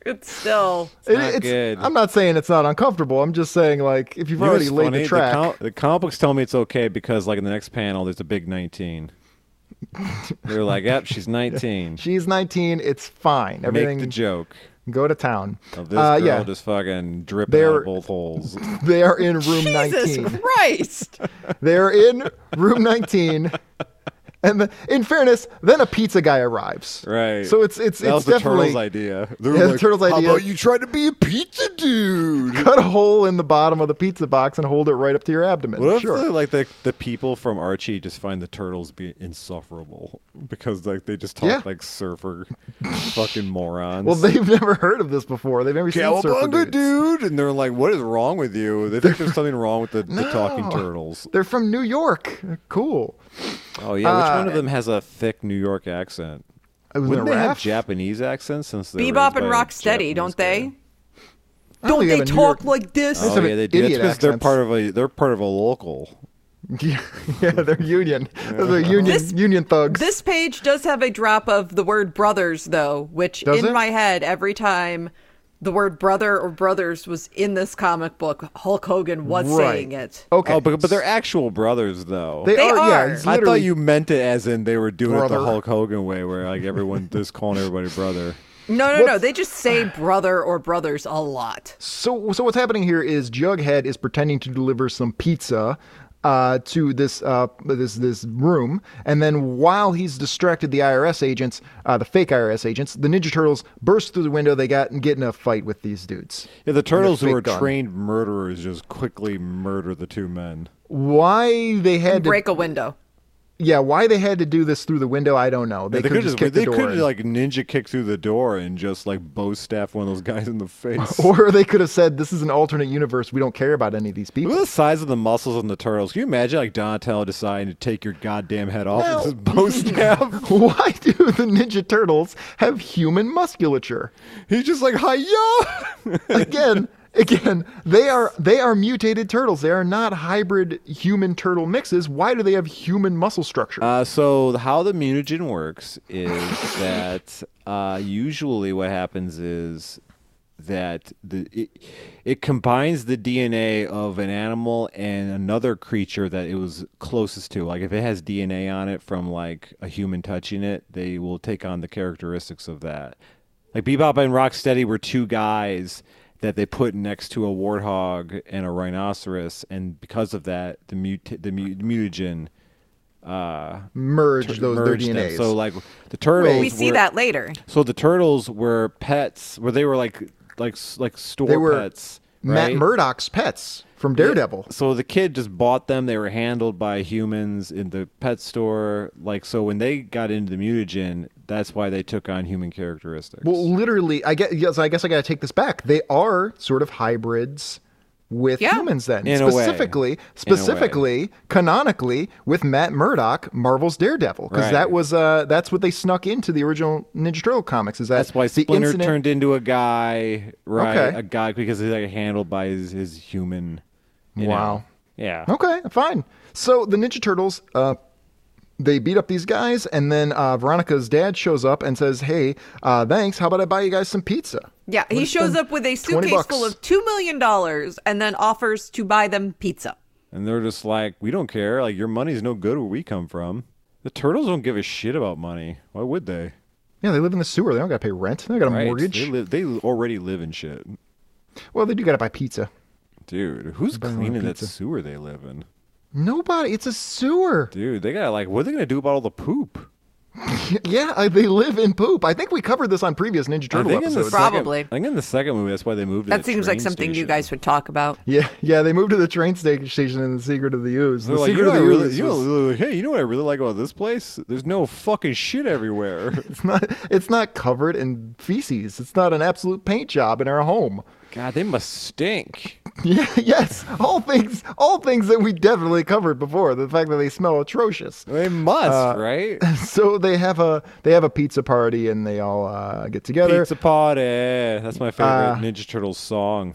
Speaker 4: It's still
Speaker 5: It-
Speaker 6: not good.
Speaker 5: I'm not saying it's not uncomfortable. I'm just saying like if you've
Speaker 6: You know
Speaker 5: already
Speaker 6: what's
Speaker 5: laid
Speaker 6: funny?
Speaker 5: the track,
Speaker 6: com- the comic books tell me it's okay because, like, in the next panel, there's a big 19. They're like, yep, she's 19.
Speaker 5: she's 19. It's fine. Everything.
Speaker 6: Make the joke
Speaker 5: Go to town.
Speaker 6: of this
Speaker 5: Uh,
Speaker 6: girl
Speaker 5: yeah,
Speaker 6: just fucking dripping out
Speaker 5: They're-
Speaker 6: of both holes.
Speaker 5: they are in room
Speaker 4: Jesus
Speaker 5: 19.
Speaker 4: Christ.
Speaker 5: They're in room 19. And the, in fairness, then a pizza guy arrives.
Speaker 6: Right.
Speaker 5: So it's it's
Speaker 6: that
Speaker 5: it's
Speaker 6: was the
Speaker 5: definitely
Speaker 6: turtle's idea.
Speaker 5: Yeah, the turtle's idea.
Speaker 6: try to be a pizza dude?
Speaker 5: cut a hole in the bottom of the pizza box and hold it right up to your abdomen.
Speaker 6: What if
Speaker 5: sure.
Speaker 6: the, like the, the people from Archie just find the turtles be insufferable because like they just talk
Speaker 5: Yeah.
Speaker 6: like surfer fucking morons.
Speaker 5: well, they've never heard of this before. They've never seen surfer
Speaker 6: Cowabunga,
Speaker 5: dudes.
Speaker 6: dude! And they're like, "What is wrong with you?" They think there's something wrong with the, the talking
Speaker 5: No.
Speaker 6: turtles.
Speaker 5: They're from New York. They're cool.
Speaker 6: Oh yeah, which
Speaker 5: Uh,
Speaker 6: one of them has a thick New York accent?
Speaker 5: It was in a
Speaker 6: Wouldn't they have
Speaker 5: raft?
Speaker 6: Japanese accents since they were
Speaker 4: Bebop
Speaker 6: raised
Speaker 4: and
Speaker 6: by a
Speaker 4: Rocksteady,
Speaker 6: Japanese
Speaker 4: don't
Speaker 6: guy?
Speaker 4: they?
Speaker 5: I
Speaker 4: Don't
Speaker 5: don't think
Speaker 4: they
Speaker 5: I'm a New
Speaker 4: talk
Speaker 5: York-
Speaker 4: like this?
Speaker 5: They just
Speaker 6: Oh
Speaker 5: have
Speaker 6: yeah,
Speaker 5: an
Speaker 6: they do. That's
Speaker 5: idiot
Speaker 6: because they're
Speaker 5: accents.
Speaker 6: part of a they're part of a local.
Speaker 5: Yeah, yeah, they're union. They're union
Speaker 4: This-
Speaker 5: union thugs.
Speaker 4: This page does have a drop of the word brothers, though, which
Speaker 5: Does
Speaker 4: in
Speaker 5: it?
Speaker 4: my head, every time the word brother or brothers was in this comic book, Hulk Hogan was
Speaker 5: Right.
Speaker 4: saying it.
Speaker 5: okay.
Speaker 6: Oh, but but they're actual brothers though.
Speaker 5: They,
Speaker 4: They
Speaker 5: are,
Speaker 4: are.
Speaker 5: Yeah, it's
Speaker 6: I
Speaker 5: literally-
Speaker 6: thought you meant it as in they were doing it
Speaker 5: Brother.
Speaker 6: the Hulk Hogan way, where like everyone just calling everybody brother.
Speaker 4: No, no, no. They just say brother or brothers a lot.
Speaker 5: So, so what's happening here is Jughead is pretending to deliver some pizza uh, to this uh, this this room, and then while he's distracted, the IRS agents, uh, the fake IRS agents, the Ninja Turtles burst through the window. They got and get in a fight with these dudes.
Speaker 6: Yeah, the turtles who
Speaker 5: fake
Speaker 6: are
Speaker 5: gun.
Speaker 6: trained murderers just quickly murder the two men.
Speaker 5: Why they had to,
Speaker 4: Break a window.
Speaker 5: yeah? Why they had to do this through the window? I don't know. They,
Speaker 6: They,
Speaker 5: could
Speaker 6: could
Speaker 5: just
Speaker 6: just
Speaker 5: kick
Speaker 6: they
Speaker 5: the door.
Speaker 6: could
Speaker 5: in.
Speaker 6: like ninja kick through the door and just like bow staff one of those guys in the face.
Speaker 5: or they could have said, "This is an alternate universe. We don't care about any of these people."
Speaker 6: Look at the size of the muscles on the turtles. Can you imagine like Donatello deciding to take your goddamn head off
Speaker 5: No.
Speaker 6: and just bow staff?
Speaker 5: Why do the Ninja Turtles have human musculature?
Speaker 6: He's just like, hiya!
Speaker 5: again again they are they are mutated turtles they are not hybrid human turtle mixes why do they have human muscle structure
Speaker 6: Uh, so how the mutagen works is that uh, usually what happens is that the it, it combines the DNA of an animal and another creature that it was closest to. Like if it has DNA on it from like a human touching it, they will take on the characteristics of that. Like Bebop and Rocksteady were two guys that they put next to a warthog and a rhinoceros, and because of that, the mut- the mu- mutagen uh,
Speaker 5: merge those their
Speaker 6: merged them.
Speaker 5: dnas
Speaker 6: So like the turtles,
Speaker 4: We see
Speaker 6: were-
Speaker 4: that later.
Speaker 6: So the turtles were pets, where they were like like like store
Speaker 5: They were
Speaker 6: pets.
Speaker 5: matt
Speaker 6: right?
Speaker 5: murdock's pets from daredevil
Speaker 6: So the kid just bought them. They were handled by humans in the pet store. Like so, when they got into the mutagen, that's why they took on human characteristics.
Speaker 5: well literally i guess yes, i guess i gotta take this back they are sort of hybrids with
Speaker 4: Yeah.
Speaker 5: humans then
Speaker 6: In a way.
Speaker 5: specifically specifically canonically with matt murdock marvel's daredevil because
Speaker 6: Right.
Speaker 5: that was uh that's what they snuck into the original ninja turtle comics is that
Speaker 6: that's why
Speaker 5: the
Speaker 6: Splinter
Speaker 5: incident-
Speaker 6: turned into a guy, right?
Speaker 5: Okay.
Speaker 6: A guy because he's like handled by his, his human. you know.
Speaker 5: Wow.
Speaker 6: Yeah.
Speaker 5: Okay, fine. So the Ninja Turtles, uh, they beat up these guys, and then uh, Veronica's dad shows up and says, "Hey, uh, thanks. How about I buy you guys some pizza?"
Speaker 4: Yeah, he
Speaker 5: Let's
Speaker 4: shows
Speaker 5: spend
Speaker 4: up with a
Speaker 5: 20
Speaker 4: suitcase full
Speaker 5: bucks.
Speaker 4: of $2 million and then offers to buy them pizza.
Speaker 6: And they're just like, we don't care. Like, your money's no good where we come from. The turtles don't give a shit about money. Why would they?
Speaker 5: Yeah, they live in the sewer. They don't got to pay rent. They got a
Speaker 6: Right?
Speaker 5: mortgage.
Speaker 6: They, live, they already live in shit.
Speaker 5: well, they do got to buy pizza.
Speaker 6: Dude, who's
Speaker 5: Burn
Speaker 6: cleaning that
Speaker 5: pizza.
Speaker 6: sewer they live in?
Speaker 5: Nobody. It's a sewer.
Speaker 6: Dude, they got to like, what are they going to do about all the poop?
Speaker 5: yeah, I, they live in poop. I think we covered this on previous Ninja Turtle
Speaker 6: think in the
Speaker 5: episodes.
Speaker 6: second-
Speaker 4: Probably.
Speaker 6: I think in the second movie, that's why they moved. To
Speaker 4: That
Speaker 6: the
Speaker 4: seems like
Speaker 6: train
Speaker 4: something you
Speaker 6: station.
Speaker 4: guys would talk about.
Speaker 5: yeah, yeah, they moved to the train sta- station in The Secret of the Ooze.
Speaker 6: They're
Speaker 5: the
Speaker 6: like, you
Speaker 5: Secret
Speaker 6: know,
Speaker 5: of
Speaker 6: what I
Speaker 5: the
Speaker 6: really,
Speaker 5: Ooze
Speaker 6: you know,
Speaker 5: was-
Speaker 6: what- hey, you know what I really like about this place? There's no fucking shit everywhere.
Speaker 5: it's not it's not covered in feces. It's not an absolute paint job in our home.
Speaker 6: God, they must stink.
Speaker 5: Yeah, yes, all things all things that we definitely covered before. The fact that they smell atrocious.
Speaker 6: They must, right?
Speaker 5: So they have a they have a pizza party and they all uh, get together.
Speaker 6: Pizza party. That's my favorite
Speaker 5: Uh,
Speaker 6: Ninja Turtles song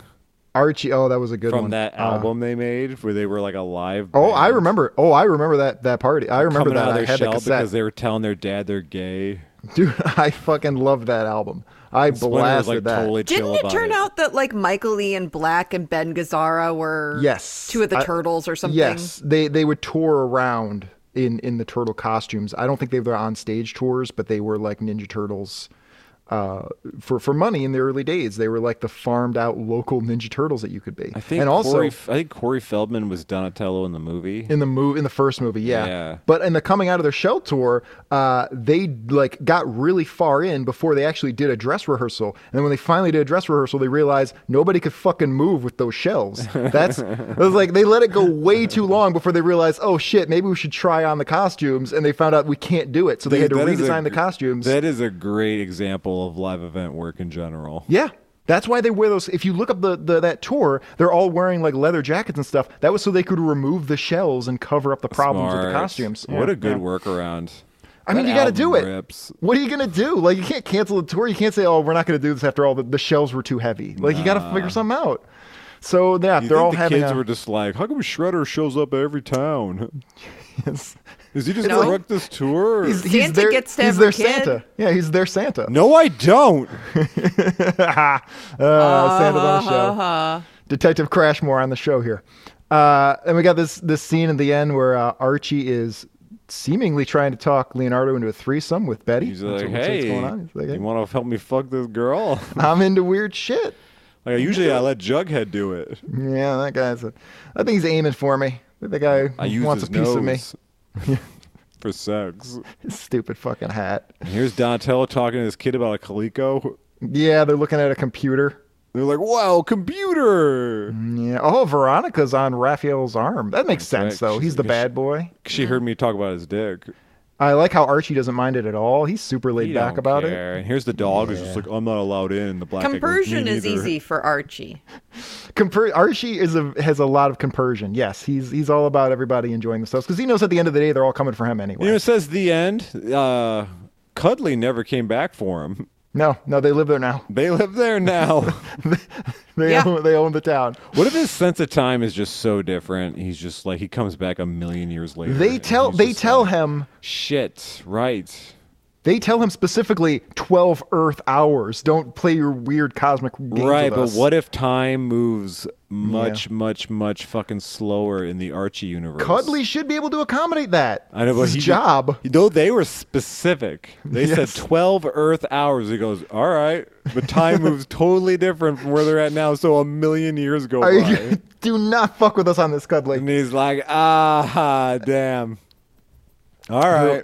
Speaker 5: Archie, oh, that was a good
Speaker 6: from
Speaker 5: one.
Speaker 6: that
Speaker 5: Uh,
Speaker 6: album they made, where they were like a live.
Speaker 5: Oh, I
Speaker 6: band
Speaker 5: remember. Oh, I remember that that party. I remember
Speaker 6: coming
Speaker 5: that.
Speaker 6: out of
Speaker 5: I
Speaker 6: their
Speaker 5: had
Speaker 6: shell
Speaker 5: the cassette.
Speaker 6: because they were telling their dad they're gay.
Speaker 5: Dude, I fucking love that album. I
Speaker 6: Splinter was
Speaker 5: blasted
Speaker 6: like
Speaker 5: that.
Speaker 6: totally chill
Speaker 4: Didn't it
Speaker 6: about
Speaker 4: turn out that like Michael Ian Black and Ben Gazzara were
Speaker 5: Yes.
Speaker 4: two of the
Speaker 5: I-
Speaker 4: turtles or something?
Speaker 5: Yes, they they would tour around in in the turtle costumes. I don't think they were on stage tours, but they were like Ninja Turtles. Uh, for for money in the early days, they were like the farmed out local Ninja Turtles that you could be.
Speaker 6: I think
Speaker 5: and also
Speaker 6: Corey, I think Corey Feldman was Donatello in the movie.
Speaker 5: in the move in the first movie, yeah.
Speaker 6: Yeah.
Speaker 5: But in the coming out of their shell tour, uh, they like got really far in before they actually did a dress rehearsal. And then when they finally did a dress rehearsal, they realized nobody could fucking move with those shells. That's it was like they let it go way too long before they realized, oh shit, maybe we should try on the costumes. And they found out we can't do it, so they had to
Speaker 6: Dude, that is a
Speaker 5: redesign the
Speaker 6: gr-
Speaker 5: costumes.
Speaker 6: That is a great example of live event work in general.
Speaker 5: Yeah. That's why they wear those. If you look up the, the that tour, they're all wearing like leather jackets and stuff. That was so they could remove the shells and cover up the problems with the
Speaker 6: Smart.
Speaker 5: costumes.
Speaker 6: What
Speaker 5: Yeah,
Speaker 6: a good
Speaker 5: yeah.
Speaker 6: workaround.
Speaker 5: I mean,
Speaker 6: That
Speaker 5: you got to
Speaker 6: album
Speaker 5: do it.
Speaker 6: rips.
Speaker 5: What are you going to do? Like, you can't cancel the tour. You can't say, "Oh, we're not going to do this after all. The, the shells were too heavy." Like, you got to figure something out. So yeah, they're
Speaker 6: You think
Speaker 5: all
Speaker 6: the
Speaker 5: having.
Speaker 6: kids
Speaker 5: a-
Speaker 6: were just like, how come Shredder shows up at every town?
Speaker 5: he's,
Speaker 6: Is he just
Speaker 4: No.
Speaker 6: gonna wreck this tour?
Speaker 5: he's
Speaker 4: Santa
Speaker 5: their,
Speaker 4: gets to
Speaker 5: he's
Speaker 4: every
Speaker 5: their
Speaker 4: kid.
Speaker 5: Santa. Yeah, he's their Santa.
Speaker 6: no, I don't.
Speaker 5: Uh, Santa's on the show.
Speaker 4: Uh-huh,
Speaker 5: Detective Crashmore on the show here. Uh, and we got this this scene at the end where uh, Archie is seemingly trying to talk Leonardo into a threesome with Betty.
Speaker 6: He's
Speaker 5: That's
Speaker 6: like,
Speaker 5: what- that's what's
Speaker 6: hey,
Speaker 5: going on. He's like,
Speaker 6: you
Speaker 5: "Hey,
Speaker 6: want to help me fuck this girl?
Speaker 5: I'm into weird shit.
Speaker 6: like, usually I let Jughead do it.
Speaker 5: Yeah, that guy's. A, I think he's aiming for me. I think that guy
Speaker 6: I use
Speaker 5: wants a
Speaker 6: his
Speaker 5: piece of me.
Speaker 6: nose for sex.
Speaker 5: His stupid fucking hat.
Speaker 6: And here's Donatello talking to this kid about a Coleco.
Speaker 5: Yeah, they're looking at a computer.
Speaker 6: They're like, wow, computer.
Speaker 5: Yeah. Oh, Veronica's on Raphael's arm. That makes
Speaker 6: That's
Speaker 5: sense,
Speaker 6: right.
Speaker 5: though.
Speaker 6: She's
Speaker 5: He's the
Speaker 6: like a sh-
Speaker 5: bad boy.
Speaker 6: She heard me talk about his dick.
Speaker 5: I like how Archie doesn't mind it at all. He's super laid
Speaker 6: He
Speaker 5: back
Speaker 6: don't
Speaker 5: about it.
Speaker 6: care. And here's the dog who's just like, I'm not allowed in. The black guy goes, "Me
Speaker 4: Compersion is
Speaker 6: neither."
Speaker 4: easy for Archie.
Speaker 5: Comper- Archie is a, has a lot of compersion. Yes, he's he's all about everybody enjoying themselves because he knows at the end of the day they're all coming for him anyway.
Speaker 6: You know, it says the end. Uh, Cuddly never came back for him.
Speaker 5: no, no, they live there now.
Speaker 6: They live there now.
Speaker 5: They
Speaker 4: Yeah.
Speaker 5: own, they own the town.
Speaker 6: what if his sense of time is just so different? He's just like he comes back a million years later.
Speaker 5: They
Speaker 6: and
Speaker 5: tell
Speaker 6: he's
Speaker 5: they
Speaker 6: just
Speaker 5: tell
Speaker 6: like,
Speaker 5: him
Speaker 6: shit. Right.
Speaker 5: They tell him specifically 12 Earth hours. Don't play your weird cosmic games
Speaker 6: right,
Speaker 5: with
Speaker 6: but
Speaker 5: us.
Speaker 6: what if time moves much, much, much fucking slower in the Archie universe?
Speaker 5: Cuddly should be able to accommodate that.
Speaker 6: I know, but
Speaker 5: It's
Speaker 6: he
Speaker 5: his job.
Speaker 6: Though they were specific. They
Speaker 5: Yes.
Speaker 6: said 12 Earth hours. He goes, all right. But time moves totally different from where they're at now. So a million years go
Speaker 5: Are
Speaker 6: by.
Speaker 5: you- do not fuck with us on this,
Speaker 6: and
Speaker 5: Cuddly.
Speaker 6: he's like, ah, damn. All right.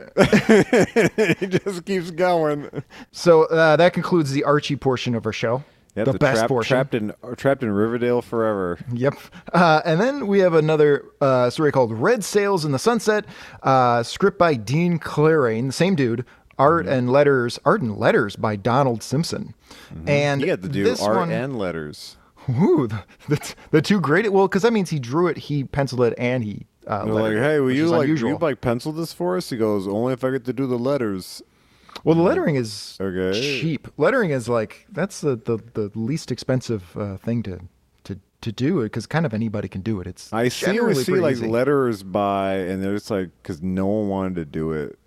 Speaker 6: he just keeps going.
Speaker 5: So uh, that concludes the Archie portion of our show. the, best
Speaker 6: trap,
Speaker 5: portion.
Speaker 6: Trapped in, trapped in Riverdale forever.
Speaker 5: Yep. Uh, and then we have another uh, story called Red Sails in the Sunset, uh, script by Dean Clarain, the same dude. Art
Speaker 6: Mm-hmm.
Speaker 5: and letters, art and letters by Donald Simpson, and
Speaker 6: You got Mm-hmm. to do
Speaker 5: this
Speaker 6: art
Speaker 5: one-
Speaker 6: and letters.
Speaker 5: Ooh, the, the, the two great. Well, because that means he drew it, he penciled it, and he. Uh,
Speaker 6: They're
Speaker 5: lettered
Speaker 6: like,
Speaker 5: it,
Speaker 6: hey, will
Speaker 5: which
Speaker 6: you
Speaker 5: is
Speaker 6: like, will
Speaker 5: unusual.
Speaker 6: you like pencil this for us? He goes, only if I get to do the letters.
Speaker 5: Well, the lettering is
Speaker 6: Okay.
Speaker 5: cheap. Lettering is like that's the the, the least expensive uh, thing to to to do because kind of anybody can do it. It's
Speaker 6: I see we
Speaker 5: generally
Speaker 6: see
Speaker 5: pretty
Speaker 6: like
Speaker 5: easy.
Speaker 6: letters by, and they're just like because no one wanted to do it.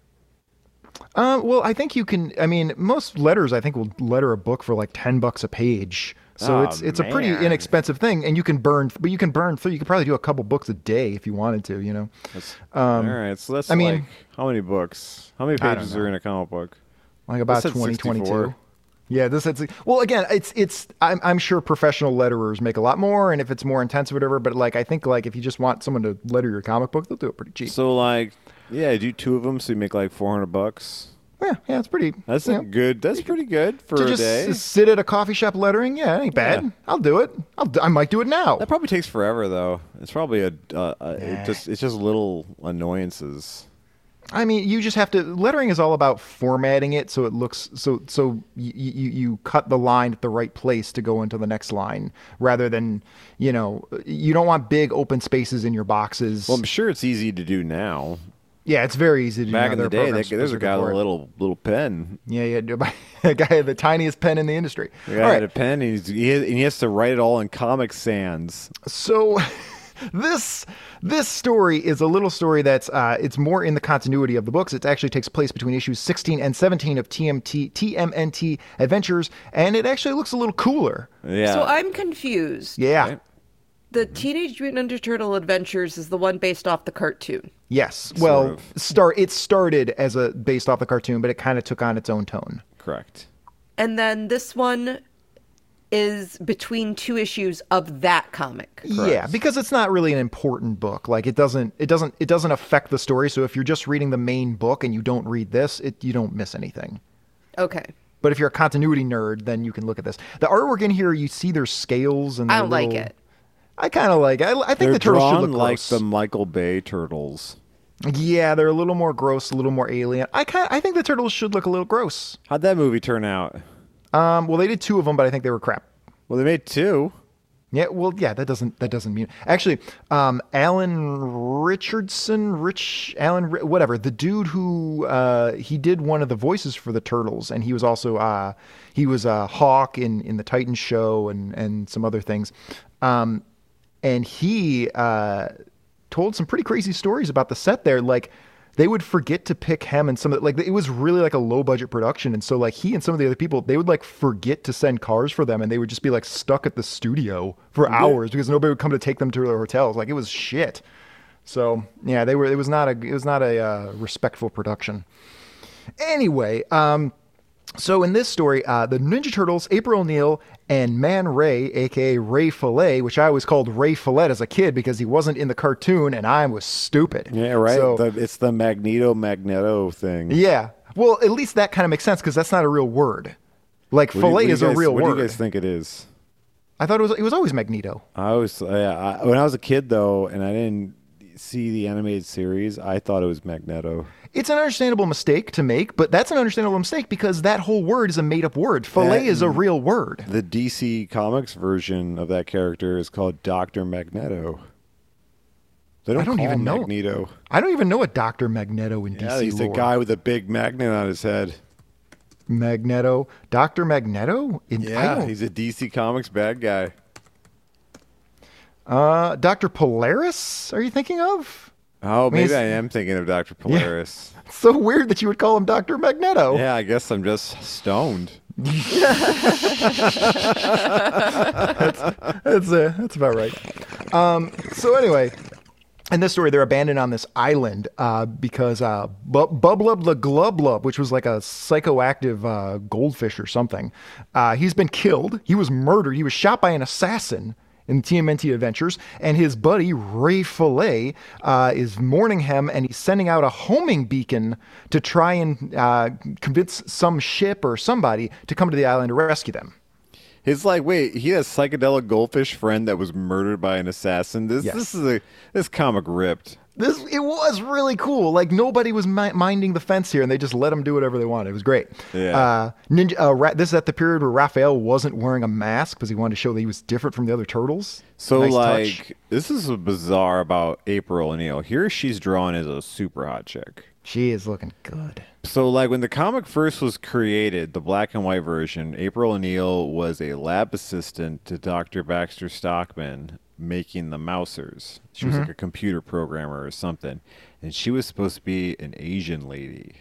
Speaker 5: Uh, well, I think you can. I mean, most letters I think will letter a book for like ten bucks a page. So
Speaker 6: Aw,
Speaker 5: it's it's a pretty
Speaker 6: Oh, man.
Speaker 5: inexpensive thing, and you can burn, but you can burn through. You could probably do a couple books a day if you wanted to, you know.
Speaker 6: All right, so that's
Speaker 5: Um, I mean-
Speaker 6: like how many books? How many
Speaker 5: I don't
Speaker 6: pages
Speaker 5: know.
Speaker 6: are in a comic book?
Speaker 5: like about
Speaker 6: said
Speaker 5: 20 22
Speaker 6: 64.
Speaker 5: yeah this it's well again it's it's I'm, I'm sure professional letterers make a lot more and if it's more intense or whatever but like i think like if you just want someone to letter your comic book they'll do it pretty cheap
Speaker 6: So like, yeah, do two of them, so you make like four hundred bucks.
Speaker 5: Yeah, yeah, it's pretty.
Speaker 6: That's
Speaker 5: you
Speaker 6: a
Speaker 5: know,
Speaker 6: good. That's pretty good for
Speaker 5: to
Speaker 6: a
Speaker 5: just
Speaker 6: day.
Speaker 5: s- sit at a coffee shop lettering. Yeah, it ain't bad. I'll do it. I'll do, I might do it now.
Speaker 6: That probably takes forever, though. It's probably a. Uh, uh it just it's just little annoyances.
Speaker 5: I mean, you just have to. Lettering is all about formatting it so it looks so so you you, you cut the line at the right place to go into the next line, rather than you know you don't want big open spaces in your boxes.
Speaker 6: Well, I'm sure it's easy to do now.
Speaker 5: yeah, it's very easy to do.
Speaker 6: Back
Speaker 5: now.
Speaker 6: in
Speaker 5: There
Speaker 6: the
Speaker 5: are
Speaker 6: day,
Speaker 5: programs
Speaker 6: that, there's a
Speaker 5: specifically
Speaker 6: guy
Speaker 5: for
Speaker 6: with
Speaker 5: it.
Speaker 6: a little little pen.
Speaker 5: Yeah, yeah, dude, a guy had the tiniest pen in the industry.
Speaker 6: The guy
Speaker 5: All
Speaker 6: had
Speaker 5: right,
Speaker 6: a pen, and, he's, he, and he has to write it all in Comic Sans.
Speaker 5: so this this story is a little story that's uh, it's more in the continuity of the books. It actually takes place between issues 16 and 17 of TMT TMNT Adventures, and it actually looks a little cooler.
Speaker 6: Yeah.
Speaker 4: So I'm confused.
Speaker 5: Yeah.
Speaker 6: Right.
Speaker 4: The Teenage Mutant Ninja Turtle Adventures is the one based off the cartoon.
Speaker 5: Yes. Well,
Speaker 6: of.
Speaker 5: start it started as a based off the cartoon, but it kind of took on its own tone.
Speaker 6: Correct.
Speaker 4: And then this one is between two issues of that comic.
Speaker 5: Yeah, because it's not really an important book. Like it doesn't it doesn't it doesn't affect the story. So if you're just reading the main book and you don't read this, it you don't miss anything.
Speaker 4: Okay.
Speaker 5: But if you're a continuity nerd, then you can look at this. The artwork in here, you see their scales and
Speaker 4: I
Speaker 5: their
Speaker 4: don't like
Speaker 5: little-
Speaker 4: it.
Speaker 5: I kind of like it. I, I think
Speaker 6: They're
Speaker 5: the turtles should
Speaker 6: drawn
Speaker 5: look
Speaker 6: like
Speaker 5: gross.
Speaker 6: the Michael Bay turtles.
Speaker 5: Yeah, they're a little more gross, a little more alien. I kind I think the turtles should look a little gross.
Speaker 6: How'd that movie turn out?
Speaker 5: Um, well, they did two of them, but I think they were crap.
Speaker 6: Well, they made two.
Speaker 5: Yeah, well, yeah, that doesn't that doesn't mean actually. Um, Alan Richardson, Rich Alan, Ri- whatever the dude who uh, he did one of the voices for the Turtles, and he was also uh, he was uh, Hawk in in the Titan show and and some other things, um, and he uh, told some pretty crazy stories about the set there, like. They would forget to pick him and some of the, like it was really like a low budget production and so like he and some of the other people they would like forget to send cars for them and they would just be like stuck at the studio for hours because nobody would come to take them to their hotels like it was shit. So yeah, they were it was not a it was not a uh, respectful production. Anyway, um, so in this story, uh, the Ninja Turtles, April O'Neil and Man Ray, aka Ray Fillet, which I always called Ray Fillet as a kid because he wasn't in the cartoon and I was stupid.
Speaker 6: Yeah, right.
Speaker 5: So,
Speaker 6: The- it's the Magneto Magneto thing.
Speaker 5: yeah. Well, at least that kind of makes sense because that's not a real word. Like
Speaker 6: What do you- what
Speaker 5: fillet
Speaker 6: do you
Speaker 5: is a
Speaker 6: guys-
Speaker 5: real
Speaker 6: What
Speaker 5: word.
Speaker 6: do you guys think it is?
Speaker 5: I thought it was it was always Magneto.
Speaker 6: I was yeah, I, when I was a kid though, and I didn't see the animated series. I thought it was Magneto.
Speaker 5: It's an understandable mistake to make, but that's an understandable mistake because that whole word is a made up word. Fillet
Speaker 6: That-
Speaker 5: is a real word.
Speaker 6: The DC Comics version of that character is called Doctor Magneto. They don't,
Speaker 5: I don't
Speaker 6: call
Speaker 5: even
Speaker 6: him
Speaker 5: know.
Speaker 6: Magneto.
Speaker 5: I don't even know a Doctor Magneto in
Speaker 6: Yeah,
Speaker 5: DC
Speaker 6: he's the
Speaker 5: lore.
Speaker 6: guy with the big magnet on his head.
Speaker 5: Magneto, Doctor Magneto. In, I
Speaker 6: Yeah,
Speaker 5: don't-
Speaker 6: he's a DC Comics bad guy.
Speaker 5: uh, Doctor Polaris. Are you thinking of?
Speaker 6: Oh,
Speaker 5: mean,
Speaker 6: maybe I
Speaker 5: it's-
Speaker 6: am thinking of Doctor Polaris.
Speaker 5: It's so weird that you would call him Doctor Magneto.
Speaker 6: yeah, I guess I'm just stoned.
Speaker 5: that's uh, that's about right. Um, so anyway, in this story, they're abandoned on this island uh, because uh, Bu- Bublub the Glublub, which was like a psychoactive uh, goldfish or something, uh, he's been killed. He was murdered. He was shot by an assassin. In TMNT Adventures, and his buddy Ray Fillet uh, is mourning him, and he's sending out a homing beacon to try and uh, convince some ship or somebody to come to the island to rescue them.
Speaker 6: It's like, wait, he has psychedelic goldfish friend that was murdered by an assassin. This
Speaker 5: Yes.
Speaker 6: this is a this comic ripped.
Speaker 5: This it was really cool. Like nobody was mi- minding the fence here, and they just let them do whatever they wanted. It was great.
Speaker 6: Yeah.
Speaker 5: Uh, Ninja. Uh, Ra- this is at the period where Raphael wasn't wearing a mask because he wanted to show that he was different from the other turtles.
Speaker 6: So
Speaker 5: Nice
Speaker 6: like
Speaker 5: touch.
Speaker 6: this is bizarre about April O'Neil. Here she's drawn as a super hot chick.
Speaker 5: she is looking good.
Speaker 6: So like when the comic first was created, the black and white version, April O'Neil was a lab assistant to Dr. Baxter Stockman making the Mousers. She was like
Speaker 5: Mm-hmm.
Speaker 6: a computer programmer or something, and she was supposed to be an Asian lady.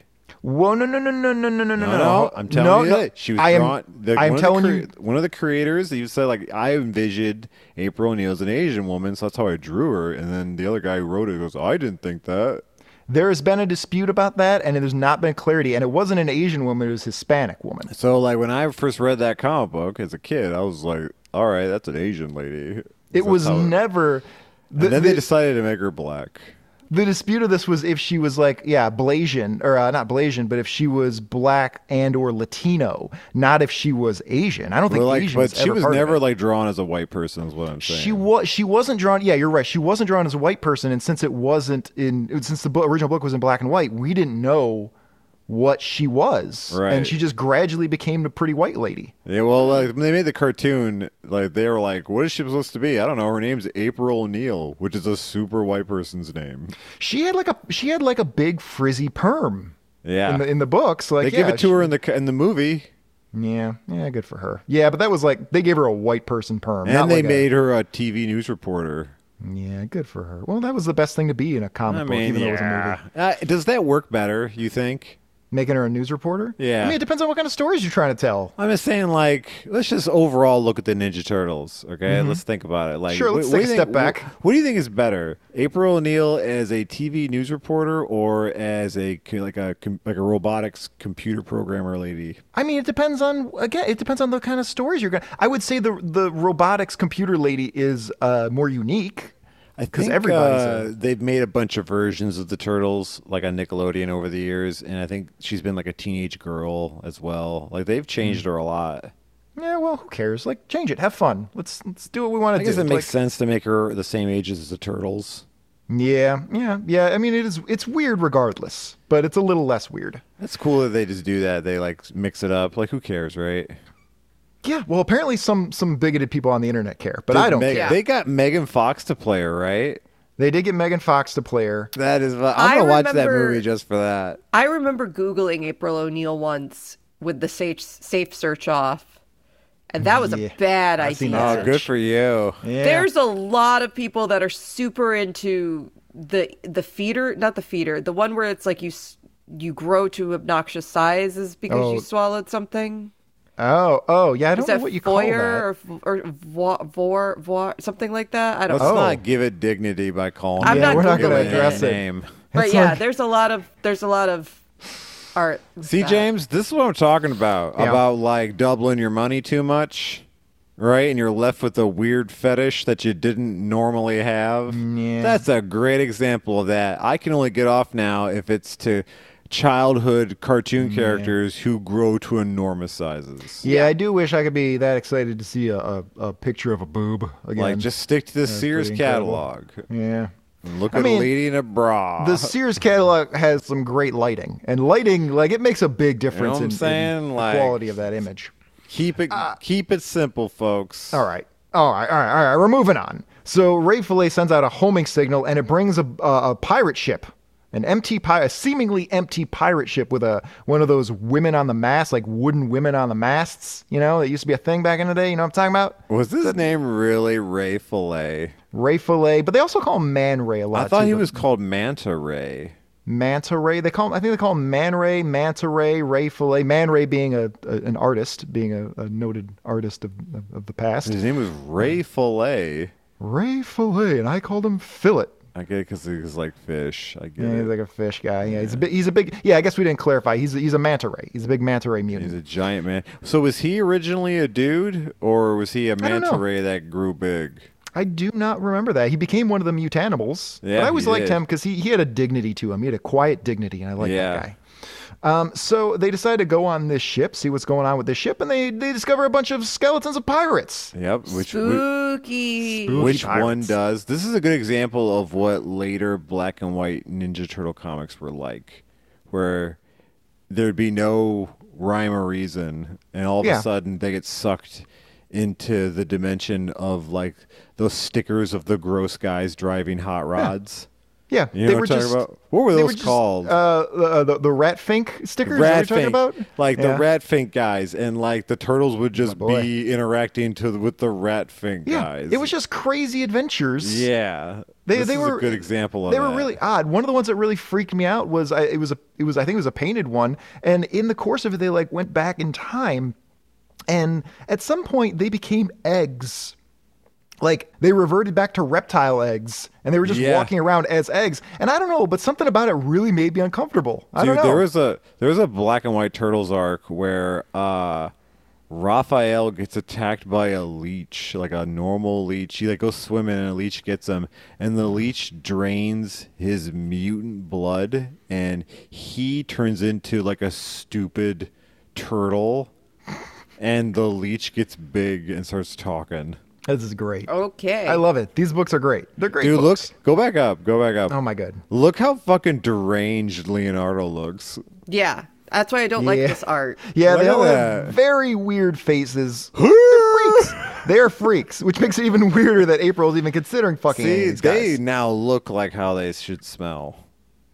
Speaker 5: Whoa! No! No! No! No! No! No! No! No!
Speaker 6: No, no, I'm telling
Speaker 5: no,
Speaker 6: you,
Speaker 5: no.
Speaker 6: that she was
Speaker 5: I am.
Speaker 6: drawn. the-
Speaker 5: I am
Speaker 6: one of the
Speaker 5: telling
Speaker 6: crea-
Speaker 5: you.
Speaker 6: one of the creators. He said like I envisioned April O'Neil as an Asian woman, so that's how I drew her. And then the other guy who wrote it goes, I didn't think that.
Speaker 5: There has been a dispute about that, and there's not been clarity. And it wasn't an Asian woman; it was Hispanic woman.
Speaker 6: So like when I first read that comic book as a kid, I was like, all right, that's an Asian lady.
Speaker 5: It
Speaker 6: That's
Speaker 5: was
Speaker 6: how
Speaker 5: never.
Speaker 6: and
Speaker 5: the-
Speaker 6: then
Speaker 5: the-
Speaker 6: they decided to make her black.
Speaker 5: the dispute of this was if she was like, yeah, Blasian or uh, not Blasian, but if she was black and or Latino, not if she was Asian. I don't think
Speaker 6: But, like,
Speaker 5: Asian
Speaker 6: but she
Speaker 5: ever
Speaker 6: was
Speaker 5: part of it.
Speaker 6: never like drawn as a white person. Is what I'm saying.
Speaker 5: She was she wasn't drawn. Yeah, you're right. She wasn't drawn as a white person, and since it wasn't in since the bo- original book was in black and white, we didn't know what she was,
Speaker 6: Right.
Speaker 5: and she just gradually became a pretty white lady.
Speaker 6: Yeah, well, like when they made the cartoon, like they were like, "What is she supposed to be?" I don't know. Her name's April O'Neil, which is a super white person's name.
Speaker 5: She had like a she had like a big frizzy perm.
Speaker 6: Yeah.
Speaker 5: in the, in the books, like
Speaker 6: they give
Speaker 5: yeah,
Speaker 6: it to her in the in the movie,
Speaker 5: she- yeah, yeah, good for her. Yeah, but that was like they gave her a white person perm,
Speaker 6: and
Speaker 5: not
Speaker 6: they
Speaker 5: like a-
Speaker 6: made her a TV news reporter.
Speaker 5: yeah, good for her. Well, that was the best thing to be in a comic book, even though it was a movie.
Speaker 6: Uh, does that work better? You think?
Speaker 5: Making her a news reporter.
Speaker 6: Yeah.
Speaker 5: I mean, it depends on what kind of stories you're trying to tell.
Speaker 6: I'm just saying, like, let's just overall look at the Ninja Turtles. Okay, let's think about it. Like,
Speaker 5: Mm-hmm. Sure, let's
Speaker 6: what- what
Speaker 5: take
Speaker 6: do
Speaker 5: a
Speaker 6: you
Speaker 5: step back.
Speaker 6: What, what do you think is better, April O'Neil as a TV news reporter or as a co- like a com- like a robotics computer programmer lady?
Speaker 5: I mean, it depends on again. It depends on the kind of stories you're going. to I would say the the robotics computer lady is uh, more unique.
Speaker 6: I
Speaker 5: 'Cause
Speaker 6: think
Speaker 5: everybody's
Speaker 6: uh,
Speaker 5: a-
Speaker 6: they've made a bunch of versions of the Turtles, like on Nickelodeon over the years, and I think she's been like a teenage girl as well. Like they've changed her a lot.
Speaker 5: Yeah, well, who cares? Like, change it. Have fun. Let's let's do what we want to do.
Speaker 6: I guess it makes
Speaker 5: Like,
Speaker 6: sense to make her the same age as the Turtles.
Speaker 5: Yeah, yeah, yeah. I mean, it is. It's weird, regardless, but it's a little less weird.
Speaker 6: That's cool that they just do that. They like mix it up. Like who cares, right?
Speaker 5: Yeah. Well, apparently some some bigoted people on the internet care, but I don't
Speaker 6: Meg-
Speaker 5: care.
Speaker 6: They got Megan Fox to play her, right?
Speaker 5: They did get Megan Fox to play her.
Speaker 6: That is. I'm gonna
Speaker 4: I
Speaker 6: watch that
Speaker 4: remember-
Speaker 6: movie just for that.
Speaker 4: I remember Googling April O'Neil once with the safe, safe search off, and that was
Speaker 5: Yeah.
Speaker 4: a bad
Speaker 5: I've seen
Speaker 4: idea.
Speaker 5: that.
Speaker 6: Oh, good for you.
Speaker 5: Yeah.
Speaker 4: There's a lot of people that are super into the the feeder, not the feeder, the one where it's like you s- you grow to obnoxious sizes because
Speaker 5: Oh.
Speaker 4: you swallowed something.
Speaker 5: oh, oh, yeah. I
Speaker 4: Is
Speaker 5: don't know
Speaker 4: that
Speaker 5: what you call that.
Speaker 4: foyer or or vo- vor vor something like that? I don't.
Speaker 6: Let's
Speaker 4: know.
Speaker 6: not give it dignity by calling.
Speaker 4: I'm
Speaker 6: it
Speaker 4: not
Speaker 6: by
Speaker 4: we're not
Speaker 6: giving
Speaker 4: gonna
Speaker 6: a
Speaker 4: address
Speaker 5: it.
Speaker 6: Name.
Speaker 4: But
Speaker 5: It's
Speaker 4: yeah,
Speaker 5: like-
Speaker 4: there's a lot of there's a lot of art. with
Speaker 6: See,
Speaker 4: that.
Speaker 6: James, this is what I'm talking about.
Speaker 5: Yeah.
Speaker 6: About like doubling your money too much, right? And you're left with a weird fetish that you didn't normally have.
Speaker 5: Yeah.
Speaker 6: That's a great example of that. I can only get off now if it's to childhood cartoon characters who grow to enormous sizes.
Speaker 5: Yeah, I do wish I could be that excited to see a, a, a picture of a boob again.
Speaker 6: Like, just stick to the Sears
Speaker 5: pretty incredible.
Speaker 6: catalog.
Speaker 5: yeah.
Speaker 6: Look
Speaker 5: I
Speaker 6: at
Speaker 5: mean,
Speaker 6: a lady in a bra.
Speaker 5: The Sears catalog has some great lighting, and lighting like it makes a big difference
Speaker 6: what I'm
Speaker 5: in- in,
Speaker 6: saying?
Speaker 5: the
Speaker 6: Like-
Speaker 5: quality of that image.
Speaker 6: keep it keep it simple, folks.
Speaker 5: uh, All right. All right, all right, all right. We're moving on. So Ray Fillet sends out a homing signal, and it brings a, a, a pirate ship, an empty pi- a seemingly empty pirate ship with a one of those women on the mast, like wooden women on the masts. You know, that used to be a thing back in the day. You know what I'm talking about?
Speaker 6: Was his name really Ray Fillet?
Speaker 5: Ray Fillet, but they also call him Man Ray a lot.
Speaker 6: I thought
Speaker 5: too,
Speaker 6: he
Speaker 5: but
Speaker 6: was called Manta Ray.
Speaker 5: Manta Ray. They call him, I think they call him Man Ray, Manta Ray, Ray Fillet. Man Ray being a, a an artist, being a, a noted artist of, of, of the past.
Speaker 6: His name was Ray Fillet.
Speaker 5: Ray Fillet, and I called him Fillet.
Speaker 6: I get it because he's like fish. I get
Speaker 5: Yeah,
Speaker 6: it.
Speaker 5: he's like a fish guy. Yeah, he's a big. He's a big. Yeah, I guess we didn't clarify. He's he's a manta ray. He's a big manta ray
Speaker 6: he's
Speaker 5: mutant.
Speaker 6: a giant man. So was he originally a dude, or was he a
Speaker 5: don't
Speaker 6: manta
Speaker 5: know.
Speaker 6: ray that grew big?
Speaker 5: I do not remember that. He became one of the mutanimals.
Speaker 6: Yeah,
Speaker 5: but I always
Speaker 6: he
Speaker 5: liked
Speaker 6: did.
Speaker 5: him because he he had a dignity to him. He had a quiet dignity, and I like
Speaker 6: Yeah.
Speaker 5: that guy. Um, so they decide to go on this ship, see what's going on with this ship, and they they discover a bunch of skeletons of pirates.
Speaker 6: Yep. Which whi-
Speaker 4: spooky.
Speaker 6: which
Speaker 5: pirates.
Speaker 6: one does? This is a good example of what later black and white Ninja Turtle comics were like, where there'd be no rhyme or reason, and all of
Speaker 5: Yeah.
Speaker 6: a sudden they get sucked into the dimension of like those stickers of the gross guys driving hot rods.
Speaker 5: Yeah,
Speaker 6: You know
Speaker 5: they
Speaker 6: what
Speaker 5: were
Speaker 6: I'm talking
Speaker 5: just.
Speaker 6: about? What were
Speaker 5: they
Speaker 6: those
Speaker 5: just,
Speaker 6: called?
Speaker 5: Uh, the, the the rat fink stickers. is
Speaker 6: Rat
Speaker 5: that what you're
Speaker 6: Fink,
Speaker 5: talking about?
Speaker 6: like
Speaker 5: Yeah.
Speaker 6: the Rat Fink guys, and like the turtles would just
Speaker 5: boy.
Speaker 6: be interacting to with the Rat Fink
Speaker 5: Yeah,
Speaker 6: guys.
Speaker 5: it was just crazy adventures.
Speaker 6: yeah.
Speaker 5: They,
Speaker 6: This
Speaker 5: they
Speaker 6: is
Speaker 5: were
Speaker 6: a good example of
Speaker 5: They were
Speaker 6: that.
Speaker 5: really odd. One of the ones that really freaked me out was I, it was a it was I think it was a painted one, and in the course of it, they like went back in time, and at some point they became eggs. Like they reverted back to reptile eggs, and they were just
Speaker 6: Yeah.
Speaker 5: walking around as eggs. And I don't know, but something about it really made me uncomfortable. I don't
Speaker 6: Dude,
Speaker 5: know.
Speaker 6: there was a there was a black and white turtles arc where uh Raphael gets attacked by a leech, like a normal leech. He like goes swimming and a leech gets him, and the leech drains his mutant blood, and he turns into like a stupid turtle, and the leech gets big and starts talking.
Speaker 5: This is great.
Speaker 4: Okay.
Speaker 5: I love it. These books are great. They're great.
Speaker 6: Dude,
Speaker 5: books.
Speaker 6: look, go back up, go back up.
Speaker 5: Oh my god.
Speaker 6: Look how fucking deranged Leonardo looks.
Speaker 4: Yeah. That's why I don't like
Speaker 5: Yeah.
Speaker 4: this art.
Speaker 5: Yeah,
Speaker 6: Look
Speaker 5: they
Speaker 6: at
Speaker 5: all have
Speaker 6: that.
Speaker 5: very weird faces. They're freaks. They are freaks, which makes it even weirder that April's even considering fucking any
Speaker 6: See,
Speaker 5: of these guys.
Speaker 6: they now look like how they should smell.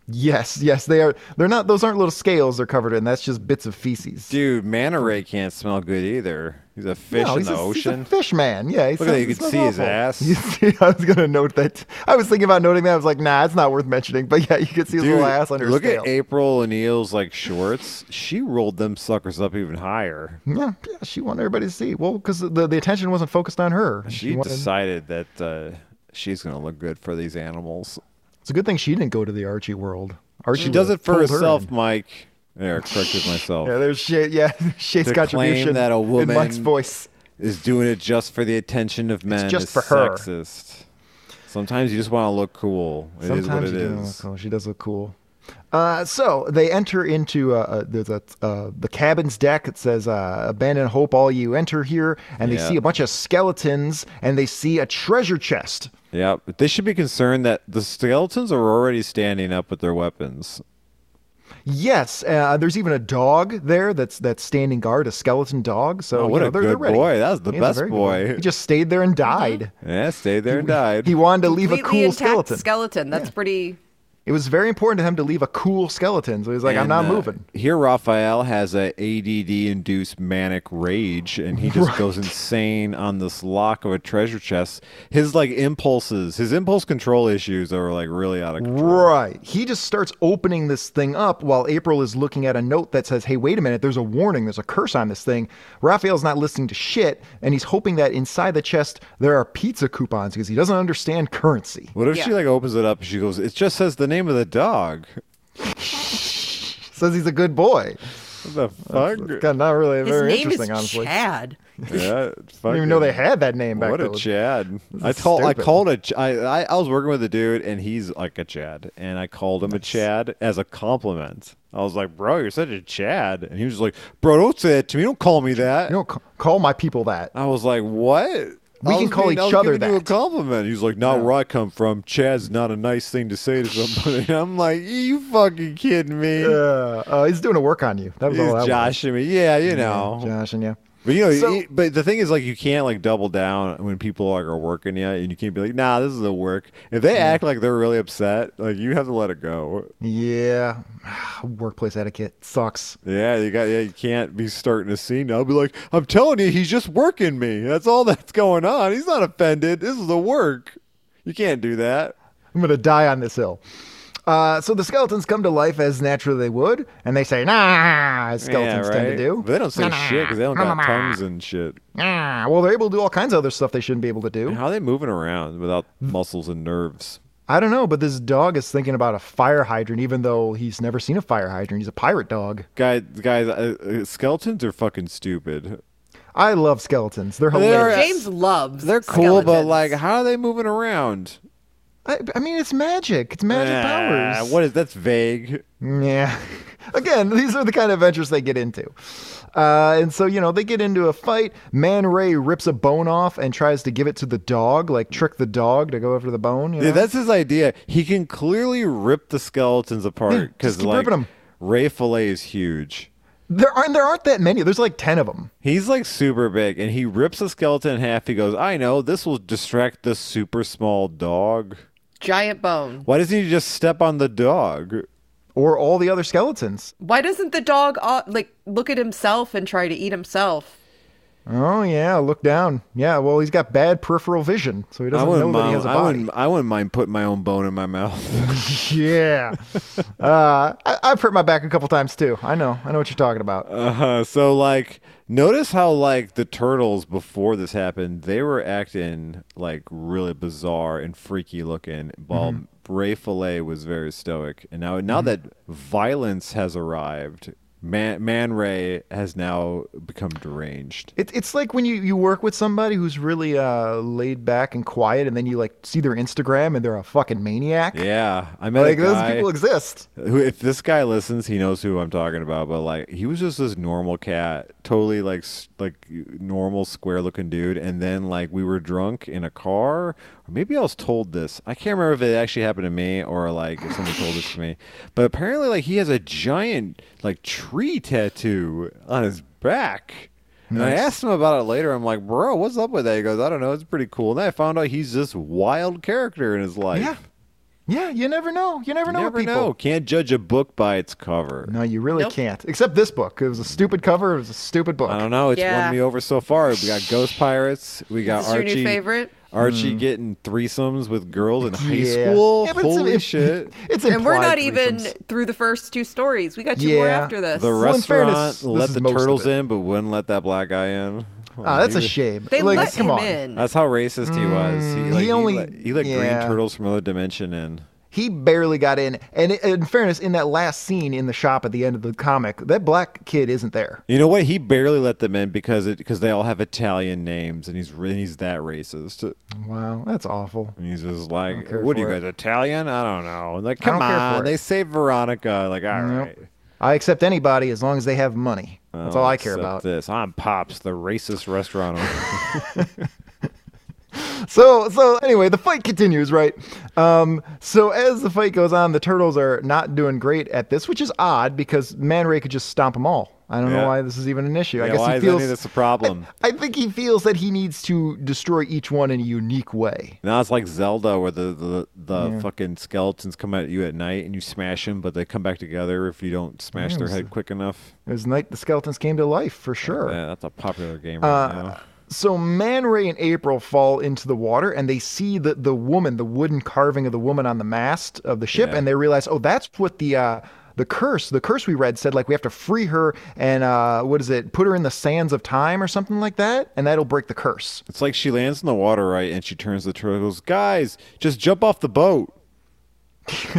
Speaker 5: Yes, yes, they are. They're not. Those aren't little scales they're covered in. That's just bits of feces.
Speaker 6: Dude, manta ray can't smell good either. He's a fish
Speaker 5: Hmm. No,
Speaker 6: in
Speaker 5: he's
Speaker 6: the
Speaker 5: a- he's a
Speaker 6: ocean.
Speaker 5: fish man. Yeah, he's
Speaker 6: Look at that, you can see his ass.
Speaker 5: You see, I was gonna note that. I was thinking about noting that. I was like, nah, it's not worth mentioning. But yeah, you can see his
Speaker 6: Dude,
Speaker 5: little ass under
Speaker 6: look
Speaker 5: his tail.
Speaker 6: at April O'Neil's like shorts. She rolled them suckers up even higher.
Speaker 5: yeah, yeah, she wanted everybody to see. Well, because the, the attention wasn't focused on her.
Speaker 6: She,
Speaker 5: wanted-
Speaker 6: decided that uh, she's gonna look good for these animals.
Speaker 5: It's a good thing she didn't go to the Archie world. Archie
Speaker 6: She does
Speaker 5: would've
Speaker 6: it for
Speaker 5: pulled her
Speaker 6: herself,
Speaker 5: in.
Speaker 6: Mike. There, corrected myself.
Speaker 5: Yeah, there's shade. Yeah, shade's
Speaker 6: To claim
Speaker 5: contribution
Speaker 6: that a
Speaker 5: in Mike's
Speaker 6: woman-
Speaker 5: voice.
Speaker 6: is doing it just for the attention of men.
Speaker 5: just
Speaker 6: is
Speaker 5: for her.
Speaker 6: Sexist. Sometimes you just want to look cool. It is
Speaker 5: Sometimes
Speaker 6: what
Speaker 5: she
Speaker 6: it
Speaker 5: does
Speaker 6: is.
Speaker 5: Look cool. She does look cool. Uh, so they enter into uh, uh, there's a, uh, the cabin's deck. It says uh, "Abandon hope, all you enter here," and they
Speaker 6: Yeah.
Speaker 5: see a bunch of skeletons and they see a treasure chest.
Speaker 6: Yeah, but they should be concerned that the skeletons are already standing up with their weapons.
Speaker 5: Yes, uh, there's even a dog there that's that's standing guard, a skeleton dog. So
Speaker 6: Oh, what
Speaker 5: you know,
Speaker 6: a
Speaker 5: they're, they're
Speaker 6: good
Speaker 5: ready.
Speaker 6: boy. That was the
Speaker 5: He's a
Speaker 6: best
Speaker 5: very good
Speaker 6: boy.
Speaker 5: He just stayed there and died.
Speaker 6: Yeah, stayed there and died.
Speaker 5: He wanted to leave a
Speaker 4: Completely
Speaker 5: cool
Speaker 4: intact
Speaker 5: skeleton.
Speaker 4: That's pretty.
Speaker 5: it was very important to him to leave a cool skeleton. So he's like, "I'm
Speaker 6: And,
Speaker 5: not
Speaker 6: uh,
Speaker 5: moving."
Speaker 6: Here, Raphael has a ADD-induced manic rage, and he just goes insane on this lock of a treasure chest. His like impulses, his impulse control issues are like really out of control.
Speaker 5: Right. He just starts opening this thing up while April is looking at a note that says, Hey, wait a minute, there's a warning, there's a curse on this thing. Raphael's not listening to shit, and he's hoping that inside the chest there are pizza coupons because he doesn't understand currency.
Speaker 6: What if
Speaker 4: Yeah.
Speaker 6: she like opens it up and she goes, "It just says the name of the dog."
Speaker 5: Says he's a good boy.
Speaker 6: What the fuck?
Speaker 5: It's kind of not really
Speaker 4: His
Speaker 5: very
Speaker 4: name
Speaker 5: interesting,
Speaker 4: is
Speaker 5: honestly.
Speaker 4: Chad.
Speaker 6: yeah,
Speaker 5: I didn't even know they had that name back
Speaker 6: What a
Speaker 5: then.
Speaker 6: Chad! I
Speaker 5: is
Speaker 6: told, I
Speaker 5: stupid.
Speaker 6: called a, Ch- I, I, I was working with a dude, and he's like a Chad, and I called him a Chad as a compliment. I was like, "Bro, you're such a Chad," and he was like, "Bro, don't say that to me. Don't call me that."
Speaker 5: You don't ca- call my people that.
Speaker 6: I was like, "What?"
Speaker 5: We
Speaker 6: I
Speaker 5: can
Speaker 6: was
Speaker 5: call
Speaker 6: being- I
Speaker 5: each
Speaker 6: was
Speaker 5: other
Speaker 6: giving you a
Speaker 5: that.
Speaker 6: compliment. He's like, "Not where I come from. Chad's not a nice thing to say to somebody." I'm like, "You fucking kidding me?"
Speaker 5: Uh, uh, he's doing a work on you. That was all that
Speaker 6: He's
Speaker 5: was.
Speaker 6: joshing me. Yeah, you know.
Speaker 5: Josh and yeah.
Speaker 6: But you know,
Speaker 5: So-
Speaker 6: you- but the thing is, like, you can't like double down when people like are working you, and you can't be like, "Nah, this is a work." If they act like they're really upset, like you have to let it go.
Speaker 5: Yeah. Workplace etiquette sucks.
Speaker 6: Yeah, you got. Yeah, you can't be starting a scene. I'll be like, "I'm telling you, he's just working me. That's all that's going on. He's not offended. This is a work. You can't do that."
Speaker 5: I'm going to die on this hill. Uh, so the skeletons come to life as naturally they would, and they say, nah, as skeletons
Speaker 6: yeah,
Speaker 5: tend to
Speaker 6: right?
Speaker 5: do.
Speaker 6: But they don't say shit because they don't got tongues and shit.
Speaker 5: Nah. Well, they're able to do all kinds of other stuff they shouldn't be able to do.
Speaker 6: How are they moving around without muscles and nerves?
Speaker 5: I don't know, but this dog is thinking about a fire hydrant, even though he's never seen a fire hydrant. He's a pirate dog.
Speaker 6: Guys, guys, uh, uh, skeletons are fucking stupid.
Speaker 5: I love skeletons. They're hilarious.
Speaker 4: James loves.
Speaker 6: They're cool, but
Speaker 4: skeletons.
Speaker 6: like, how are they moving around?
Speaker 5: I, I mean, it's magic. It's magic
Speaker 6: Ah,
Speaker 5: powers.
Speaker 6: What is that's vague.
Speaker 5: Yeah. Again, these are the kind of adventures they get into. Uh, and so, you know, they get into a fight. Man Ray rips a bone off and tries to give it to the dog, like trick the dog to go after the bone. You know?
Speaker 6: Dude, that's his idea. He can clearly rip the skeletons apart
Speaker 5: just
Speaker 6: because
Speaker 5: keep
Speaker 6: like
Speaker 5: ripping 'em.
Speaker 6: Ray Fillet is huge.
Speaker 5: there aren't there aren't that many. There's like ten of them.
Speaker 6: He's like super big, and he rips a skeleton in half. He goes, "I know this will distract the super small dog."
Speaker 4: giant bone.
Speaker 6: Why doesn't he just step on the dog?
Speaker 5: Or all the other skeletons.
Speaker 4: Why doesn't the dog uh, like look at himself and try to eat himself?
Speaker 5: Oh yeah, look down. Yeah, well he's got bad peripheral vision, so he
Speaker 6: I
Speaker 5: doesn't know
Speaker 6: wouldn't,
Speaker 5: that he
Speaker 6: mind,
Speaker 5: has a
Speaker 6: I,
Speaker 5: body.
Speaker 6: wouldn't, I wouldn't mind putting my own bone in my mouth.
Speaker 5: Yeah. uh, I, I've hurt my back a couple times too. I know. I know what you're talking about.
Speaker 6: Uh, so like notice how like the turtles before this happened they were acting like really bizarre and freaky looking while
Speaker 5: Mm-hmm.
Speaker 6: ray fillet was very stoic and now now that violence has arrived Man, Man Ray has now become deranged.
Speaker 5: It, it's like when you, you work with somebody who's really uh, laid back and quiet, and then you like see their Instagram and they're a fucking maniac.
Speaker 6: Yeah, I met
Speaker 5: Like
Speaker 6: a
Speaker 5: those
Speaker 6: guy
Speaker 5: people exist.
Speaker 6: who, if this guy listens, he knows who I'm talking about. But like, he was just this normal cat, totally like s- like normal, square looking dude. And then like we were drunk in a car, or maybe I was told this. I can't remember if it actually happened to me or like if someone told this to me. But apparently, like he has a giant like tree tattoo on his back. And I asked him about it later. I'm like, bro, what's up with that? He goes, I don't know. It's pretty cool. And then I found out he's this wild character in his life.
Speaker 5: Yeah, yeah. You never know. You never know.
Speaker 6: Never
Speaker 5: with people.
Speaker 6: know. Can't judge a book by its cover.
Speaker 5: No, you really
Speaker 4: Nope.
Speaker 5: can't. Except this book. It was a stupid cover. It was a stupid book.
Speaker 6: I don't know. It's
Speaker 4: Yeah.
Speaker 6: won me over so far. We got Ghost Pirates. We got
Speaker 4: Is this your
Speaker 6: Archie.
Speaker 4: new favorite?
Speaker 6: Archie getting threesomes with girls in high
Speaker 5: Hmm. Yeah.
Speaker 6: school.
Speaker 5: Yeah, but it's-
Speaker 6: Holy
Speaker 5: it-
Speaker 6: shit!
Speaker 5: It's
Speaker 4: And we're
Speaker 5: implied
Speaker 4: not even
Speaker 5: threesomes.
Speaker 4: through the first two stories. We got two more
Speaker 5: Yeah.
Speaker 4: after this.
Speaker 6: The
Speaker 5: in fairness,
Speaker 6: restaurant
Speaker 5: this
Speaker 6: let
Speaker 5: is
Speaker 6: the
Speaker 5: most of
Speaker 6: turtles
Speaker 5: it.
Speaker 6: in, but wouldn't let that black guy in.
Speaker 5: Ah, that's a
Speaker 6: shame.
Speaker 5: shame.
Speaker 4: they
Speaker 5: like,
Speaker 4: let
Speaker 5: come
Speaker 4: him
Speaker 5: on.
Speaker 4: in.
Speaker 6: That's how racist he was. He, like, he
Speaker 5: Mm, only-
Speaker 6: let, he let green
Speaker 5: yeah.
Speaker 6: turtles from another dimension in.
Speaker 5: He barely got in. And i- in fairness, in that last scene in the shop at the end of the comic, that black kid isn't there.
Speaker 6: You know what? He barely let them in because it because they all have Italian names, and he's re- and he's that racist.
Speaker 5: Wow, that's awful.
Speaker 6: And he's just like,
Speaker 5: care
Speaker 6: "What are you
Speaker 5: for
Speaker 6: guys Italian? I don't know." And like,
Speaker 5: I don't
Speaker 6: come
Speaker 5: care
Speaker 6: on,
Speaker 5: for it.
Speaker 6: they say Veronica. Like, all
Speaker 5: Nope.
Speaker 6: right,
Speaker 5: I accept anybody as long as they have money. That's all I care
Speaker 6: Except
Speaker 5: about.
Speaker 6: Oh, This, I'm Pops, the racist restaurant owner.
Speaker 5: So, so anyway, the fight continues, right? Um, so as the fight goes on, the turtles are not doing great at this, which is odd because Man Ray could just stomp them all. I don't
Speaker 6: Yeah.
Speaker 5: know why this is even an issue. I
Speaker 6: Yeah,
Speaker 5: guess
Speaker 6: why
Speaker 5: he
Speaker 6: is any
Speaker 5: feels
Speaker 6: of this a problem?
Speaker 5: I think he feels that he needs to destroy each one in a unique way.
Speaker 6: now it's like Zelda, where the the, the fucking skeletons come at you at night and you smash them, but they come back together if you don't smash their head quick enough.
Speaker 5: It was the night the skeletons came to life for sure.
Speaker 6: Yeah, that's a popular game
Speaker 5: Uh,
Speaker 6: right now.
Speaker 5: So Man Ray and April fall into the water and they see the, the woman, the wooden carving of the woman on the mast of the ship,
Speaker 6: Yeah.
Speaker 5: and they realize, oh, that's what the uh, the curse, the curse we read said, like we have to free her and uh, what is it, put her in the sands of time or something like that, and that'll break the curse.
Speaker 6: It's like she lands in the water, right? And she turns to the turtle, and goes, "Guys, just jump off the boat."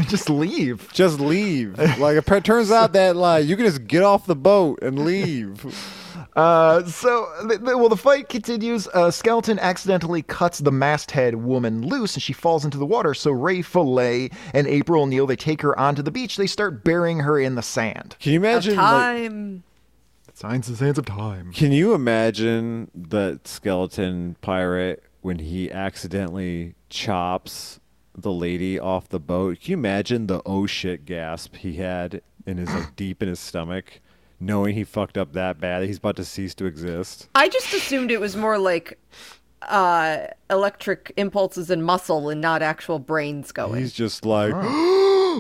Speaker 5: Just leave.
Speaker 6: Just leave. Like it turns out that like you can just get off the boat and leave.
Speaker 5: Uh, so, th- th- well, the fight continues. A skeleton accidentally cuts the masthead woman loose, and she falls into the water. So Ray Fillet and April O'Neil they take her onto the beach. They start burying her in the sand.
Speaker 6: Can you
Speaker 4: Of
Speaker 6: imagine? Like,
Speaker 4: time.
Speaker 5: Signs the sands of time.
Speaker 6: can you imagine the skeleton pirate when he accidentally chops the lady off the boat? Can you imagine the oh shit gasp he had in his like deep in his stomach, knowing he fucked up that bad that he's about to cease to exist?
Speaker 4: I just assumed it was more like uh, electric impulses and muscle and not actual brains going.
Speaker 6: He's just like,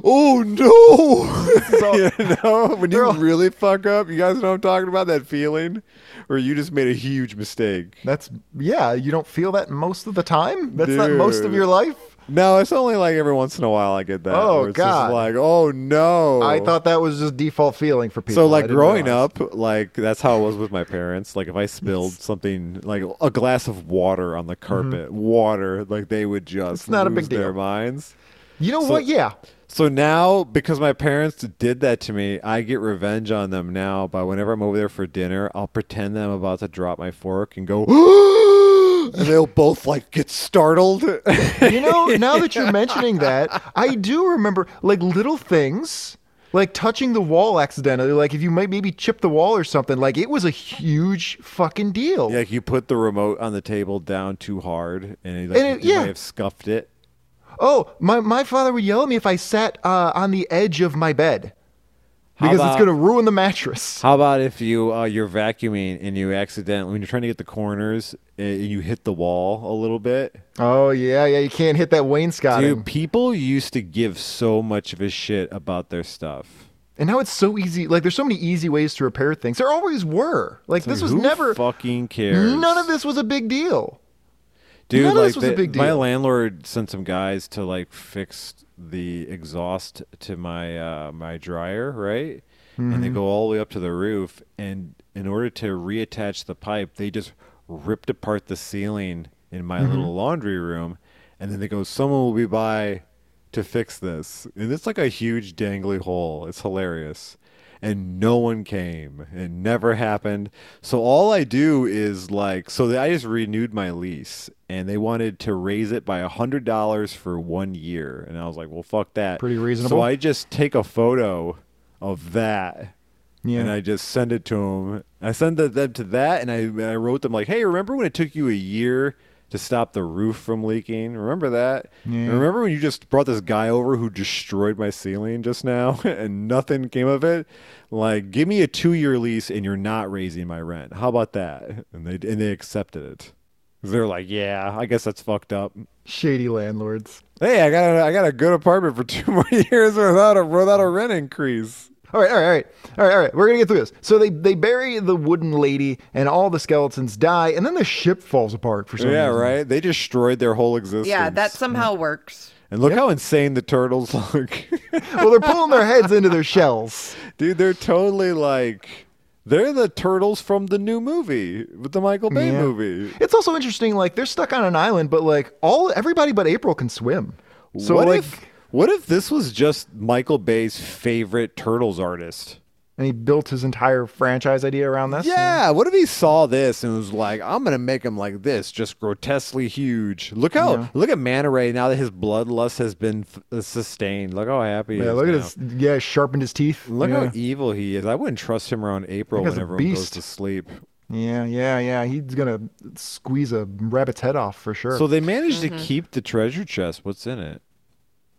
Speaker 6: oh no! you know, when you really fuck up, you guys know what I'm talking about? That feeling where you just made a huge mistake.
Speaker 5: That's yeah. You don't feel that most of the time. That's not most of
Speaker 6: Dude.
Speaker 5: your life.
Speaker 6: No, it's only like every once in a while I get that.
Speaker 5: Oh,
Speaker 6: where it's Just
Speaker 5: God.
Speaker 6: like, oh no.
Speaker 5: I thought that was just default feeling for people.
Speaker 6: so.
Speaker 5: I
Speaker 6: Like
Speaker 5: didn't
Speaker 6: growing
Speaker 5: realize.
Speaker 6: up, like that's how it was with my parents. Like if I spilled something, like a glass of water on the carpet, water, like they would just
Speaker 5: Mm-hmm. It's not a big
Speaker 6: lose their
Speaker 5: deal.
Speaker 6: minds.
Speaker 5: you know
Speaker 6: so-
Speaker 5: what? Yeah,
Speaker 6: So now, because my parents did that to me, I get revenge on them now. By whenever I'm over there for dinner, I'll pretend that I'm about to drop my fork and go, and they'll both like get startled.
Speaker 5: you know. Now that you're mentioning that, I do remember like little things. Like touching the wall accidentally, like if you might maybe chip the wall or something, like it was a huge fucking deal.
Speaker 6: Yeah, like you put the remote on the table down too hard, and like,
Speaker 5: And it-
Speaker 6: you
Speaker 5: yeah.
Speaker 6: might have scuffed it.
Speaker 5: Oh, my, my father would yell at me if I sat uh, on the edge of my bed
Speaker 6: How
Speaker 5: because
Speaker 6: about-
Speaker 5: it's going to ruin the mattress.
Speaker 6: How about if you uh, you're vacuuming and you accidentally when you're trying to get the corners, uh, you hit the wall a little bit?
Speaker 5: Oh, yeah, yeah, you can't hit that wainscoting.
Speaker 6: Dude, people used to give so much of a shit about their stuff.
Speaker 5: And now it's so easy. Like there's so many easy ways to repair things. There always were. Like this was
Speaker 6: Who
Speaker 5: never.
Speaker 6: fucking cares.
Speaker 5: None of this was a big deal.
Speaker 6: Dude,
Speaker 5: None of
Speaker 6: like
Speaker 5: this was a
Speaker 6: the-
Speaker 5: big
Speaker 6: my
Speaker 5: deal.
Speaker 6: landlord sent some guys to like fix the exhaust to my uh, my dryer, right? And
Speaker 5: Mm-hmm.
Speaker 6: they go all the way up to the roof, and in order to reattach the pipe, they just ripped apart the ceiling in my
Speaker 5: Mm-hmm.
Speaker 6: little laundry room, and then they go, "Someone will be by to fix this," and it's like a huge dangly hole. It's hilarious. and no one came. It never happened. So all I do is like, so I just renewed my lease and they wanted to raise it by a $100 for one year. And I was like, well, fuck that.
Speaker 5: Pretty reasonable.
Speaker 6: So I just take a photo of that
Speaker 5: Yeah.
Speaker 6: and I just send it to them. I send the, them to that, and I, and I wrote them like, "Hey, remember when it took you a year to stop the roof from leaking? Remember that? And remember when you just brought this guy over who destroyed my ceiling just now, and nothing came of it? Like, give me a two-year lease, and you're not raising my rent. How about that?" And they and they accepted it. They're like, "Yeah, I guess that's fucked up."
Speaker 5: Shady landlords.
Speaker 6: Hey, I got a, I got a good apartment for two more years without a without a rent increase.
Speaker 5: All right, all right, all right, all right, all right. We're gonna get through this. So they they bury the wooden lady, and all the skeletons die, and then the ship falls apart for some
Speaker 6: Yeah,
Speaker 5: reason.
Speaker 6: right. They destroyed their whole existence.
Speaker 4: Yeah, that somehow works.
Speaker 6: And look how insane the turtles look.
Speaker 5: Well, they're pulling their heads into their shells.
Speaker 6: Dude, they're totally like they're the turtles from the new movie, with the Michael Bay
Speaker 5: Yeah.
Speaker 6: movie.
Speaker 5: It's also interesting. Like they're stuck on an island, but like all everybody but April can swim. So
Speaker 6: what
Speaker 5: like,
Speaker 6: if what if this was just Michael Bay's favorite turtles artist?
Speaker 5: and he built his entire franchise idea around this.
Speaker 6: Yeah, what if he saw this and was like, "I'm gonna make him like this, just grotesquely huge." Look how look at Manta Ray now that his bloodlust has been f- uh, sustained. Look how happy. He
Speaker 5: Yeah,
Speaker 6: is
Speaker 5: look at
Speaker 6: now.
Speaker 5: his. Yeah, sharpened his teeth.
Speaker 6: Look
Speaker 5: yeah.
Speaker 6: how evil he is. I wouldn't trust him around April
Speaker 5: That guy's
Speaker 6: when
Speaker 5: a
Speaker 6: everyone goes
Speaker 5: beast.
Speaker 6: to sleep.
Speaker 5: Yeah, yeah, yeah. He's gonna squeeze a rabbit's head off for sure.
Speaker 6: So they managed to keep the treasure chest. What's in it?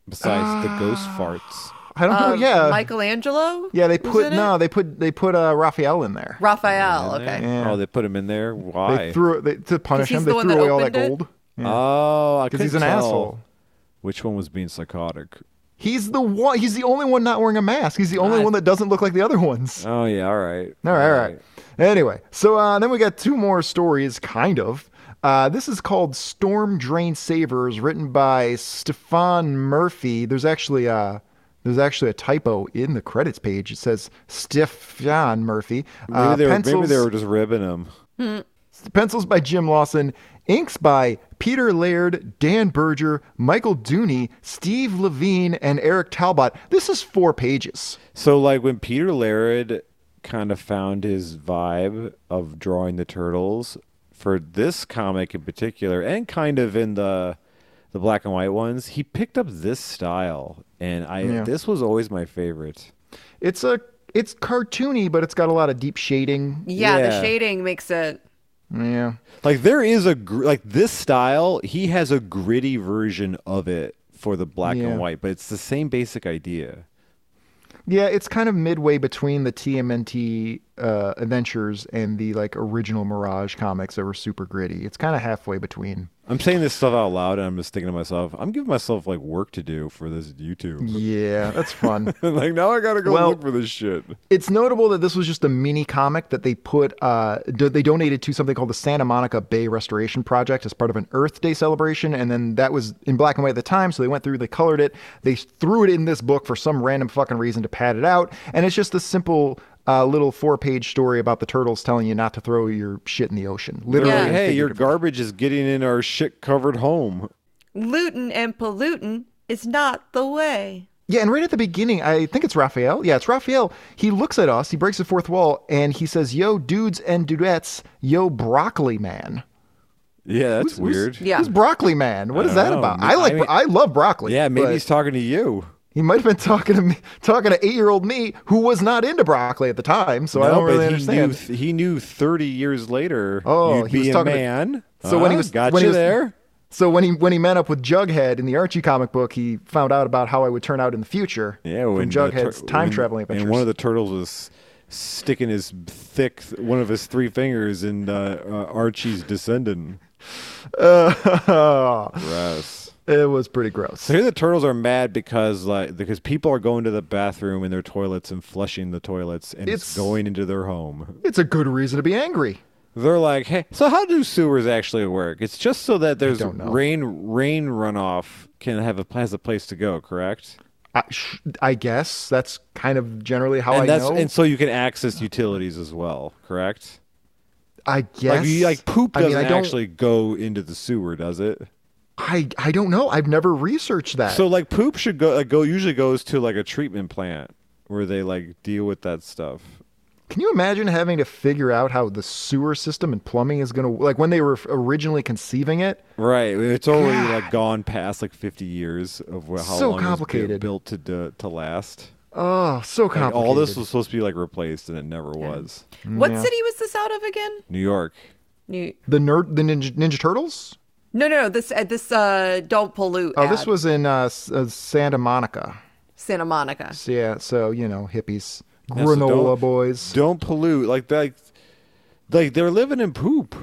Speaker 6: Besides the ghost farts.
Speaker 5: I don't know. Oh, Yeah,
Speaker 4: Michelangelo?
Speaker 5: yeah. They
Speaker 4: Um, was
Speaker 5: put
Speaker 4: in it?
Speaker 5: no. They put they put uh, Raphael in there.
Speaker 4: Raphael, okay.
Speaker 5: Yeah.
Speaker 6: Oh, they put him in there. Why?
Speaker 5: They threw it they, to punish
Speaker 4: he's
Speaker 5: him.
Speaker 4: the
Speaker 5: They
Speaker 4: one
Speaker 5: threw
Speaker 4: that
Speaker 5: away all that
Speaker 4: opened it?
Speaker 5: gold
Speaker 6: Oh, I
Speaker 5: because he's an
Speaker 6: couldn't tell
Speaker 5: asshole.
Speaker 6: Which one was being psychotic?
Speaker 5: He's the one. He's the only one not wearing a mask. He's the only
Speaker 6: I-
Speaker 5: one that doesn't look like the other ones.
Speaker 6: Oh yeah, all right.
Speaker 5: All right, all right. Anyway, so uh, then we got two more stories, kind of. Uh, this is called Storm Drain Savers, written by Stefan Murphy. There's actually a there's actually a typo in the credits page. It says Stefan Murphy.
Speaker 6: Maybe,
Speaker 5: Uh,
Speaker 6: they were, maybe
Speaker 5: pencils-
Speaker 6: they were just ribbing him.
Speaker 5: Pencils by Jim Lawson. Inks by Peter Laird, Dan Berger, Michael Dooney, Steve Levine, and Eric Talbot. This is four pages.
Speaker 6: So like when Peter Laird kind of found his vibe of drawing the turtles for this comic in particular, and kind of in the the black and white ones, he picked up this style, and I
Speaker 5: Yeah.
Speaker 6: this was always my favorite.
Speaker 5: It's a it's cartoony, but it's got a lot of deep shading.
Speaker 4: Yeah,
Speaker 6: Yeah.
Speaker 4: the shading makes it.
Speaker 5: Yeah.
Speaker 6: Like there is a gr- like this style, he has a gritty version of it for the black
Speaker 5: Yeah.
Speaker 6: and white, but it's the same basic idea.
Speaker 5: Yeah, it's kind of midway between the TMNT uh, adventures and the like original Mirage comics that were super gritty. It's kind of halfway between.
Speaker 6: I'm saying this stuff out loud, and I'm just thinking to myself, I'm giving myself like work to do for this YouTube.
Speaker 5: Yeah, that's fun.
Speaker 6: like now I gotta go
Speaker 5: Well-
Speaker 6: look for this shit.
Speaker 5: it's notable that this was just a mini comic that they put uh, do- they donated to something called the Santa Monica Bay Restoration Project as part of an Earth Day celebration, and then that was in black and white at the time. So they went through, they colored it, they threw it in this book for some random fucking reason to pad it out, and it's just a simple. uh, little four-page story about the turtles telling you not to throw your shit in the ocean. Literally,
Speaker 4: Yeah.
Speaker 6: Like,
Speaker 5: and
Speaker 6: hey, your
Speaker 5: figuratively.
Speaker 6: garbage is getting in our shit covered home.
Speaker 4: Lootin' and pollutin' is not the way.
Speaker 5: Yeah, and right at the beginning, I think it's Raphael. Yeah, it's Raphael. He looks at us, he breaks the fourth wall, and he says, "Yo, dudes and dudettes, yo, broccoli man."
Speaker 6: Yeah, that's weird.
Speaker 4: Yeah.
Speaker 5: Who's Broccoli Man? What is
Speaker 6: don't
Speaker 5: that
Speaker 6: know.
Speaker 5: about?
Speaker 6: I
Speaker 5: I like. I,
Speaker 6: mean-
Speaker 5: love broccoli.
Speaker 6: Yeah, maybe
Speaker 5: but
Speaker 6: he's talking to you.
Speaker 5: he might have been talking to me, talking to eight-year-old me, who was not into broccoli at the time. So I don't really
Speaker 6: he
Speaker 5: understand.
Speaker 6: Knew th- he knew 30 years later.
Speaker 5: Oh,
Speaker 6: you'd
Speaker 5: he was
Speaker 6: be a
Speaker 5: talking to-
Speaker 6: man.
Speaker 5: so when he
Speaker 6: Ah,
Speaker 5: was-
Speaker 6: got
Speaker 5: when
Speaker 6: you
Speaker 5: he was-
Speaker 6: there.
Speaker 5: so when he when he met up with Jughead in the Archie comic book, he found out about how I would turn out in the future.
Speaker 6: Yeah,
Speaker 5: from
Speaker 6: when the tur-
Speaker 5: Jughead's time
Speaker 6: when-
Speaker 5: traveling adventures.
Speaker 6: And one of the turtles was sticking his thick one of his three fingers in uh, uh, Archie's descendant. Gross.
Speaker 5: it was pretty gross.
Speaker 6: So here the turtles are mad because like because people are going to the bathroom in their toilets and flushing the toilets and it's,
Speaker 5: It's-
Speaker 6: going into their home.
Speaker 5: It's a good reason to be angry.
Speaker 6: They're like, hey, so how do sewers actually work? It's just so that there's
Speaker 5: don't know.
Speaker 6: rain rain runoff can have a has a place to go, correct?
Speaker 5: I, sh- I guess that's kind of generally how
Speaker 6: and
Speaker 5: Oh, I
Speaker 6: that's
Speaker 5: know.
Speaker 6: and so you can access utilities as well, correct?
Speaker 5: I guess
Speaker 6: Like you, like poop
Speaker 5: I mean,
Speaker 6: doesn't
Speaker 5: I don't-
Speaker 6: actually go into the sewer, does it?
Speaker 5: I I don't know. I've never researched that.
Speaker 6: So like poop should go like go usually goes to like a treatment plant. where they like deal with that stuff.
Speaker 5: Can you imagine having to figure out how the sewer system and plumbing is going to like when they were originally conceiving it?
Speaker 6: Right, it's already like gone past like fifty years of wha- how
Speaker 5: So
Speaker 6: long it was
Speaker 5: complicated.
Speaker 6: built to do, to last.
Speaker 5: Oh, so
Speaker 6: Like,
Speaker 5: complicated.
Speaker 6: all this was supposed to be like replaced, and it never was.
Speaker 5: Mm,
Speaker 4: What city was this out of again?
Speaker 6: New York.
Speaker 4: New-
Speaker 5: the nerd the Ninja, Ninja Turtles?
Speaker 4: No, no, no. This uh, this uh, don't pollute.
Speaker 5: Oh, this
Speaker 4: ad.
Speaker 5: was in uh, S- uh, Santa Monica.
Speaker 4: Santa Monica.
Speaker 5: So, yeah, so you know hippies,
Speaker 6: Yeah, so
Speaker 5: granola
Speaker 6: don't-
Speaker 5: boys.
Speaker 6: Don't pollute. Like like like they're living in poop.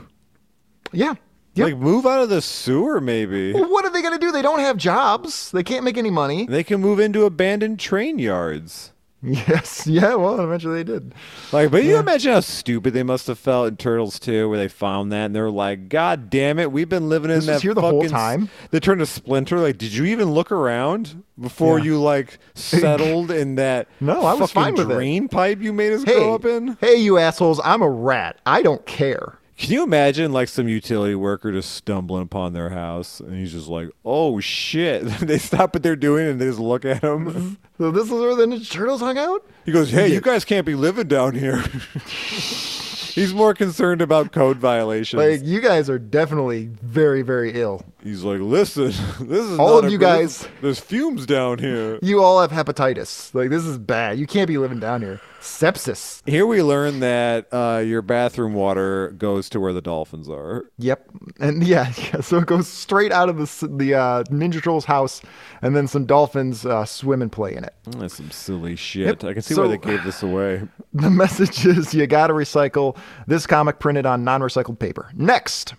Speaker 5: yeah, yeah.
Speaker 6: Like move out of the sewer, maybe.
Speaker 5: Well, what are they going to do? They don't have jobs. They can't make any money.
Speaker 6: They can move into abandoned train yards.
Speaker 5: Yes, yeah. Well, eventually they did.
Speaker 6: Like, but you imagine how stupid they must have felt in Turtles 2 where they found that and they're like, God damn it, we've been living in
Speaker 5: This
Speaker 6: that
Speaker 5: was here the whole
Speaker 6: fucking s-"
Speaker 5: time?
Speaker 6: They turned to Splinter. Like, did you even look around before you like settled in that
Speaker 5: No, I was fine
Speaker 6: fucking
Speaker 5: with it.
Speaker 6: drain pipe you made us
Speaker 5: Hey,
Speaker 6: grow up in?
Speaker 5: hey, you assholes! I'm a rat. I don't care.
Speaker 6: Can you imagine like some utility worker just stumbling upon their house and he's just like, "Oh shit!" they stop what they're doing and they just look at him.
Speaker 5: So this is where the Ninja Turtles hung out.
Speaker 6: He goes, "Hey, you guys can't be living down here." he's more concerned about code violations.
Speaker 5: Like you guys are definitely very, very ill.
Speaker 6: he's like, "Listen, this is
Speaker 5: All
Speaker 6: not
Speaker 5: of
Speaker 6: a
Speaker 5: you
Speaker 6: good-
Speaker 5: guys-
Speaker 6: There's fumes down here."
Speaker 5: You all have hepatitis. Like this is bad. You can't be living down here. Sepsis.
Speaker 6: Here we learn that uh, your bathroom water goes to where the dolphins are.
Speaker 5: Yep. And yeah, yeah. So it goes straight out of the s- the uh, Ninja Turtles house, and then some dolphins uh, swim and play in it.
Speaker 6: That's some silly shit. I can see
Speaker 5: So-
Speaker 6: why they gave this away.
Speaker 5: The message is you got to recycle this comic printed on non-recycled paper. Next.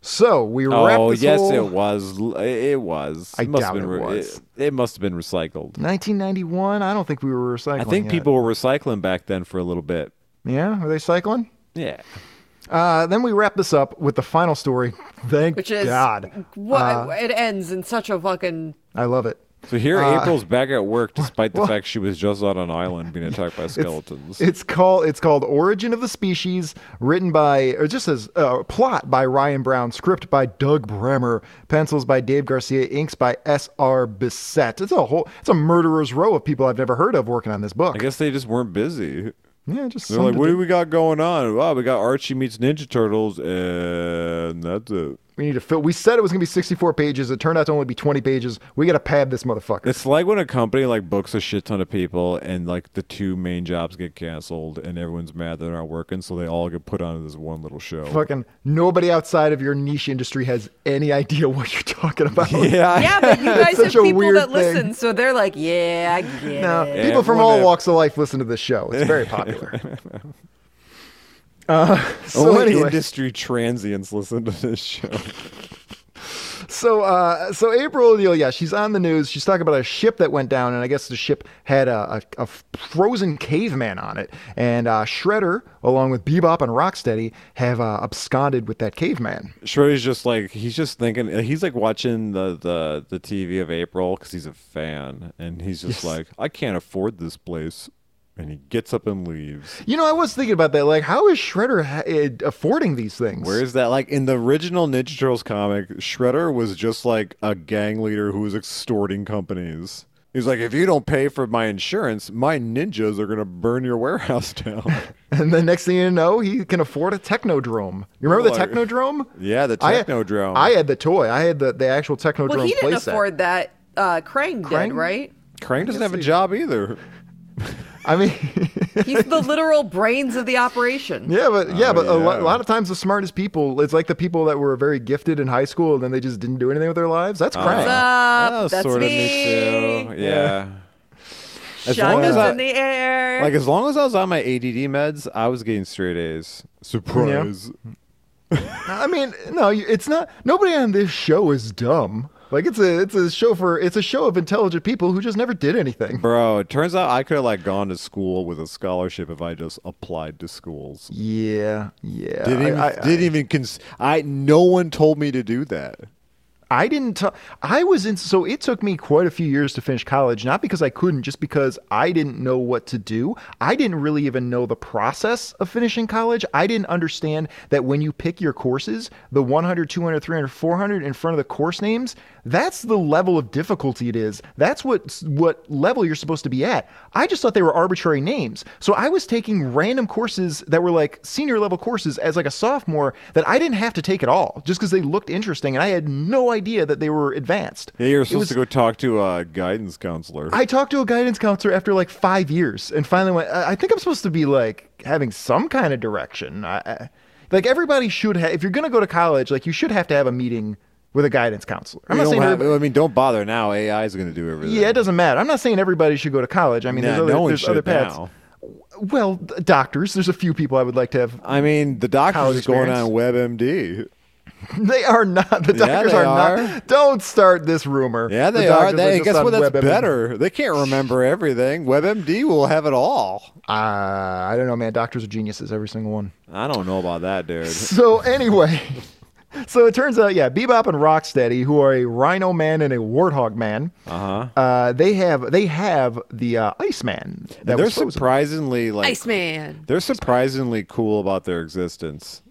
Speaker 5: So we wrap
Speaker 6: Oh
Speaker 5: this
Speaker 6: yes,
Speaker 5: whole-
Speaker 6: it was. L- It was.
Speaker 5: I
Speaker 6: It must
Speaker 5: doubt
Speaker 6: have been
Speaker 5: it
Speaker 6: re-
Speaker 5: was.
Speaker 6: It, it must have been recycled.
Speaker 5: 1991. I don't think we were recycling.
Speaker 6: I think
Speaker 5: yet.
Speaker 6: people were recycling back then for a little bit.
Speaker 5: Yeah, are they cycling?
Speaker 6: Yeah.
Speaker 5: Uh, then we wrap this up with the final story. Thank
Speaker 4: Which is
Speaker 5: God. Uh,
Speaker 4: What, it ends in such a fucking.
Speaker 5: I love it.
Speaker 6: So here,
Speaker 5: Uh,
Speaker 6: April's back at work despite the fact she was just on an island being attacked by skeletons.
Speaker 5: It's called it's called Origin of the Species, written by or just as uh, plot by Ryan Brown, script by Doug Bremer, pencils by Dave Garcia, inks by S. R. Bissett. It's a whole it's a murderer's row of people I've never heard of working on this book.
Speaker 6: I guess they just weren't busy.
Speaker 5: yeah, just
Speaker 6: They're
Speaker 5: some
Speaker 6: like,
Speaker 5: to
Speaker 6: "What
Speaker 5: do.
Speaker 6: do we got going on? Wow, we got Archie meets Ninja Turtles, and that's it."
Speaker 5: we need to fill. We said it was gonna be 64 pages. It turned out to only be 20 pages. We gotta pad this motherfucker.
Speaker 6: It's like when a company like books a shit ton of people, and like the two main jobs get canceled, and everyone's mad they're not working, so they all get put onto this one little show.
Speaker 5: Fucking nobody outside of your niche industry has any idea what you're talking about.
Speaker 6: Yeah.
Speaker 4: Yeah, but you guys
Speaker 5: Such
Speaker 4: have
Speaker 5: a
Speaker 4: people
Speaker 5: weird
Speaker 4: that
Speaker 5: thing.
Speaker 4: listen, so they're like, yeah, I get
Speaker 5: No,
Speaker 4: it.
Speaker 5: people from all
Speaker 6: whatever.
Speaker 5: walks of life listen to this show. It's very popular. uh, so
Speaker 6: Only
Speaker 5: anyway,
Speaker 6: industry transients listen to this show.
Speaker 5: so uh, so April O'Neil, yeah, she's on the news. She's talking about a ship that went down, and I guess the ship had a, a, a frozen caveman on it. And uh, Shredder, along with Bebop and Rocksteady, have uh, absconded with that caveman.
Speaker 6: Shreddy's just like he's just thinking. He's like watching the the, the TV of April because he's a fan, and he's just like, I can't afford this place, and he gets up and leaves.
Speaker 5: You know, I was thinking about that. Like, how is Shredder ha- eh, affording these things?
Speaker 6: Where is that? Like in the original Ninja Turtles comic, Shredder was just like a gang leader who was extorting companies. He's like, if you don't pay for my insurance, my ninjas are gonna burn your warehouse down.
Speaker 5: And the next thing you know, he can afford a Technodrome. You remember the
Speaker 6: Like-
Speaker 5: Technodrome?
Speaker 6: yeah, the
Speaker 5: I-
Speaker 6: Technodrome.
Speaker 5: I, had the toy. I had the, the actual Technodrome
Speaker 4: Well, he didn't
Speaker 5: playset.
Speaker 4: afford that. Uh, Krang,
Speaker 5: Krang?
Speaker 4: did, right?
Speaker 6: Krang doesn't have a job either.
Speaker 5: I mean,
Speaker 4: He's the literal brains of the operation.
Speaker 5: yeah, but yeah, but A, lo-
Speaker 6: Oh, yeah.
Speaker 5: lot of times the smartest people, it's like the people that were very gifted in high school and then they just didn't do anything with their lives. That's
Speaker 6: Uh-huh.
Speaker 5: crap.
Speaker 4: Up,
Speaker 6: Oh,
Speaker 4: that's
Speaker 6: sort of
Speaker 4: me.
Speaker 6: too. Yeah. As long as
Speaker 4: Shotguns
Speaker 6: I-
Speaker 4: in the air.
Speaker 6: Like as long as I was on my ADD meds, I was getting straight A's. Surprise!
Speaker 5: I mean, no, you- it's not. Nobody on this show is dumb. Like it's a it's a show for it's a show of intelligent people who just never did anything.
Speaker 6: Bro, it turns out I could have like gone to school with a scholarship if I just applied to schools.
Speaker 5: Yeah, yeah.
Speaker 6: Didn't even,
Speaker 5: I, I,
Speaker 6: didn't even cons- I no one told me to do that.
Speaker 5: I didn't. T- I was in. So it took me quite a few years to finish college, not because I couldn't, just because I didn't know what to do. I didn't really even know the process of finishing college. I didn't understand that when you pick your courses, the 100, 200, 300, 400 in front of the course names, that's the level of difficulty it is. That's what what level you're supposed to be at. I just thought they were arbitrary names. So I was taking random courses that were like senior level courses as like a sophomore that I didn't have to take at all, just because they looked interesting and I had no idea that they were advanced.
Speaker 6: Yeah, you're
Speaker 5: It
Speaker 6: supposed
Speaker 5: was-
Speaker 6: to go talk to a guidance counselor.
Speaker 5: I talked to a guidance counselor after like five years and finally went, I I think I'm supposed to be like having some kind of direction. I, I, like everybody should have, if you're going to go to college, like you should have to have a meeting with a guidance counselor. I'm not
Speaker 6: You don't
Speaker 5: saying
Speaker 6: have-
Speaker 5: everybody-
Speaker 6: I mean, don't bother now. AI is going to do everything.
Speaker 5: yeah, it doesn't matter. I'm not saying everybody should go to college. I mean,
Speaker 6: Nah,
Speaker 5: there's other,
Speaker 6: no one
Speaker 5: there's
Speaker 6: should
Speaker 5: other paths.
Speaker 6: now.
Speaker 5: Well, th- doctors. There's a few people I would like to have.
Speaker 6: I mean, the
Speaker 5: College
Speaker 6: doctor's going on
Speaker 5: experience.
Speaker 6: WebMD.
Speaker 5: They are not. The
Speaker 6: Yeah,
Speaker 5: doctors
Speaker 6: they
Speaker 5: are,
Speaker 6: are.
Speaker 5: not. Don't start this rumor.
Speaker 6: Yeah,
Speaker 5: The
Speaker 6: they are.
Speaker 5: doctors
Speaker 6: They,
Speaker 5: just
Speaker 6: guess
Speaker 5: on
Speaker 6: what? That's
Speaker 5: WebMD.
Speaker 6: better. They can't remember everything. WebMD will have it all.
Speaker 5: Uh, I don't know, man. Doctors are geniuses, every single one.
Speaker 6: I don't know about that, dude.
Speaker 5: So anyway, so it turns out, yeah, Bebop and Rocksteady, who are a Rhino Man and a Warthog Man, uh-huh. they have they have the uh, Iceman. That
Speaker 6: they're
Speaker 5: was frozen.
Speaker 6: surprisingly like
Speaker 4: Iceman.
Speaker 6: they're surprisingly cool about their existence.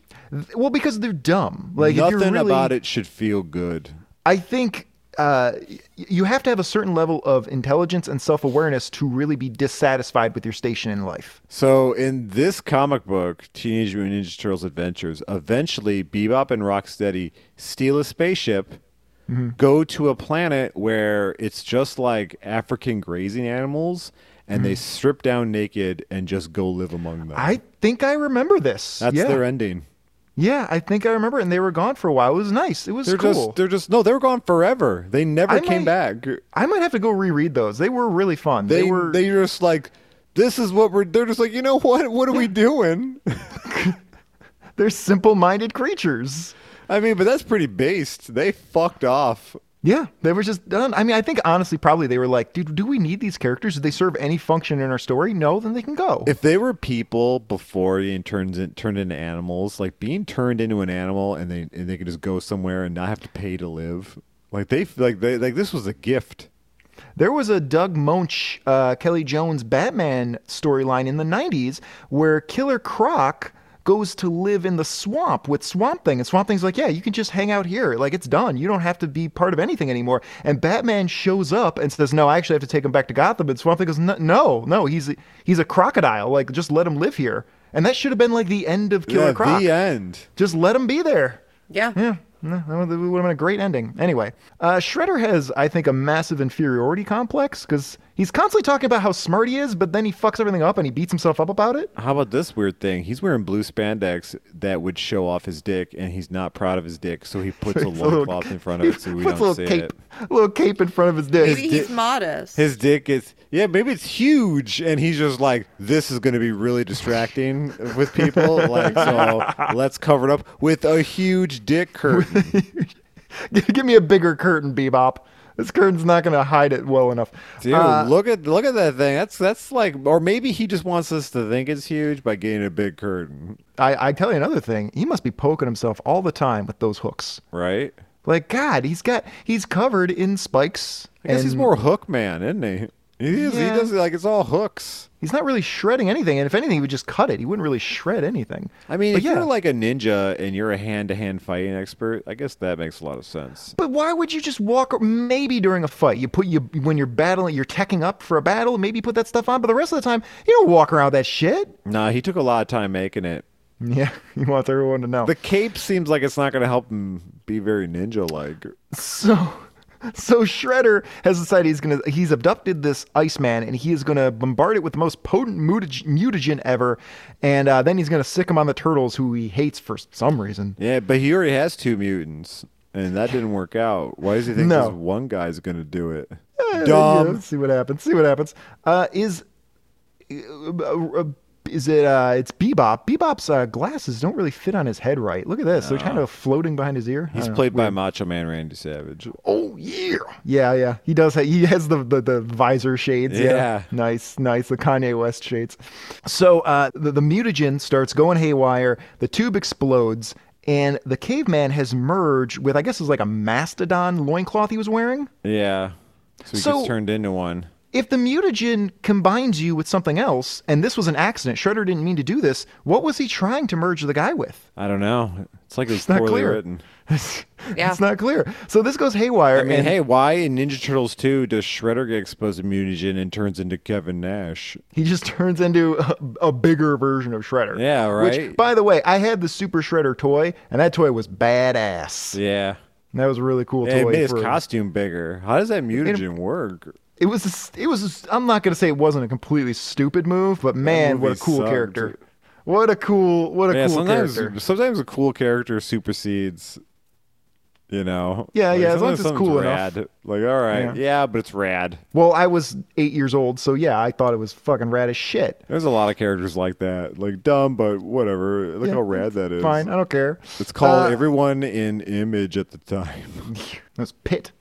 Speaker 5: well because they're dumb. Like if you're
Speaker 6: Nothing
Speaker 5: really,
Speaker 6: about it should feel good.
Speaker 5: I think uh, y- you have to have a certain level of intelligence and self awareness to really be dissatisfied with your station in life.
Speaker 6: So in this comic book, Teenage Mutant Ninja Turtles Adventures, eventually Bebop and Rocksteady steal a spaceship,
Speaker 5: Mm-hmm.
Speaker 6: go to a planet where it's just like African grazing animals, and they strip down naked and just go live among them.
Speaker 5: Mm-hmm. I think I remember this.
Speaker 6: That's
Speaker 5: yeah.
Speaker 6: their ending.
Speaker 5: Yeah, I think I remember. it, And they were gone for a while. It was nice. It was
Speaker 6: They're
Speaker 5: cool.
Speaker 6: just they're just no, they were gone forever. They never
Speaker 5: I
Speaker 6: came
Speaker 5: might-
Speaker 6: back.
Speaker 5: I might have to go reread those. They were really fun.
Speaker 6: they,
Speaker 5: They, were.
Speaker 6: they were just like this is what we're they're just like you know what what are we doing
Speaker 5: They're simple-minded creatures.
Speaker 6: i mean but that's pretty based they fucked off
Speaker 5: Yeah, they were just done. I mean, I think honestly, probably they were like, dude, do we need these characters? Do they serve any function in our story? No, then they can go.
Speaker 6: if they were people before being turned in, turned into animals like being turned into an animal and they and they could just go somewhere and not have to pay to live like they like they like this was a gift
Speaker 5: there was a Doug Monch, uh, Kelly Jones Batman storyline in the 90s where Killer Croc goes to live in the swamp with Swamp Thing. And Swamp Thing's like, yeah, you can just hang out here. Like, it's done. You don't have to be part of anything anymore. And Batman shows up and says, no, I actually have to take him back to Gotham. And Swamp Thing goes, no, no, no he's, a, he's a crocodile. Like, just let him live here. And that should have been like the end of Killer
Speaker 6: yeah,
Speaker 5: Croc.
Speaker 6: the end
Speaker 5: Just let him be there.
Speaker 4: Yeah.
Speaker 5: Yeah, no, that would would have been a great ending. Anyway, uh, Shredder has, I think, a massive inferiority complex because he's constantly talking about how smart he is, but then he fucks everything up and he beats himself up about it.
Speaker 6: how about this weird thing he's wearing blue spandex that would show off his dick and he's not proud of his dick so he puts a
Speaker 5: It's little-
Speaker 6: loincloth in front of
Speaker 5: he
Speaker 6: it so we
Speaker 5: puts
Speaker 6: don't
Speaker 5: a little
Speaker 6: see
Speaker 5: cape,
Speaker 6: it
Speaker 5: a little cape in front of his dick.
Speaker 6: His
Speaker 10: Maybe he's
Speaker 6: di-
Speaker 10: modest.
Speaker 6: His dick is yeah, maybe it's huge, and he's just like, this is going to be really distracting with people. Like, so let's cover it up with a huge dick curtain.
Speaker 5: Give me a bigger curtain, Bebop. This curtain's not going to hide it well enough.
Speaker 6: Dude,
Speaker 5: Uh,
Speaker 6: look at look at that thing. That's that's like, or maybe he just wants us to think it's huge by getting a big curtain,
Speaker 5: I, I tell you another thing. He must be poking himself all the time with those hooks.
Speaker 6: right?
Speaker 5: Like God, he's got he's covered in spikes.
Speaker 6: I guess he's
Speaker 5: and-
Speaker 6: more hook man, isn't he? He is.
Speaker 5: Yeah.
Speaker 6: He does like it's all hooks.
Speaker 5: He's not really shredding anything, and if anything, he would just cut it. He wouldn't really shred anything.
Speaker 6: I mean,
Speaker 5: but
Speaker 6: if you're like a ninja and you're a hand-to-hand fighting expert, I guess that makes a lot of sense.
Speaker 5: But why would you just walk? Maybe during a fight, you put you when you're battling, you're teching up for a battle. Maybe you put that stuff on, but the rest of the time, you don't walk around with that shit.
Speaker 6: Nah, he took a lot of time making it.
Speaker 5: Yeah, you want everyone to know.
Speaker 6: The cape seems like it's not going to help him be very ninja like.
Speaker 5: So, so Shredder has decided he's gonna he's abducted this Iceman and he is gonna bombard it with the most potent mutage, mutagen ever, and uh, then he's gonna sick him on the turtles who he hates for some reason.
Speaker 6: Yeah, but he already has two mutants, and that didn't work out. Why does he think
Speaker 5: No.
Speaker 6: this one guy's going to do it?
Speaker 5: Yeah,
Speaker 6: Dumb.
Speaker 5: let's see what happens. See what happens. Uh, is uh, is it? Uh, it's Bebop. Bebop's uh, glasses don't really fit on his head right. Look at this. They're kind of floating behind his ear. I
Speaker 6: He's
Speaker 5: don't know.
Speaker 6: played by Macho Man Randy Savage.
Speaker 5: Oh yeah. Yeah, yeah. He does. Ha- he has the, the the visor shades. Yeah.
Speaker 6: Yeah.
Speaker 5: Nice, nice. The Kanye West shades. So uh, the the mutagen starts going haywire. The tube explodes. and the caveman has merged with I guess it was like a mastodon loincloth he was wearing.
Speaker 6: Yeah. So he
Speaker 5: So-
Speaker 6: gets turned into one.
Speaker 5: If the mutagen combines you with something else, and this was an accident, Shredder didn't mean to do this. What was he trying to merge the guy with?
Speaker 6: I don't know. It's like it was
Speaker 5: It's not
Speaker 6: poorly
Speaker 5: clear.
Speaker 6: written.
Speaker 4: Yeah.
Speaker 5: It's not clear. So this goes haywire.
Speaker 6: I mean,
Speaker 5: and-
Speaker 6: hey, why in Ninja Turtles 2 does Shredder get exposed to mutagen and turns into Kevin Nash?
Speaker 5: He just turns into a, a bigger version of Shredder.
Speaker 6: Yeah,
Speaker 5: Which,
Speaker 6: right.
Speaker 5: by the way, I had the Super Shredder toy, and that toy was badass.
Speaker 6: Yeah.
Speaker 5: That was a really cool
Speaker 6: Yeah, it
Speaker 5: toy.
Speaker 6: made his
Speaker 5: for-
Speaker 6: costume bigger. How does that mutagen work?
Speaker 5: It was. a s it was. a s I'm not gonna say it wasn't a completely stupid move, but man, what a
Speaker 6: movie
Speaker 5: cool
Speaker 6: sucked.
Speaker 5: character. What a cool. What a
Speaker 6: yeah,
Speaker 5: cool
Speaker 6: sometimes
Speaker 5: character.
Speaker 6: sometimes a cool character supersedes. You know.
Speaker 5: Yeah, yeah, as long as
Speaker 6: sometimes
Speaker 5: it's
Speaker 6: something's
Speaker 5: cool enough.
Speaker 6: rad. Like, all right, yeah. but it's rad.
Speaker 5: Well, I was eight years old, so yeah, I thought it was fucking rad as shit.
Speaker 6: There's a lot of characters like that, like dumb, but whatever. Look
Speaker 5: Yeah,
Speaker 6: how rad that is.
Speaker 5: Fine, I don't care.
Speaker 6: It's called
Speaker 5: Uh,
Speaker 6: everyone in image at the time.
Speaker 5: That's Pit.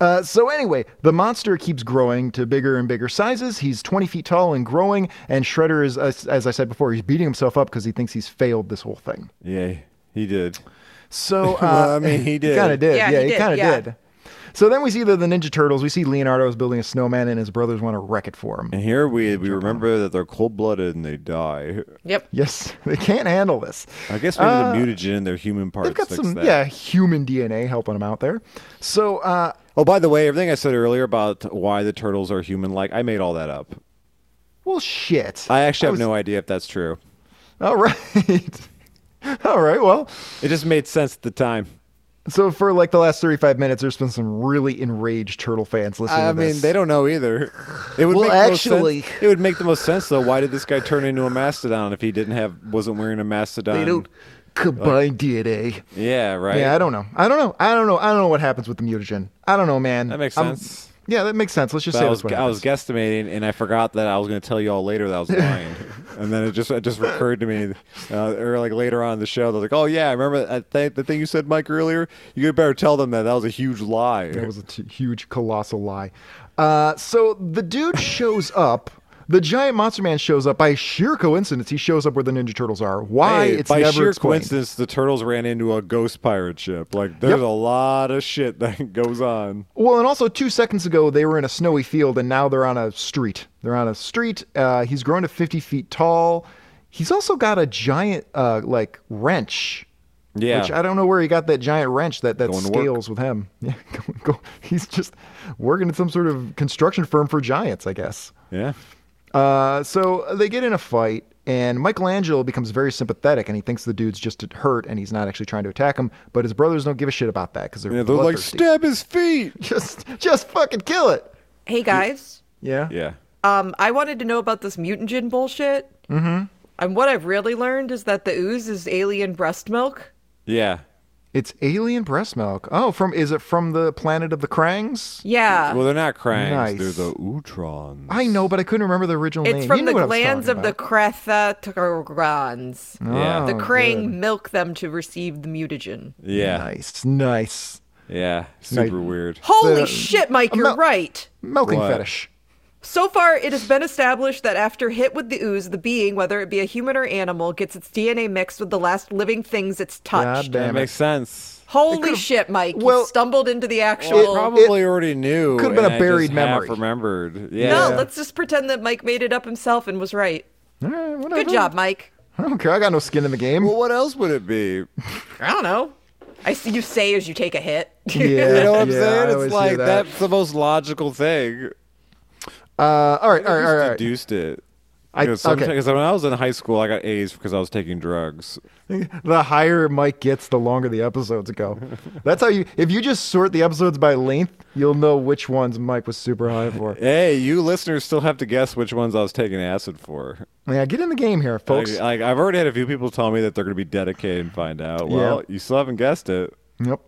Speaker 5: Uh, so anyway, the monster keeps growing to bigger and bigger sizes. He's 20 feet tall and growing, and Shredder is, as, as I said before, he's beating himself up because he thinks he's failed this whole thing.
Speaker 6: yeah, he did.
Speaker 5: So uh,
Speaker 6: Well, I mean, he did.
Speaker 5: kind of did. Yeah,
Speaker 4: Yeah, he
Speaker 5: he,
Speaker 4: did,
Speaker 5: kind of
Speaker 4: yeah.
Speaker 5: did. So then we see the, the Ninja Turtles. We see Leonardo's building a snowman, and his brothers want to wreck it for him.
Speaker 6: And here we we remember that they're cold blooded and they die.
Speaker 4: Yep.
Speaker 5: Yes, they can't handle this.
Speaker 6: I guess maybe the mutagen in their human parts.
Speaker 5: Uh, They've got
Speaker 6: fix
Speaker 5: some
Speaker 6: that.
Speaker 5: yeah human DNA helping them out there. So uh,
Speaker 6: Oh, by the way, everything I said earlier about why the turtles are human like, I made all that up.
Speaker 5: well shit.
Speaker 6: I actually have
Speaker 5: was-
Speaker 6: no idea if that's true.
Speaker 5: All right. All right. Well,
Speaker 6: It just made sense at the time.
Speaker 5: So for like the last 35 minutes, there's been some really enraged turtle fans listening.
Speaker 6: I
Speaker 5: to
Speaker 6: mean,
Speaker 5: this.
Speaker 6: they don't know either. It would
Speaker 5: Well,
Speaker 6: make the most
Speaker 5: actually-
Speaker 6: sense- it would make the most sense though. Why did this guy turn into a mastodon if he didn't have wasn't wearing a mastodon?
Speaker 5: They don't combine DNA.
Speaker 6: Yeah, um, right.
Speaker 5: Yeah, I don't know. I don't know. I don't know. I don't know what happens with the mutagen. I don't know, man.
Speaker 6: That makes
Speaker 5: I'm-
Speaker 6: sense.
Speaker 5: yeah, that makes sense. Let's just
Speaker 6: But
Speaker 5: say
Speaker 6: I
Speaker 5: that's
Speaker 6: was
Speaker 5: what
Speaker 6: I was
Speaker 5: happens.
Speaker 6: guesstimating, and I forgot that I was going to tell you all later that I was lying, and then it just it just occurred to me, uh, or like later on in the show, I was like, "Oh yeah, I remember that th- the thing you said, Mike, earlier. You could better tell them that that was a huge lie."
Speaker 5: That was a t- huge, colossal lie. Uh, so the dude shows up. The giant monster man shows up by sheer coincidence. He shows up where the Ninja Turtles are. Why?
Speaker 6: Hey,
Speaker 5: it's
Speaker 6: by
Speaker 5: never
Speaker 6: sheer
Speaker 5: explained.
Speaker 6: coincidence, the turtles ran into a ghost pirate ship. Like, there's
Speaker 5: Yep.
Speaker 6: a lot of shit that goes on.
Speaker 5: Well, and also two seconds ago they were in a snowy field, and now they're on a street. They're on a street. Uh, he's grown to fifty feet tall. He's also got a giant uh, like wrench.
Speaker 6: Yeah.
Speaker 5: Which I don't know where he got that giant wrench that that
Speaker 6: Going to work.
Speaker 5: scales with him. Yeah, go, go. he's just working at some sort of construction firm for giants, I guess.
Speaker 6: Yeah.
Speaker 5: Uh, so they get in a fight, and Michelangelo becomes very sympathetic, and he thinks the dude's just hurt, and he's not actually trying to attack him. But his brothers don't give a shit about that because they're,
Speaker 6: Yeah, they're like,
Speaker 5: bloodthirsty.
Speaker 6: stab his feet.
Speaker 5: just just fucking kill it.
Speaker 4: Hey guys.
Speaker 5: Yeah.
Speaker 6: Yeah.
Speaker 4: Um, I wanted to know about this mutagen bullshit. Mm-hmm. And what I've really learned is that the ooze is alien breast milk.
Speaker 6: Yeah.
Speaker 5: It's alien breast milk. Oh, from is it from the planet of the Krangs?
Speaker 4: Yeah.
Speaker 6: Well, they're not cranks.
Speaker 5: Nice.
Speaker 6: They're the Utrons.
Speaker 5: I know, but I couldn't remember the original name.
Speaker 4: it's
Speaker 5: You
Speaker 4: from
Speaker 5: knew
Speaker 4: the
Speaker 5: what I was
Speaker 4: glands of
Speaker 5: talking
Speaker 4: the
Speaker 5: about.
Speaker 4: Crethatogrons.
Speaker 6: Yeah.
Speaker 4: the
Speaker 5: Oh,
Speaker 4: Krang
Speaker 5: good.
Speaker 4: milk them to receive the mutagen.
Speaker 6: yeah.
Speaker 5: Nice, nice
Speaker 6: Yeah. Super
Speaker 5: Nice.
Speaker 6: weird.
Speaker 4: Holy
Speaker 5: The-
Speaker 4: shit, Mike, you're
Speaker 5: mil-
Speaker 4: right.
Speaker 5: milking
Speaker 6: What?
Speaker 5: fetish.
Speaker 4: So far, it has been established that after hit with the ooze, the being, whether it be a human or animal, gets its DNA mixed with the last living things it's touched.
Speaker 5: God
Speaker 6: That
Speaker 5: damn it.
Speaker 6: makes sense.
Speaker 4: Holy shit, Mike.
Speaker 5: well,
Speaker 4: you stumbled into the actual.
Speaker 6: I probably already knew.
Speaker 5: could've been
Speaker 6: and
Speaker 5: a
Speaker 6: I just
Speaker 5: buried
Speaker 6: half
Speaker 5: memory.
Speaker 6: remembered. Yeah.
Speaker 4: No, let's just pretend that Mike made it up himself and was right.
Speaker 5: All right, whatever.
Speaker 4: Good job, Mike.
Speaker 5: I don't care. I got no skin in the game.
Speaker 6: Well, what else would it be?
Speaker 4: I don't know. I see you say as you take a hit.
Speaker 5: Yeah,
Speaker 6: You know what I'm
Speaker 5: yeah, I
Speaker 6: saying?
Speaker 5: always
Speaker 6: It's
Speaker 5: hear
Speaker 6: like
Speaker 5: that.
Speaker 6: that's the most logical thing.
Speaker 5: Uh, all right, all
Speaker 6: I
Speaker 5: right,
Speaker 6: just
Speaker 5: all right.
Speaker 6: deduced it.
Speaker 5: I-
Speaker 6: Because sometimes-
Speaker 5: okay.
Speaker 6: 'cause when I was in high school, I got A's because I was taking drugs.
Speaker 5: The higher Mike gets, the longer the episodes go. That's how you. If you just sort the episodes by length, you'll know which ones Mike was super high for.
Speaker 6: Hey, you listeners still have to guess which ones I was taking acid for.
Speaker 5: Yeah, get in the game here,
Speaker 6: Like,
Speaker 5: folks.
Speaker 6: like, I've already had a few people tell me that they're going to be dedicated and find out. Well,
Speaker 5: Yeah.
Speaker 6: you still haven't guessed it.
Speaker 5: Yep.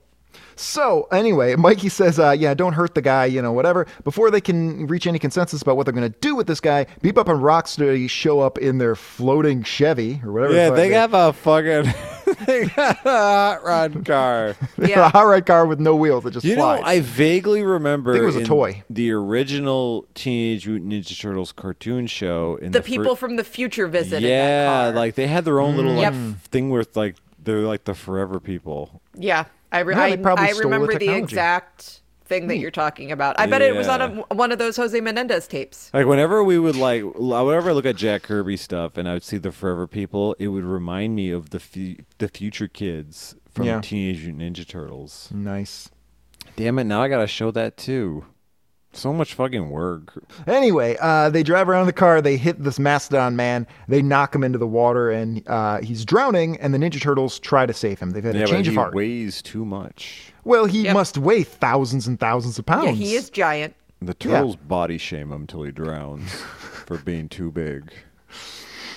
Speaker 5: So anyway, Mikey says, uh, "Yeah, don't hurt the guy, you know, whatever." Before they can reach any consensus about what they're going to do with this guy, Bebop and Rocksteady show up in their floating Chevy or whatever. the
Speaker 6: Yeah,
Speaker 5: fuck
Speaker 6: they
Speaker 5: it
Speaker 6: have a fucking they got a hot rod car.
Speaker 5: is.
Speaker 4: Yeah.
Speaker 5: a hot rod car with no wheels that just
Speaker 6: You
Speaker 5: flies.
Speaker 6: know, I vaguely remember
Speaker 5: think it was a
Speaker 6: in
Speaker 5: toy.
Speaker 6: The original Teenage Mutant Ninja Turtles cartoon show in
Speaker 4: the
Speaker 6: fir-
Speaker 4: people from the future visit. in that
Speaker 6: Yeah,
Speaker 4: car.
Speaker 5: Mm.
Speaker 6: like they had their own little like,
Speaker 4: Yep.
Speaker 6: thing with like They're like the forever people.
Speaker 4: Yeah, I, re-
Speaker 5: Yeah, they
Speaker 4: I,
Speaker 5: probably
Speaker 4: I
Speaker 5: stole the
Speaker 4: remember the,
Speaker 5: technology.
Speaker 4: exact thing that you're talking about. I bet it was on a,
Speaker 6: Yeah.
Speaker 4: one of those Jose Menendez tapes.
Speaker 6: Like whenever we would like, l- whenever I look at Jack Kirby stuff and I would see the Forever People, it would remind me of the fu- the future kids from
Speaker 5: Yeah.
Speaker 6: Teenage Mutant Ninja Turtles.
Speaker 5: Nice.
Speaker 6: Damn it! Now I gotta show that too. So much fucking work.
Speaker 5: Anyway, uh, they drive around in the car. They hit this mastodon man. They knock him into the water, and uh, he's drowning. And the Ninja Turtles try to save him. They've had a
Speaker 6: but
Speaker 5: change of
Speaker 6: he
Speaker 5: heart.
Speaker 6: weighs too much.
Speaker 5: well, he
Speaker 4: Yep.
Speaker 5: must weigh thousands and thousands of pounds.
Speaker 4: Yeah, he is giant.
Speaker 6: The turtles body shame him till he drowns for being too big.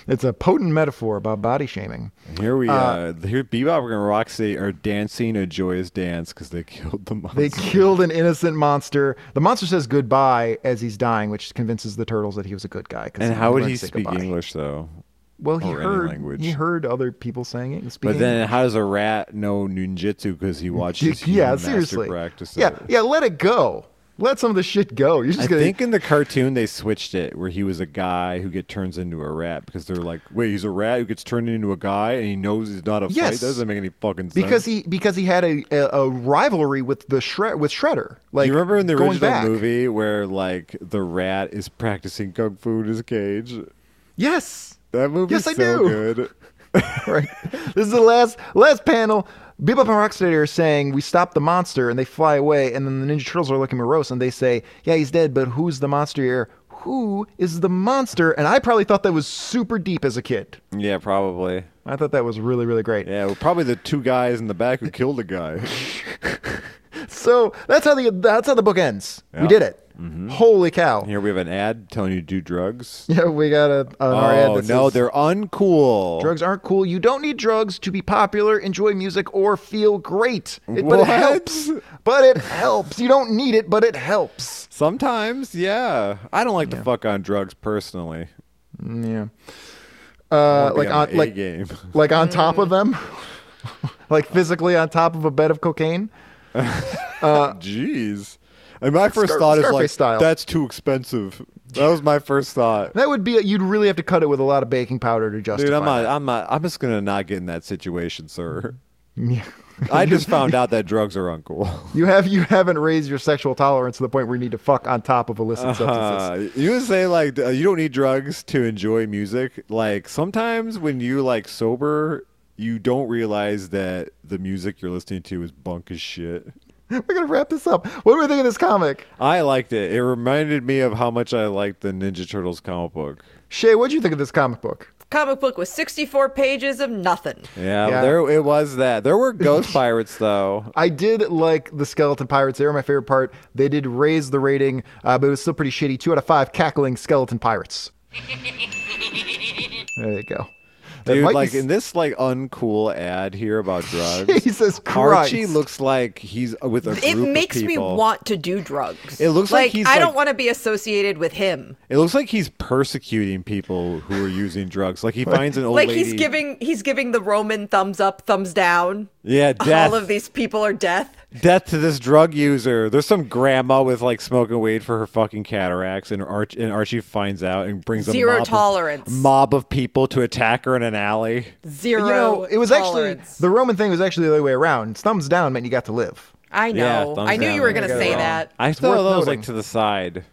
Speaker 5: It's a potent metaphor about body shaming.
Speaker 6: And here we uh, here Bebop and Roxy are dancing a joyous dance because they killed the monster.
Speaker 5: They killed an innocent monster. The monster says goodbye as he's dying, which convinces the turtles that he was a good guy. 'cause
Speaker 6: and how would
Speaker 5: learned
Speaker 6: he
Speaker 5: to say
Speaker 6: speak
Speaker 5: goodbye.
Speaker 6: English though?
Speaker 5: Well, he
Speaker 6: or any
Speaker 5: heard
Speaker 6: language?
Speaker 5: he heard other people saying it. and
Speaker 6: But
Speaker 5: speaking
Speaker 6: then, how does a rat know ninjutsu because he watches his
Speaker 5: yeah,
Speaker 6: master
Speaker 5: seriously.
Speaker 6: practice?
Speaker 5: Yeah,
Speaker 6: it?
Speaker 5: yeah. Let it go. Let some of the shit go. You're just
Speaker 6: I
Speaker 5: gonna.
Speaker 6: think in the cartoon they switched it where he was a guy who get turns into a rat because they're like, wait, he's a rat who gets turned into a guy and he knows he's not a fight.
Speaker 5: Yes.
Speaker 6: That doesn't make any fucking sense.
Speaker 5: because he because he had a, a, a rivalry with the shred with Shredder. Like
Speaker 6: you remember in the
Speaker 5: going
Speaker 6: original
Speaker 5: back.
Speaker 6: movie where like the rat is practicing kung fu in his cage?
Speaker 5: Yes.
Speaker 6: That
Speaker 5: Yes,
Speaker 6: movie's
Speaker 5: I
Speaker 6: so
Speaker 5: do.
Speaker 6: good.
Speaker 5: right. This is the last last panel. Bebop and Rocksteady are saying we stop the monster, and they fly away. And then the Ninja Turtles are looking morose, and they say, "Yeah, he's dead, but who's the monster here? Who is the monster?" And I probably thought that was super deep as a kid.
Speaker 6: Yeah, probably.
Speaker 5: I thought that was really really great.
Speaker 6: Yeah, well, probably the two guys in the back who killed a guy.
Speaker 5: So that's how the that's how the book ends.
Speaker 6: Yeah. Mm-hmm.
Speaker 5: We did it. Holy cow!
Speaker 6: Here we have an ad telling you to do drugs.
Speaker 5: Yeah, we got a. An ad
Speaker 6: Oh
Speaker 5: that
Speaker 6: no,
Speaker 5: says,
Speaker 6: they're uncool.
Speaker 5: drugs aren't cool. You don't need drugs to be popular, enjoy music, or feel great. It- But it
Speaker 6: What?
Speaker 5: helps. But it helps. You don't need it, but it helps.
Speaker 6: Sometimes, yeah. I don't like to fuck on drugs personally.
Speaker 5: Yeah. Uh, like on like
Speaker 6: game.
Speaker 5: like on top of them, like physically on top of a bed of cocaine.
Speaker 6: Jeez. And my first
Speaker 5: Scar-
Speaker 6: thought is
Speaker 5: Scarface
Speaker 6: uh, like,
Speaker 5: style.
Speaker 6: that's too expensive. That was my first thought.
Speaker 5: That would be. you'd really have to cut it with a lot of baking powder to justify.
Speaker 6: Dude, I'm
Speaker 5: that.
Speaker 6: not. I'm not. I'm just gonna not get in that situation, sir.
Speaker 5: Yeah.
Speaker 6: I just found out that drugs are uncool.
Speaker 5: You have you haven't raised your sexual tolerance to the point where you need to fuck on top of illicit substances.
Speaker 6: Uh, you would say like uh, you don't need drugs to enjoy music. Like sometimes when you like sober, you don't realize that the music you're listening to is bunk as shit.
Speaker 5: We're gonna wrap this up. What do we think of this comic?
Speaker 6: I liked it. It reminded me of how much I liked the Ninja Turtles comic book.
Speaker 5: Shay, what'd you think of this comic book?
Speaker 4: Comic book with 64 pages of nothing.
Speaker 6: Yeah,
Speaker 5: Yeah.
Speaker 6: there it was that. There were ghost pirates though.
Speaker 5: I did like the skeleton pirates. They were my favorite part. They did raise the rating, uh, but it was still pretty shitty. Two out of five cackling skeleton pirates. there you go. That
Speaker 6: Dude,
Speaker 5: might be
Speaker 6: like
Speaker 5: s-
Speaker 6: in this like uncool ad here about drugs.
Speaker 5: Jesus Christ.
Speaker 6: Archie looks like he's uh, with a group
Speaker 4: It
Speaker 6: of
Speaker 4: makes me
Speaker 6: people.
Speaker 4: want to do drugs.
Speaker 6: It looks like he's,
Speaker 4: I don't
Speaker 6: like-
Speaker 4: want to be associated with him.
Speaker 6: It looks like he's persecuting people who are using drugs. Like he finds an old
Speaker 4: Like
Speaker 6: lady.
Speaker 4: he's giving he's giving the Roman thumbs up, thumbs down.
Speaker 6: yeah death,
Speaker 4: All of these people are death.
Speaker 6: death to this drug user. There's some grandma with like smoking weed for her fucking cataracts, and Arch and Archie finds out and brings a
Speaker 4: Zero
Speaker 6: mob of-
Speaker 4: tolerance.
Speaker 6: mob of people to attack her in an alley.
Speaker 4: Zero.
Speaker 5: you know, it was
Speaker 4: tolerance.
Speaker 5: actually the Roman thing was actually the other way around. Thumbs down meant you got to live.
Speaker 4: I
Speaker 6: Yeah,
Speaker 4: know.
Speaker 6: thumbs
Speaker 4: I knew
Speaker 6: down.
Speaker 4: you were going to
Speaker 6: There you
Speaker 4: say
Speaker 6: go.
Speaker 4: that.
Speaker 6: I
Speaker 5: worth
Speaker 6: thought that was
Speaker 5: noting.
Speaker 6: like to the side.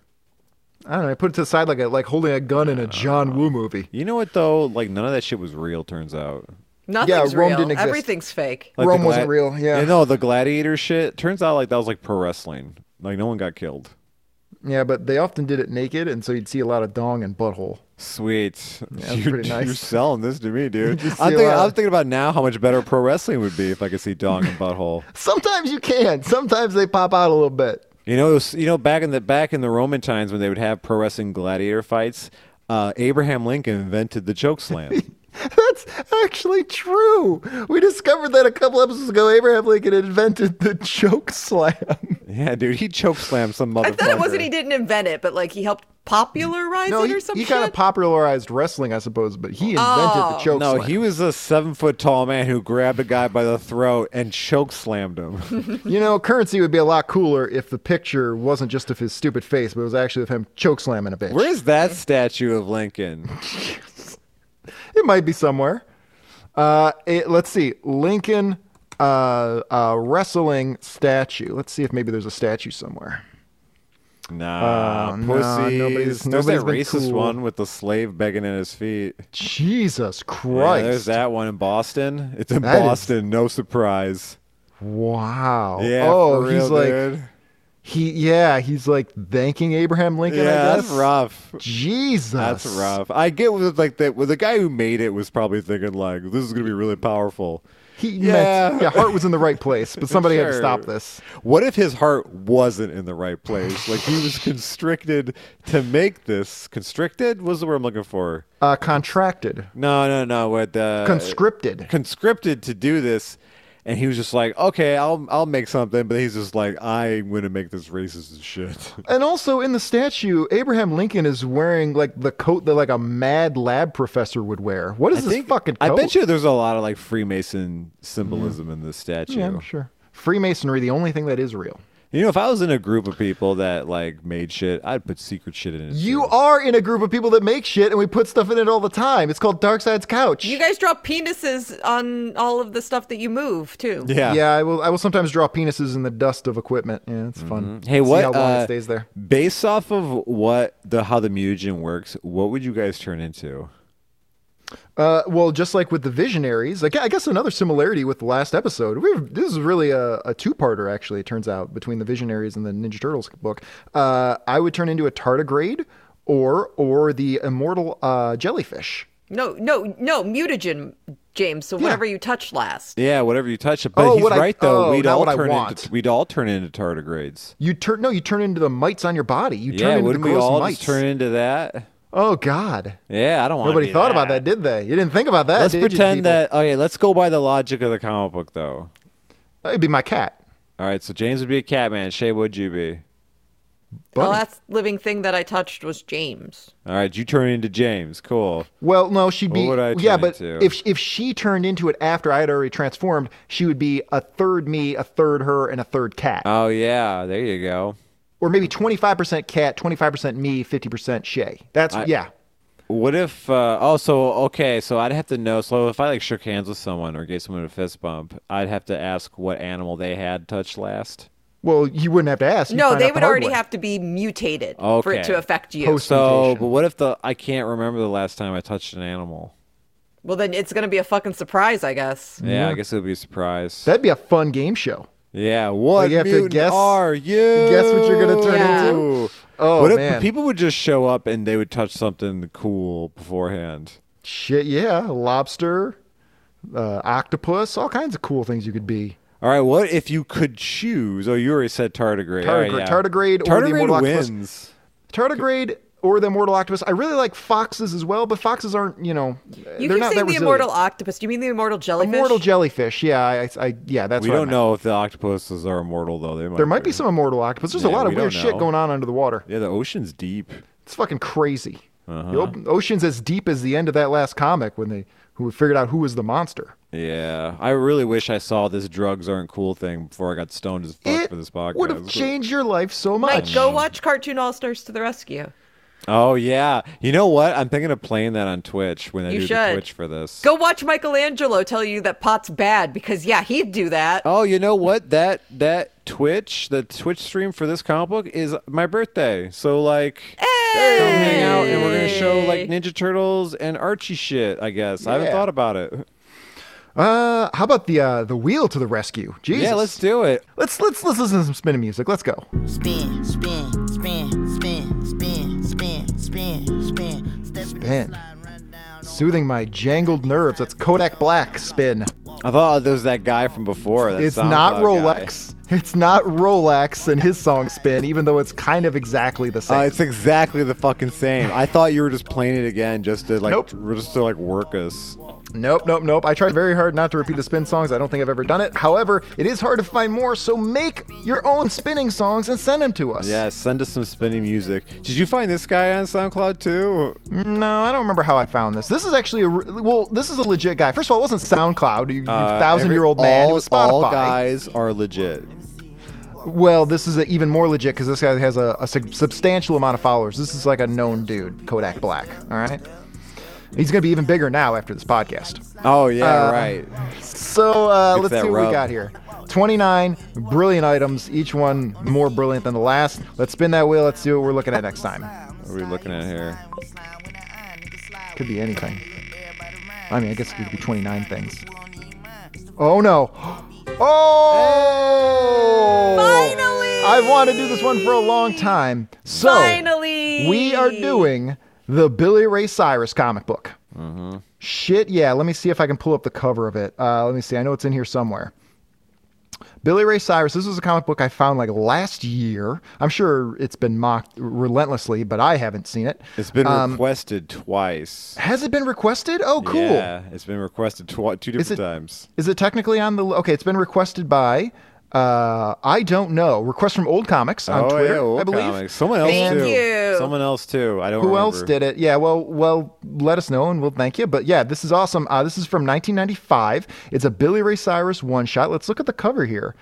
Speaker 5: I don't know. I put it to the side like a, like holding a gun in a John
Speaker 6: Oh.
Speaker 5: Woo movie.
Speaker 6: You know what though? Like none of that shit was real. Turns out.
Speaker 4: Nothing's
Speaker 5: Rome
Speaker 4: real.
Speaker 5: didn't exist.
Speaker 4: Everything's fake.
Speaker 6: Like,
Speaker 5: Rome
Speaker 6: the
Speaker 5: wasn't real, yeah.
Speaker 6: no, the gladiator shit. Turns out like that was like pro wrestling. Like no one got killed.
Speaker 5: Yeah, but they often did it naked, and so you'd see a lot of dong and butthole.
Speaker 6: Sweet.
Speaker 5: that's
Speaker 6: you're,
Speaker 5: pretty nice.
Speaker 6: you're selling this to me, dude. I'm
Speaker 5: just see a
Speaker 6: thinking,
Speaker 5: lot
Speaker 6: I'm
Speaker 5: of-
Speaker 6: thinking about now how much better pro wrestling would be if I could see dong and butthole.
Speaker 5: Sometimes you can. Sometimes they pop out a little bit.
Speaker 6: You know, it was, you know, back in the back in the Roman times when they would have pro wrestling gladiator fights, uh, Abraham Lincoln invented the choke slam.
Speaker 5: That's actually true. We discovered that a couple episodes ago. Abraham Lincoln invented the choke slam.
Speaker 6: yeah, dude, he choke slammed some motherfucker.
Speaker 4: I thought it wasn't he didn't invent it, but like he helped popularize it
Speaker 5: he,
Speaker 4: or some
Speaker 5: he
Speaker 4: shit.
Speaker 5: kind of popularized wrestling, I suppose, but he invented
Speaker 4: Oh.
Speaker 5: the choke
Speaker 6: No,
Speaker 5: slam.
Speaker 6: he was a seven foot tall man who grabbed a guy by the throat and choke slammed him.
Speaker 5: You know, currency would be a lot cooler if the picture wasn't just of his stupid face, but it was actually of him choke slamming a bitch.
Speaker 6: Where's that statue of Lincoln?
Speaker 5: It might be somewhere. Uh, it, let's see, Lincoln uh, uh, wrestling statue. Let's see if maybe there's a statue somewhere.
Speaker 6: Nah,
Speaker 5: Oh, no,
Speaker 6: pussies.
Speaker 5: nobody's-
Speaker 6: there's
Speaker 5: nobody's
Speaker 6: that
Speaker 5: been
Speaker 6: racist
Speaker 5: cool.
Speaker 6: one with the slave begging at his feet.
Speaker 5: Jesus
Speaker 6: Yeah,
Speaker 5: Christ!
Speaker 6: there's that one in Boston. It's in
Speaker 5: That is-
Speaker 6: Boston. No surprise.
Speaker 5: Wow.
Speaker 6: Yeah.
Speaker 5: oh,
Speaker 6: for
Speaker 5: he's
Speaker 6: real,
Speaker 5: like
Speaker 6: dude.
Speaker 5: he. Yeah, he's like thanking Abraham Lincoln.
Speaker 6: yeah,
Speaker 5: I
Speaker 6: that's
Speaker 5: guess.
Speaker 6: rough.
Speaker 5: Jesus.
Speaker 6: That's rough. I get with like that. Well, the guy who made it was probably thinking like, "This is gonna be really powerful."
Speaker 5: He
Speaker 6: Yeah.
Speaker 5: meant, yeah, Hart was in the right place, but somebody had to
Speaker 6: Sure.
Speaker 5: stop this.
Speaker 6: What if his heart wasn't in the right place? Like he was constricted to make this. Constricted was the word I'm looking for.
Speaker 5: Uh, contracted,
Speaker 6: No, no, no. What the
Speaker 5: conscripted.
Speaker 6: conscripted to do this, and he was just like, "Okay, I'll I'll make something," but he's just like, "I'm gonna make this racist as shit."
Speaker 5: And also in the statue, Abraham Lincoln is wearing like the coat that like a mad lab professor would wear. What is this fucking coat?
Speaker 6: I bet you there's a lot of like Freemason symbolism in this statue.
Speaker 5: Yeah, I'm sure. Freemasonry, the only thing that is real.
Speaker 6: You know, if I was in a group of people that like made shit, I'd put secret shit in it.
Speaker 5: You
Speaker 6: too.
Speaker 5: are in a group of people that make shit, and we put stuff in it all the time. It's called Dark Side's Couch.
Speaker 4: You guys draw penises on all of the stuff that you move too.
Speaker 6: yeah.
Speaker 5: yeah, I will. I will sometimes draw penises in the dust of equipment. Yeah, it's fun.
Speaker 6: Hey,
Speaker 5: See
Speaker 6: what?
Speaker 5: how long
Speaker 6: uh,
Speaker 5: it stays there?
Speaker 6: Based off of what the how the mutagen works, what would you guys turn into?
Speaker 5: Uh, well, just like with the visionaries, I gue- I guess another similarity with the last episode. We have this is really a, a two-parter, actually. It turns out between the visionaries and the Ninja Turtles book, uh, I would turn into a tardigrade or or the immortal uh, jellyfish.
Speaker 4: No, no, no, mutagen, James. So whatever you touched last.
Speaker 6: Yeah, whatever you touch. it. But
Speaker 5: Oh,
Speaker 6: he's
Speaker 5: what I-
Speaker 6: right though.
Speaker 5: oh,
Speaker 6: we'd
Speaker 5: not
Speaker 6: all
Speaker 5: what I
Speaker 6: turn
Speaker 5: want.
Speaker 6: into we'd all turn into tardigrades.
Speaker 5: You turn no, you turn into the mites on your body. You turn
Speaker 6: yeah,
Speaker 5: into the
Speaker 6: wouldn't we
Speaker 5: gross
Speaker 6: all
Speaker 5: mites.
Speaker 6: just turn into that?
Speaker 5: oh God,
Speaker 6: Yeah, I don't want.
Speaker 5: nobody thought about that, did they? You didn't think about that.
Speaker 6: Let's
Speaker 5: did you,
Speaker 6: pretend
Speaker 5: people?
Speaker 6: that. Okay, let's go by the logic of the comic book though.
Speaker 5: it'd be my cat.
Speaker 6: All right, so James would be a catman. Shay, would you be?
Speaker 4: The
Speaker 5: Bunny.
Speaker 4: last living thing that I touched was James.
Speaker 6: All right, you turn into James. Cool.
Speaker 5: Well, no, she'd be.
Speaker 6: would I
Speaker 5: yeah,
Speaker 6: turn
Speaker 5: but
Speaker 6: into?
Speaker 5: if if she turned into it after I had already transformed, she would be a third me, a third her, and a third cat,
Speaker 6: Oh yeah, there you go.
Speaker 5: or maybe twenty five percent cat, twenty five percent me, fifty percent Shay. That's yeah.
Speaker 6: What if? Uh, oh, so okay, so I'd have to know. So if I like shook hands with someone or gave someone a fist bump, I'd have to ask what animal they had touched last.
Speaker 5: Well, you wouldn't have to ask. You'd
Speaker 4: No,
Speaker 5: find
Speaker 4: they
Speaker 5: out the
Speaker 4: would
Speaker 5: hard
Speaker 4: already
Speaker 5: way.
Speaker 4: have to be mutated for
Speaker 6: Okay.
Speaker 4: it to affect you.
Speaker 5: Post-
Speaker 6: So,
Speaker 5: Mutation.
Speaker 6: but what if the I can't remember the last time I touched an animal?
Speaker 4: well, then it's going to be a fucking surprise, I guess.
Speaker 6: Yeah, I guess it would be a surprise.
Speaker 5: That'd be a fun game show.
Speaker 6: yeah, what
Speaker 5: Like, you have to
Speaker 6: mutant
Speaker 5: guess-
Speaker 6: are you?
Speaker 5: guess what you're gonna turn
Speaker 4: Yeah.
Speaker 5: into? Oh,
Speaker 6: what if
Speaker 5: man.
Speaker 6: people would just show up and they would touch something cool beforehand?
Speaker 5: Shit, yeah, lobster, uh, octopus, all kinds of cool things you could be.
Speaker 6: All right, what if you could choose? Oh, you already said tardigrade. All right,
Speaker 5: Tardigrade-
Speaker 6: yeah.
Speaker 5: tardigrade or the
Speaker 6: tardigrade
Speaker 5: immortal octopus.
Speaker 6: wins.
Speaker 5: Tardigrade or the immortal octopus. I really like foxes as well, but foxes aren't you know
Speaker 4: You
Speaker 5: they're
Speaker 4: keep saying
Speaker 5: not that
Speaker 4: the
Speaker 5: resilient.
Speaker 4: immortal octopus. Do you mean the immortal jellyfish?
Speaker 5: Immortal jellyfish. Yeah, I, I yeah, that's
Speaker 6: we
Speaker 5: what I
Speaker 6: don't
Speaker 5: meant.
Speaker 6: know if the octopuses are immortal though. They might
Speaker 5: There might be some immortal octopus. There's a
Speaker 6: Yeah,
Speaker 5: lot of
Speaker 6: we don't
Speaker 5: weird shit
Speaker 6: know.
Speaker 5: going on under the water.
Speaker 6: Yeah, the ocean's deep.
Speaker 5: It's fucking crazy.
Speaker 6: Uh-huh.
Speaker 5: The op- ocean's as deep as the end of that last comic when they who figured out who was the monster.
Speaker 6: Yeah, I really wish I saw this drugs aren't cool thing before I got stoned as fuck
Speaker 5: it
Speaker 6: for this podcast.
Speaker 5: would have changed your life so
Speaker 4: Mike,
Speaker 5: much.
Speaker 4: go watch Cartoon All Stars to the Rescue.
Speaker 6: Oh yeah, you know what? I'm thinking of playing that on Twitch when I
Speaker 4: You
Speaker 6: do the
Speaker 4: should.
Speaker 6: Twitch for this.
Speaker 4: Go watch Michelangelo tell you that pot's bad because, yeah, he'd do that.
Speaker 6: Oh, you know what? That that Twitch, the Twitch stream for this comic book is my birthday. So like, come hang out and we're gonna show like Ninja Turtles and Archie shit. I guess I haven't
Speaker 5: Yeah.
Speaker 6: thought about it.
Speaker 5: Uh, how about the uh, the wheel to the rescue? Jesus.
Speaker 6: Yeah, let's do it.
Speaker 5: let's let's let's listen to some spinning music. Let's go.
Speaker 10: Spin, spin, spin, spin, spin, spin, spin, spin. Step
Speaker 5: Spin. Soothing my jangled nerves. That's Kodak Black spin.
Speaker 6: I thought there was that guy from before. That
Speaker 5: it's not
Speaker 6: SoundCloud guy.
Speaker 5: Rolex. It's not Rolex and his song spin, even though it's kind of exactly the same.
Speaker 6: Uh, it's exactly the fucking same. I thought you were just playing it again, just to like,
Speaker 5: Nope.
Speaker 6: tr- just to like work us.
Speaker 5: Nope, nope, nope. I tried very hard not to repeat the spin songs. I don't think I've ever done it. However, it is hard to find more, so make your own spinning songs and send them to us.
Speaker 6: Yeah, send us some spinning music. Did you find this guy on SoundCloud too?
Speaker 5: No, I don't remember how I found this. This is actually a re- well. This is a legit guy. First of all, it wasn't SoundCloud. You, you
Speaker 6: Uh,
Speaker 5: thousand-year-old
Speaker 6: every-
Speaker 5: man.
Speaker 6: All,
Speaker 5: It was Spotify.
Speaker 6: all guys are legit.
Speaker 5: Well, this is even more legit because this guy has a, a sub- substantial amount of followers. This is like a known dude, Kodak Black. All right. He's going to be even bigger now after this podcast.
Speaker 6: Oh
Speaker 5: Uh,
Speaker 6: yeah, right.
Speaker 5: So uh,
Speaker 6: It's
Speaker 5: let's
Speaker 6: that
Speaker 5: see what we
Speaker 6: rub.
Speaker 5: got here. 29 brilliant items, each one more brilliant than the last. Let's spin that wheel. Let's see what we're looking at next time.
Speaker 6: What are we looking at here?
Speaker 5: Could be anything. I mean, I guess it could be 29 things. Oh no. Oh!
Speaker 4: Finally!
Speaker 5: I've wanted to do this one for a long time. So,
Speaker 4: Finally!
Speaker 5: we are doing the Billy Ray Cyrus comic book.
Speaker 6: Mm-hmm.
Speaker 5: Shit, yeah. Let me see if I can pull up the cover of it. Uh, let me see. I know it's in here somewhere. Billy Ray Cyrus. This was a comic book I found like last year. I'm sure it's been mocked relentlessly, but I haven't seen it.
Speaker 6: It's been
Speaker 5: um,
Speaker 6: requested twice.
Speaker 5: Has it been requested? Oh, cool.
Speaker 6: Yeah, it's been requested twi- two
Speaker 5: it-
Speaker 6: different times.
Speaker 5: Is it technically on the okay? It's been requested by uh, I don't know. Request from Old Comics on
Speaker 6: oh
Speaker 5: Twitter,
Speaker 6: yeah, old
Speaker 5: I believe.
Speaker 6: comics. Someone else
Speaker 4: Thank
Speaker 6: too.
Speaker 4: you.
Speaker 6: Someone else too. I don't.
Speaker 5: Who else
Speaker 6: remember.
Speaker 5: did it? Yeah, well, well, let us know and we'll thank you. But yeah, this is awesome. Uh, this is from 1995. It's a Billy Ray Cyrus one shot. Let's look at the cover here.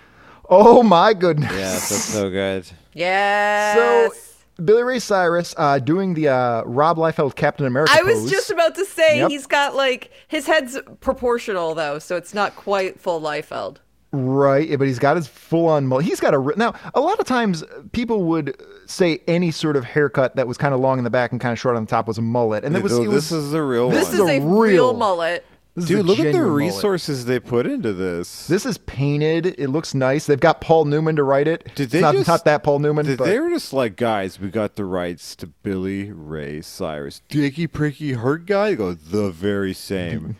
Speaker 5: Oh my goodness.
Speaker 6: Yes, that's so good.
Speaker 5: So
Speaker 4: Yes.
Speaker 5: Billy Ray Cyrus uh, doing the uh, Rob Liefeld Captain America.
Speaker 4: I was
Speaker 5: pose.
Speaker 4: just about to say
Speaker 5: Yep.
Speaker 4: he's got like his head's proportional though, so it's not quite full Liefeld.
Speaker 5: Right, yeah, but he's got his full on mullet. He's got a ri- now. A lot of times, uh, people would uh, say any sort of haircut that was kind of long in the back and kind of short on the top was a mullet, and that was,
Speaker 6: Though
Speaker 5: it
Speaker 6: this
Speaker 5: was
Speaker 6: is the real
Speaker 5: this
Speaker 6: one.
Speaker 4: This is a real,
Speaker 5: real-
Speaker 4: mullet.
Speaker 5: this is a
Speaker 6: Dude, look at the
Speaker 5: genuine mullet.
Speaker 6: resources they put into this.
Speaker 5: This is painted. It looks nice. They've got Paul Newman to write it.
Speaker 6: Did
Speaker 5: It's
Speaker 6: they
Speaker 5: not,
Speaker 6: just-
Speaker 5: not that Paul Newman?
Speaker 6: Th-
Speaker 5: but
Speaker 6: They were just like, guys, we got the rights to Billy Ray Cyrus. Dicky Pricky Hurt Guy? You go, the very same.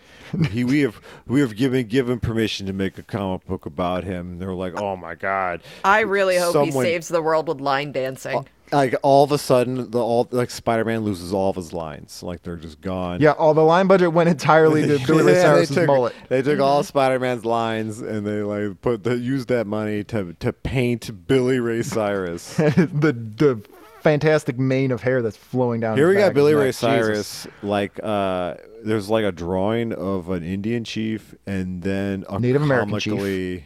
Speaker 6: he, we have we have given given permission to make a comic book about him. They're like, oh my god.
Speaker 4: I really hope he
Speaker 6: Someone-
Speaker 4: saves the world with line dancing.
Speaker 6: Like all of a sudden, the all like Spider Man loses all of his lines. Like they're just gone.
Speaker 5: yeah, all the line budget went entirely to Billy Ray
Speaker 6: Yeah,
Speaker 5: Cyrus's
Speaker 6: they took,
Speaker 5: mullet.
Speaker 6: They took all Spider Man's lines and they like put they used that money to to paint Billy Ray Cyrus.
Speaker 5: the the fantastic mane of hair that's flowing down.
Speaker 6: Here
Speaker 5: his
Speaker 6: we
Speaker 5: back
Speaker 6: got
Speaker 5: and
Speaker 6: Billy
Speaker 5: neck.
Speaker 6: Ray
Speaker 5: Jesus.
Speaker 6: Cyrus. Like, uh, there's like a drawing of an Indian chief, and then a
Speaker 5: Native American chief.
Speaker 6: comically.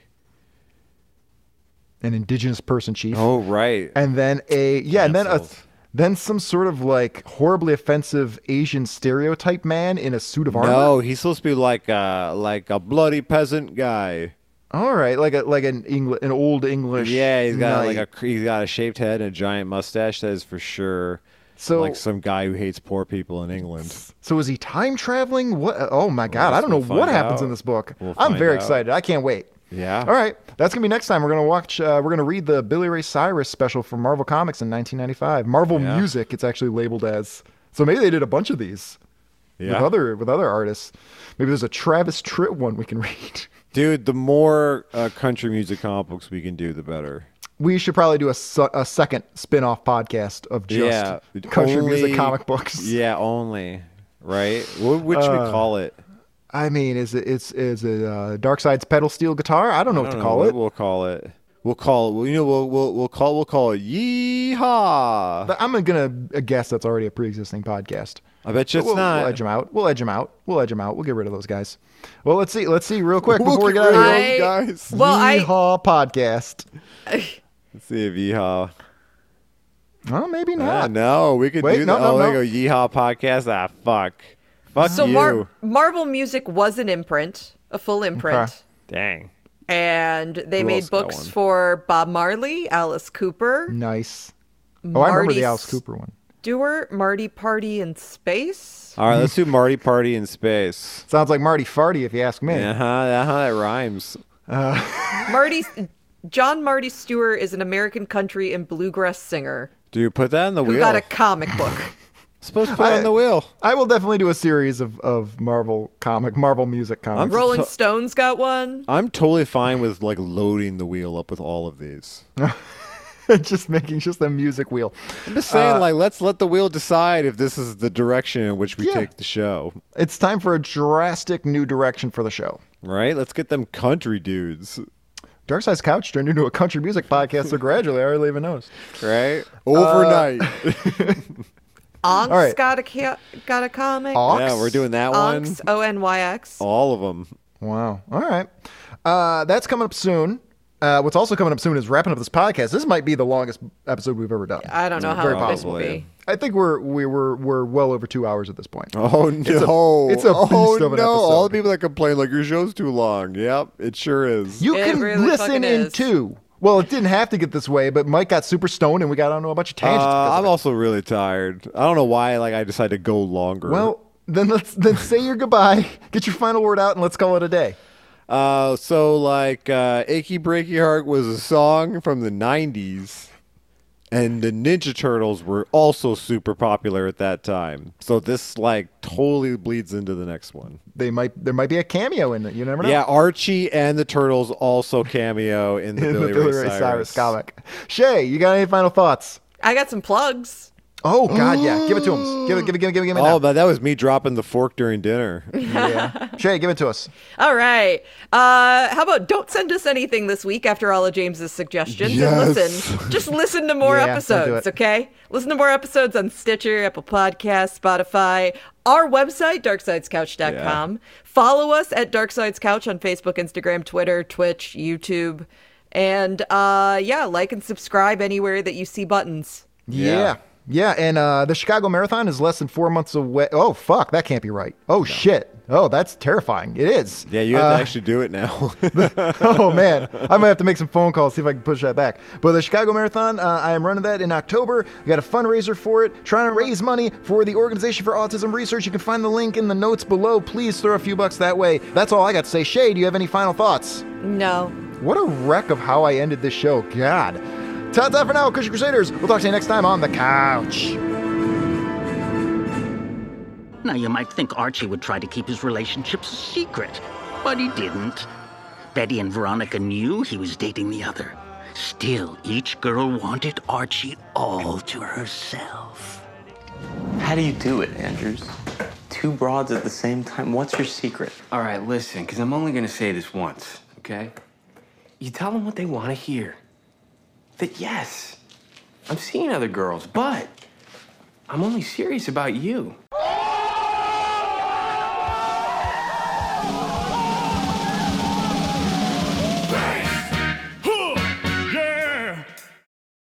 Speaker 5: an indigenous person chief.
Speaker 6: Oh right,
Speaker 5: and then a yeah, and then a,
Speaker 6: Canceled.
Speaker 5: then some sort of like horribly offensive Asian stereotype man in a suit of armor.
Speaker 6: no, he's supposed to be like a like a bloody peasant guy.
Speaker 5: All right, like a like an Engli- an old English.
Speaker 6: Yeah, he's got like
Speaker 5: knight.
Speaker 6: a cr- he's got a shaved head and a giant mustache. That is for sure.
Speaker 5: So-
Speaker 6: like some guy who hates poor people in England.
Speaker 5: So is he time traveling? What? Oh my God! I
Speaker 6: guess
Speaker 5: don't know
Speaker 6: we'll
Speaker 5: what
Speaker 6: find
Speaker 5: happens
Speaker 6: out.
Speaker 5: in this book.
Speaker 6: We'll
Speaker 5: I'm
Speaker 6: find
Speaker 5: very
Speaker 6: out.
Speaker 5: excited. I can't wait.
Speaker 6: Yeah.
Speaker 5: All right, that's gonna be next time. We're gonna watch. Uh, we're gonna read the Billy Ray Cyrus special from Marvel Comics in 1995. Marvel
Speaker 6: Yeah.
Speaker 5: Music. It's actually labeled as. So maybe they did a bunch of these with
Speaker 6: Yeah.
Speaker 5: other with other artists. Maybe there's a Travis Tritt one we can read.
Speaker 6: Dude, the more uh, country music comic books we can do, the better.
Speaker 5: We should probably do a, su- a second spin-off podcast of just country music
Speaker 6: only-
Speaker 5: comic books. Uh,
Speaker 6: Yeah, only. Right? What would you call it?
Speaker 5: I mean, is it it's is it uh, Dark Side's pedal steel guitar? I don't know
Speaker 6: I
Speaker 5: what to
Speaker 6: don't know
Speaker 5: call
Speaker 6: what
Speaker 5: it.
Speaker 6: We'll call it. We'll call it. Well, you know, we'll we'll we'll call we'll call it. Yeehaw!
Speaker 5: But I'm gonna guess that's already a pre-existing podcast.
Speaker 6: I bet
Speaker 5: But
Speaker 6: you it's
Speaker 5: we'll,
Speaker 6: not.
Speaker 5: We'll edge them out. We'll edge them out. We'll edge them out. We'll get rid of those guys. Well, let's see. Let's see real quick
Speaker 6: We'll
Speaker 5: before we
Speaker 6: get
Speaker 5: get out of
Speaker 6: rid
Speaker 5: here.
Speaker 6: of
Speaker 4: I-
Speaker 6: guys.
Speaker 4: well, I
Speaker 5: Yeehaw podcast.
Speaker 6: Let's see if yeehaw.
Speaker 5: Oh, maybe
Speaker 6: Ah,
Speaker 5: not.
Speaker 6: no, we could
Speaker 5: Wait,
Speaker 6: do
Speaker 5: no,
Speaker 6: that.
Speaker 5: no,
Speaker 6: oh,
Speaker 5: no.
Speaker 6: they go yeehaw podcast. Ah, fuck, fuck
Speaker 4: so
Speaker 6: you.
Speaker 4: Mar- Marvel Music was an imprint, a full imprint.
Speaker 5: Okay.
Speaker 6: Dang.
Speaker 4: And they
Speaker 6: Who
Speaker 4: made
Speaker 6: else got
Speaker 4: books
Speaker 6: one?
Speaker 4: for Bob Marley, Alice Cooper,
Speaker 5: Mm. Nice. Oh, I remember
Speaker 4: Marty
Speaker 5: the Alice
Speaker 4: S-
Speaker 5: Cooper one.
Speaker 4: Stewart, Marty Party in Space.
Speaker 6: All right, let's do Marty Party in space.
Speaker 5: Sounds like Marty Farty, if you ask me.
Speaker 6: Uh huh. Uh huh. That rhymes.
Speaker 4: Marty John Marty Stewart is an American country and bluegrass singer
Speaker 6: Dude, put that in the
Speaker 4: who
Speaker 6: wheel.
Speaker 4: got a comic book.
Speaker 6: Supposed to put it on the wheel.
Speaker 5: I will definitely do a series of, of Marvel comic, Marvel music comics.
Speaker 4: Rolling
Speaker 6: So-
Speaker 4: Stones got one.
Speaker 6: I'm totally fine with like loading the wheel up with all of these.
Speaker 5: just making just a music wheel.
Speaker 6: I'm just saying,
Speaker 5: Uh,
Speaker 6: like, let's let the wheel decide if this is the direction in which we
Speaker 5: Yeah.
Speaker 6: take the show.
Speaker 5: It's time for a drastic new direction for the show.
Speaker 6: Right? Let's get them country dudes.
Speaker 5: Dark Side's Couch turned into a country music podcast so gradually. I hardly even noticed.
Speaker 6: Right?
Speaker 5: Uh,
Speaker 6: Overnight.
Speaker 4: Onks
Speaker 5: right.
Speaker 4: got a ca- got a comic.
Speaker 5: Onks?
Speaker 6: yeah, we're doing that one.
Speaker 4: Onks O N Y X.
Speaker 6: All of them.
Speaker 5: Wow. All right. Uh, that's coming up soon. Uh, what's also coming up soon is wrapping up this podcast. This might be the longest episode we've ever done.
Speaker 4: I don't know how
Speaker 5: Mm,
Speaker 6: Mm,
Speaker 5: Very
Speaker 4: long this will
Speaker 6: possibly.
Speaker 4: be.
Speaker 5: I think we're we were we're well over two hours at this point.
Speaker 6: Oh no!
Speaker 5: it's a
Speaker 6: oh
Speaker 5: beast of an
Speaker 6: no! All the
Speaker 5: episode.
Speaker 6: people that complain like your show's too long. Yep, it sure is.
Speaker 5: You
Speaker 4: It
Speaker 5: can
Speaker 4: really
Speaker 5: listen
Speaker 4: fucking
Speaker 5: in
Speaker 4: is.
Speaker 5: too. Well, it didn't have to get this way, but Mike got super stoned and we got on a bunch of
Speaker 6: Uh,
Speaker 5: tangents. because of
Speaker 6: I'm
Speaker 5: it.
Speaker 6: also really tired. I don't know why. Like I decided to go longer.
Speaker 5: well, then let's then say your goodbye, get your final word out, and let's call it a day.
Speaker 6: Uh, so like uh, "Achy Breaky Heart" was a song from the '90s, and the Ninja Turtles were also super popular at that time. So this like totally bleeds into the next one.
Speaker 5: They might there might be a cameo in it. You never know.
Speaker 6: Yeah, Archie and the Turtles also cameo in the,
Speaker 5: in
Speaker 6: Billy,
Speaker 5: the Billy Ray Cyrus comic. Shay, you got any final thoughts?
Speaker 4: I got some plugs.
Speaker 5: Oh God, yeah. Give it to him. Give it. Give it. Give it. Give it. Give it.
Speaker 6: Oh,
Speaker 5: now.
Speaker 6: but that was me dropping the fork during dinner.
Speaker 5: yeah. Shay, give it to us.
Speaker 4: All right. Uh, how about don't send us anything this week after all of James's suggestions? And
Speaker 6: Yes.
Speaker 4: listen, just listen to more
Speaker 5: Yeah, don't do
Speaker 4: episodes,
Speaker 5: it.
Speaker 4: okay? Listen to more episodes on Stitcher, Apple Podcasts, Spotify, our website, darksidescouch.com. Follow us at Darksides Couch on Facebook, Instagram, Twitter, Twitch, YouTube. And uh, yeah, like and subscribe anywhere that you see buttons.
Speaker 5: Yeah. yeah. and uh, the Chicago Marathon is less than four months away. Oh, fuck, that can't be right. Oh, shit. Oh, that's terrifying. It is.
Speaker 6: Yeah, you have
Speaker 5: Uh,
Speaker 6: to actually do it now.
Speaker 5: oh man, I'm gonna have to make some phone calls see if I can push that back. But the Chicago Marathon, uh, I am running that in October. We got a fundraiser for it, trying to raise money for the Organization for Autism Research. You can find the link in the notes below. Please throw a few bucks that way. That's all I got to say. Shay, do you have any final thoughts?
Speaker 4: No.
Speaker 5: What a wreck of how I ended this show. God. Ta ta for now, Cushy Crusaders. We'll talk to you next time on the couch.
Speaker 11: Now, you might think Archie would try to keep his relationships a secret, but he didn't. Betty and Veronica knew he was dating the other. Still, each girl wanted Archie all to herself.
Speaker 12: How do you do it, Andrews? Two broads at the same time. What's your secret?
Speaker 13: All right, listen, because I'm only going to say this once, okay? You tell them what they want to hear. That, yes, I'm seeing other girls, but I'm only serious about you.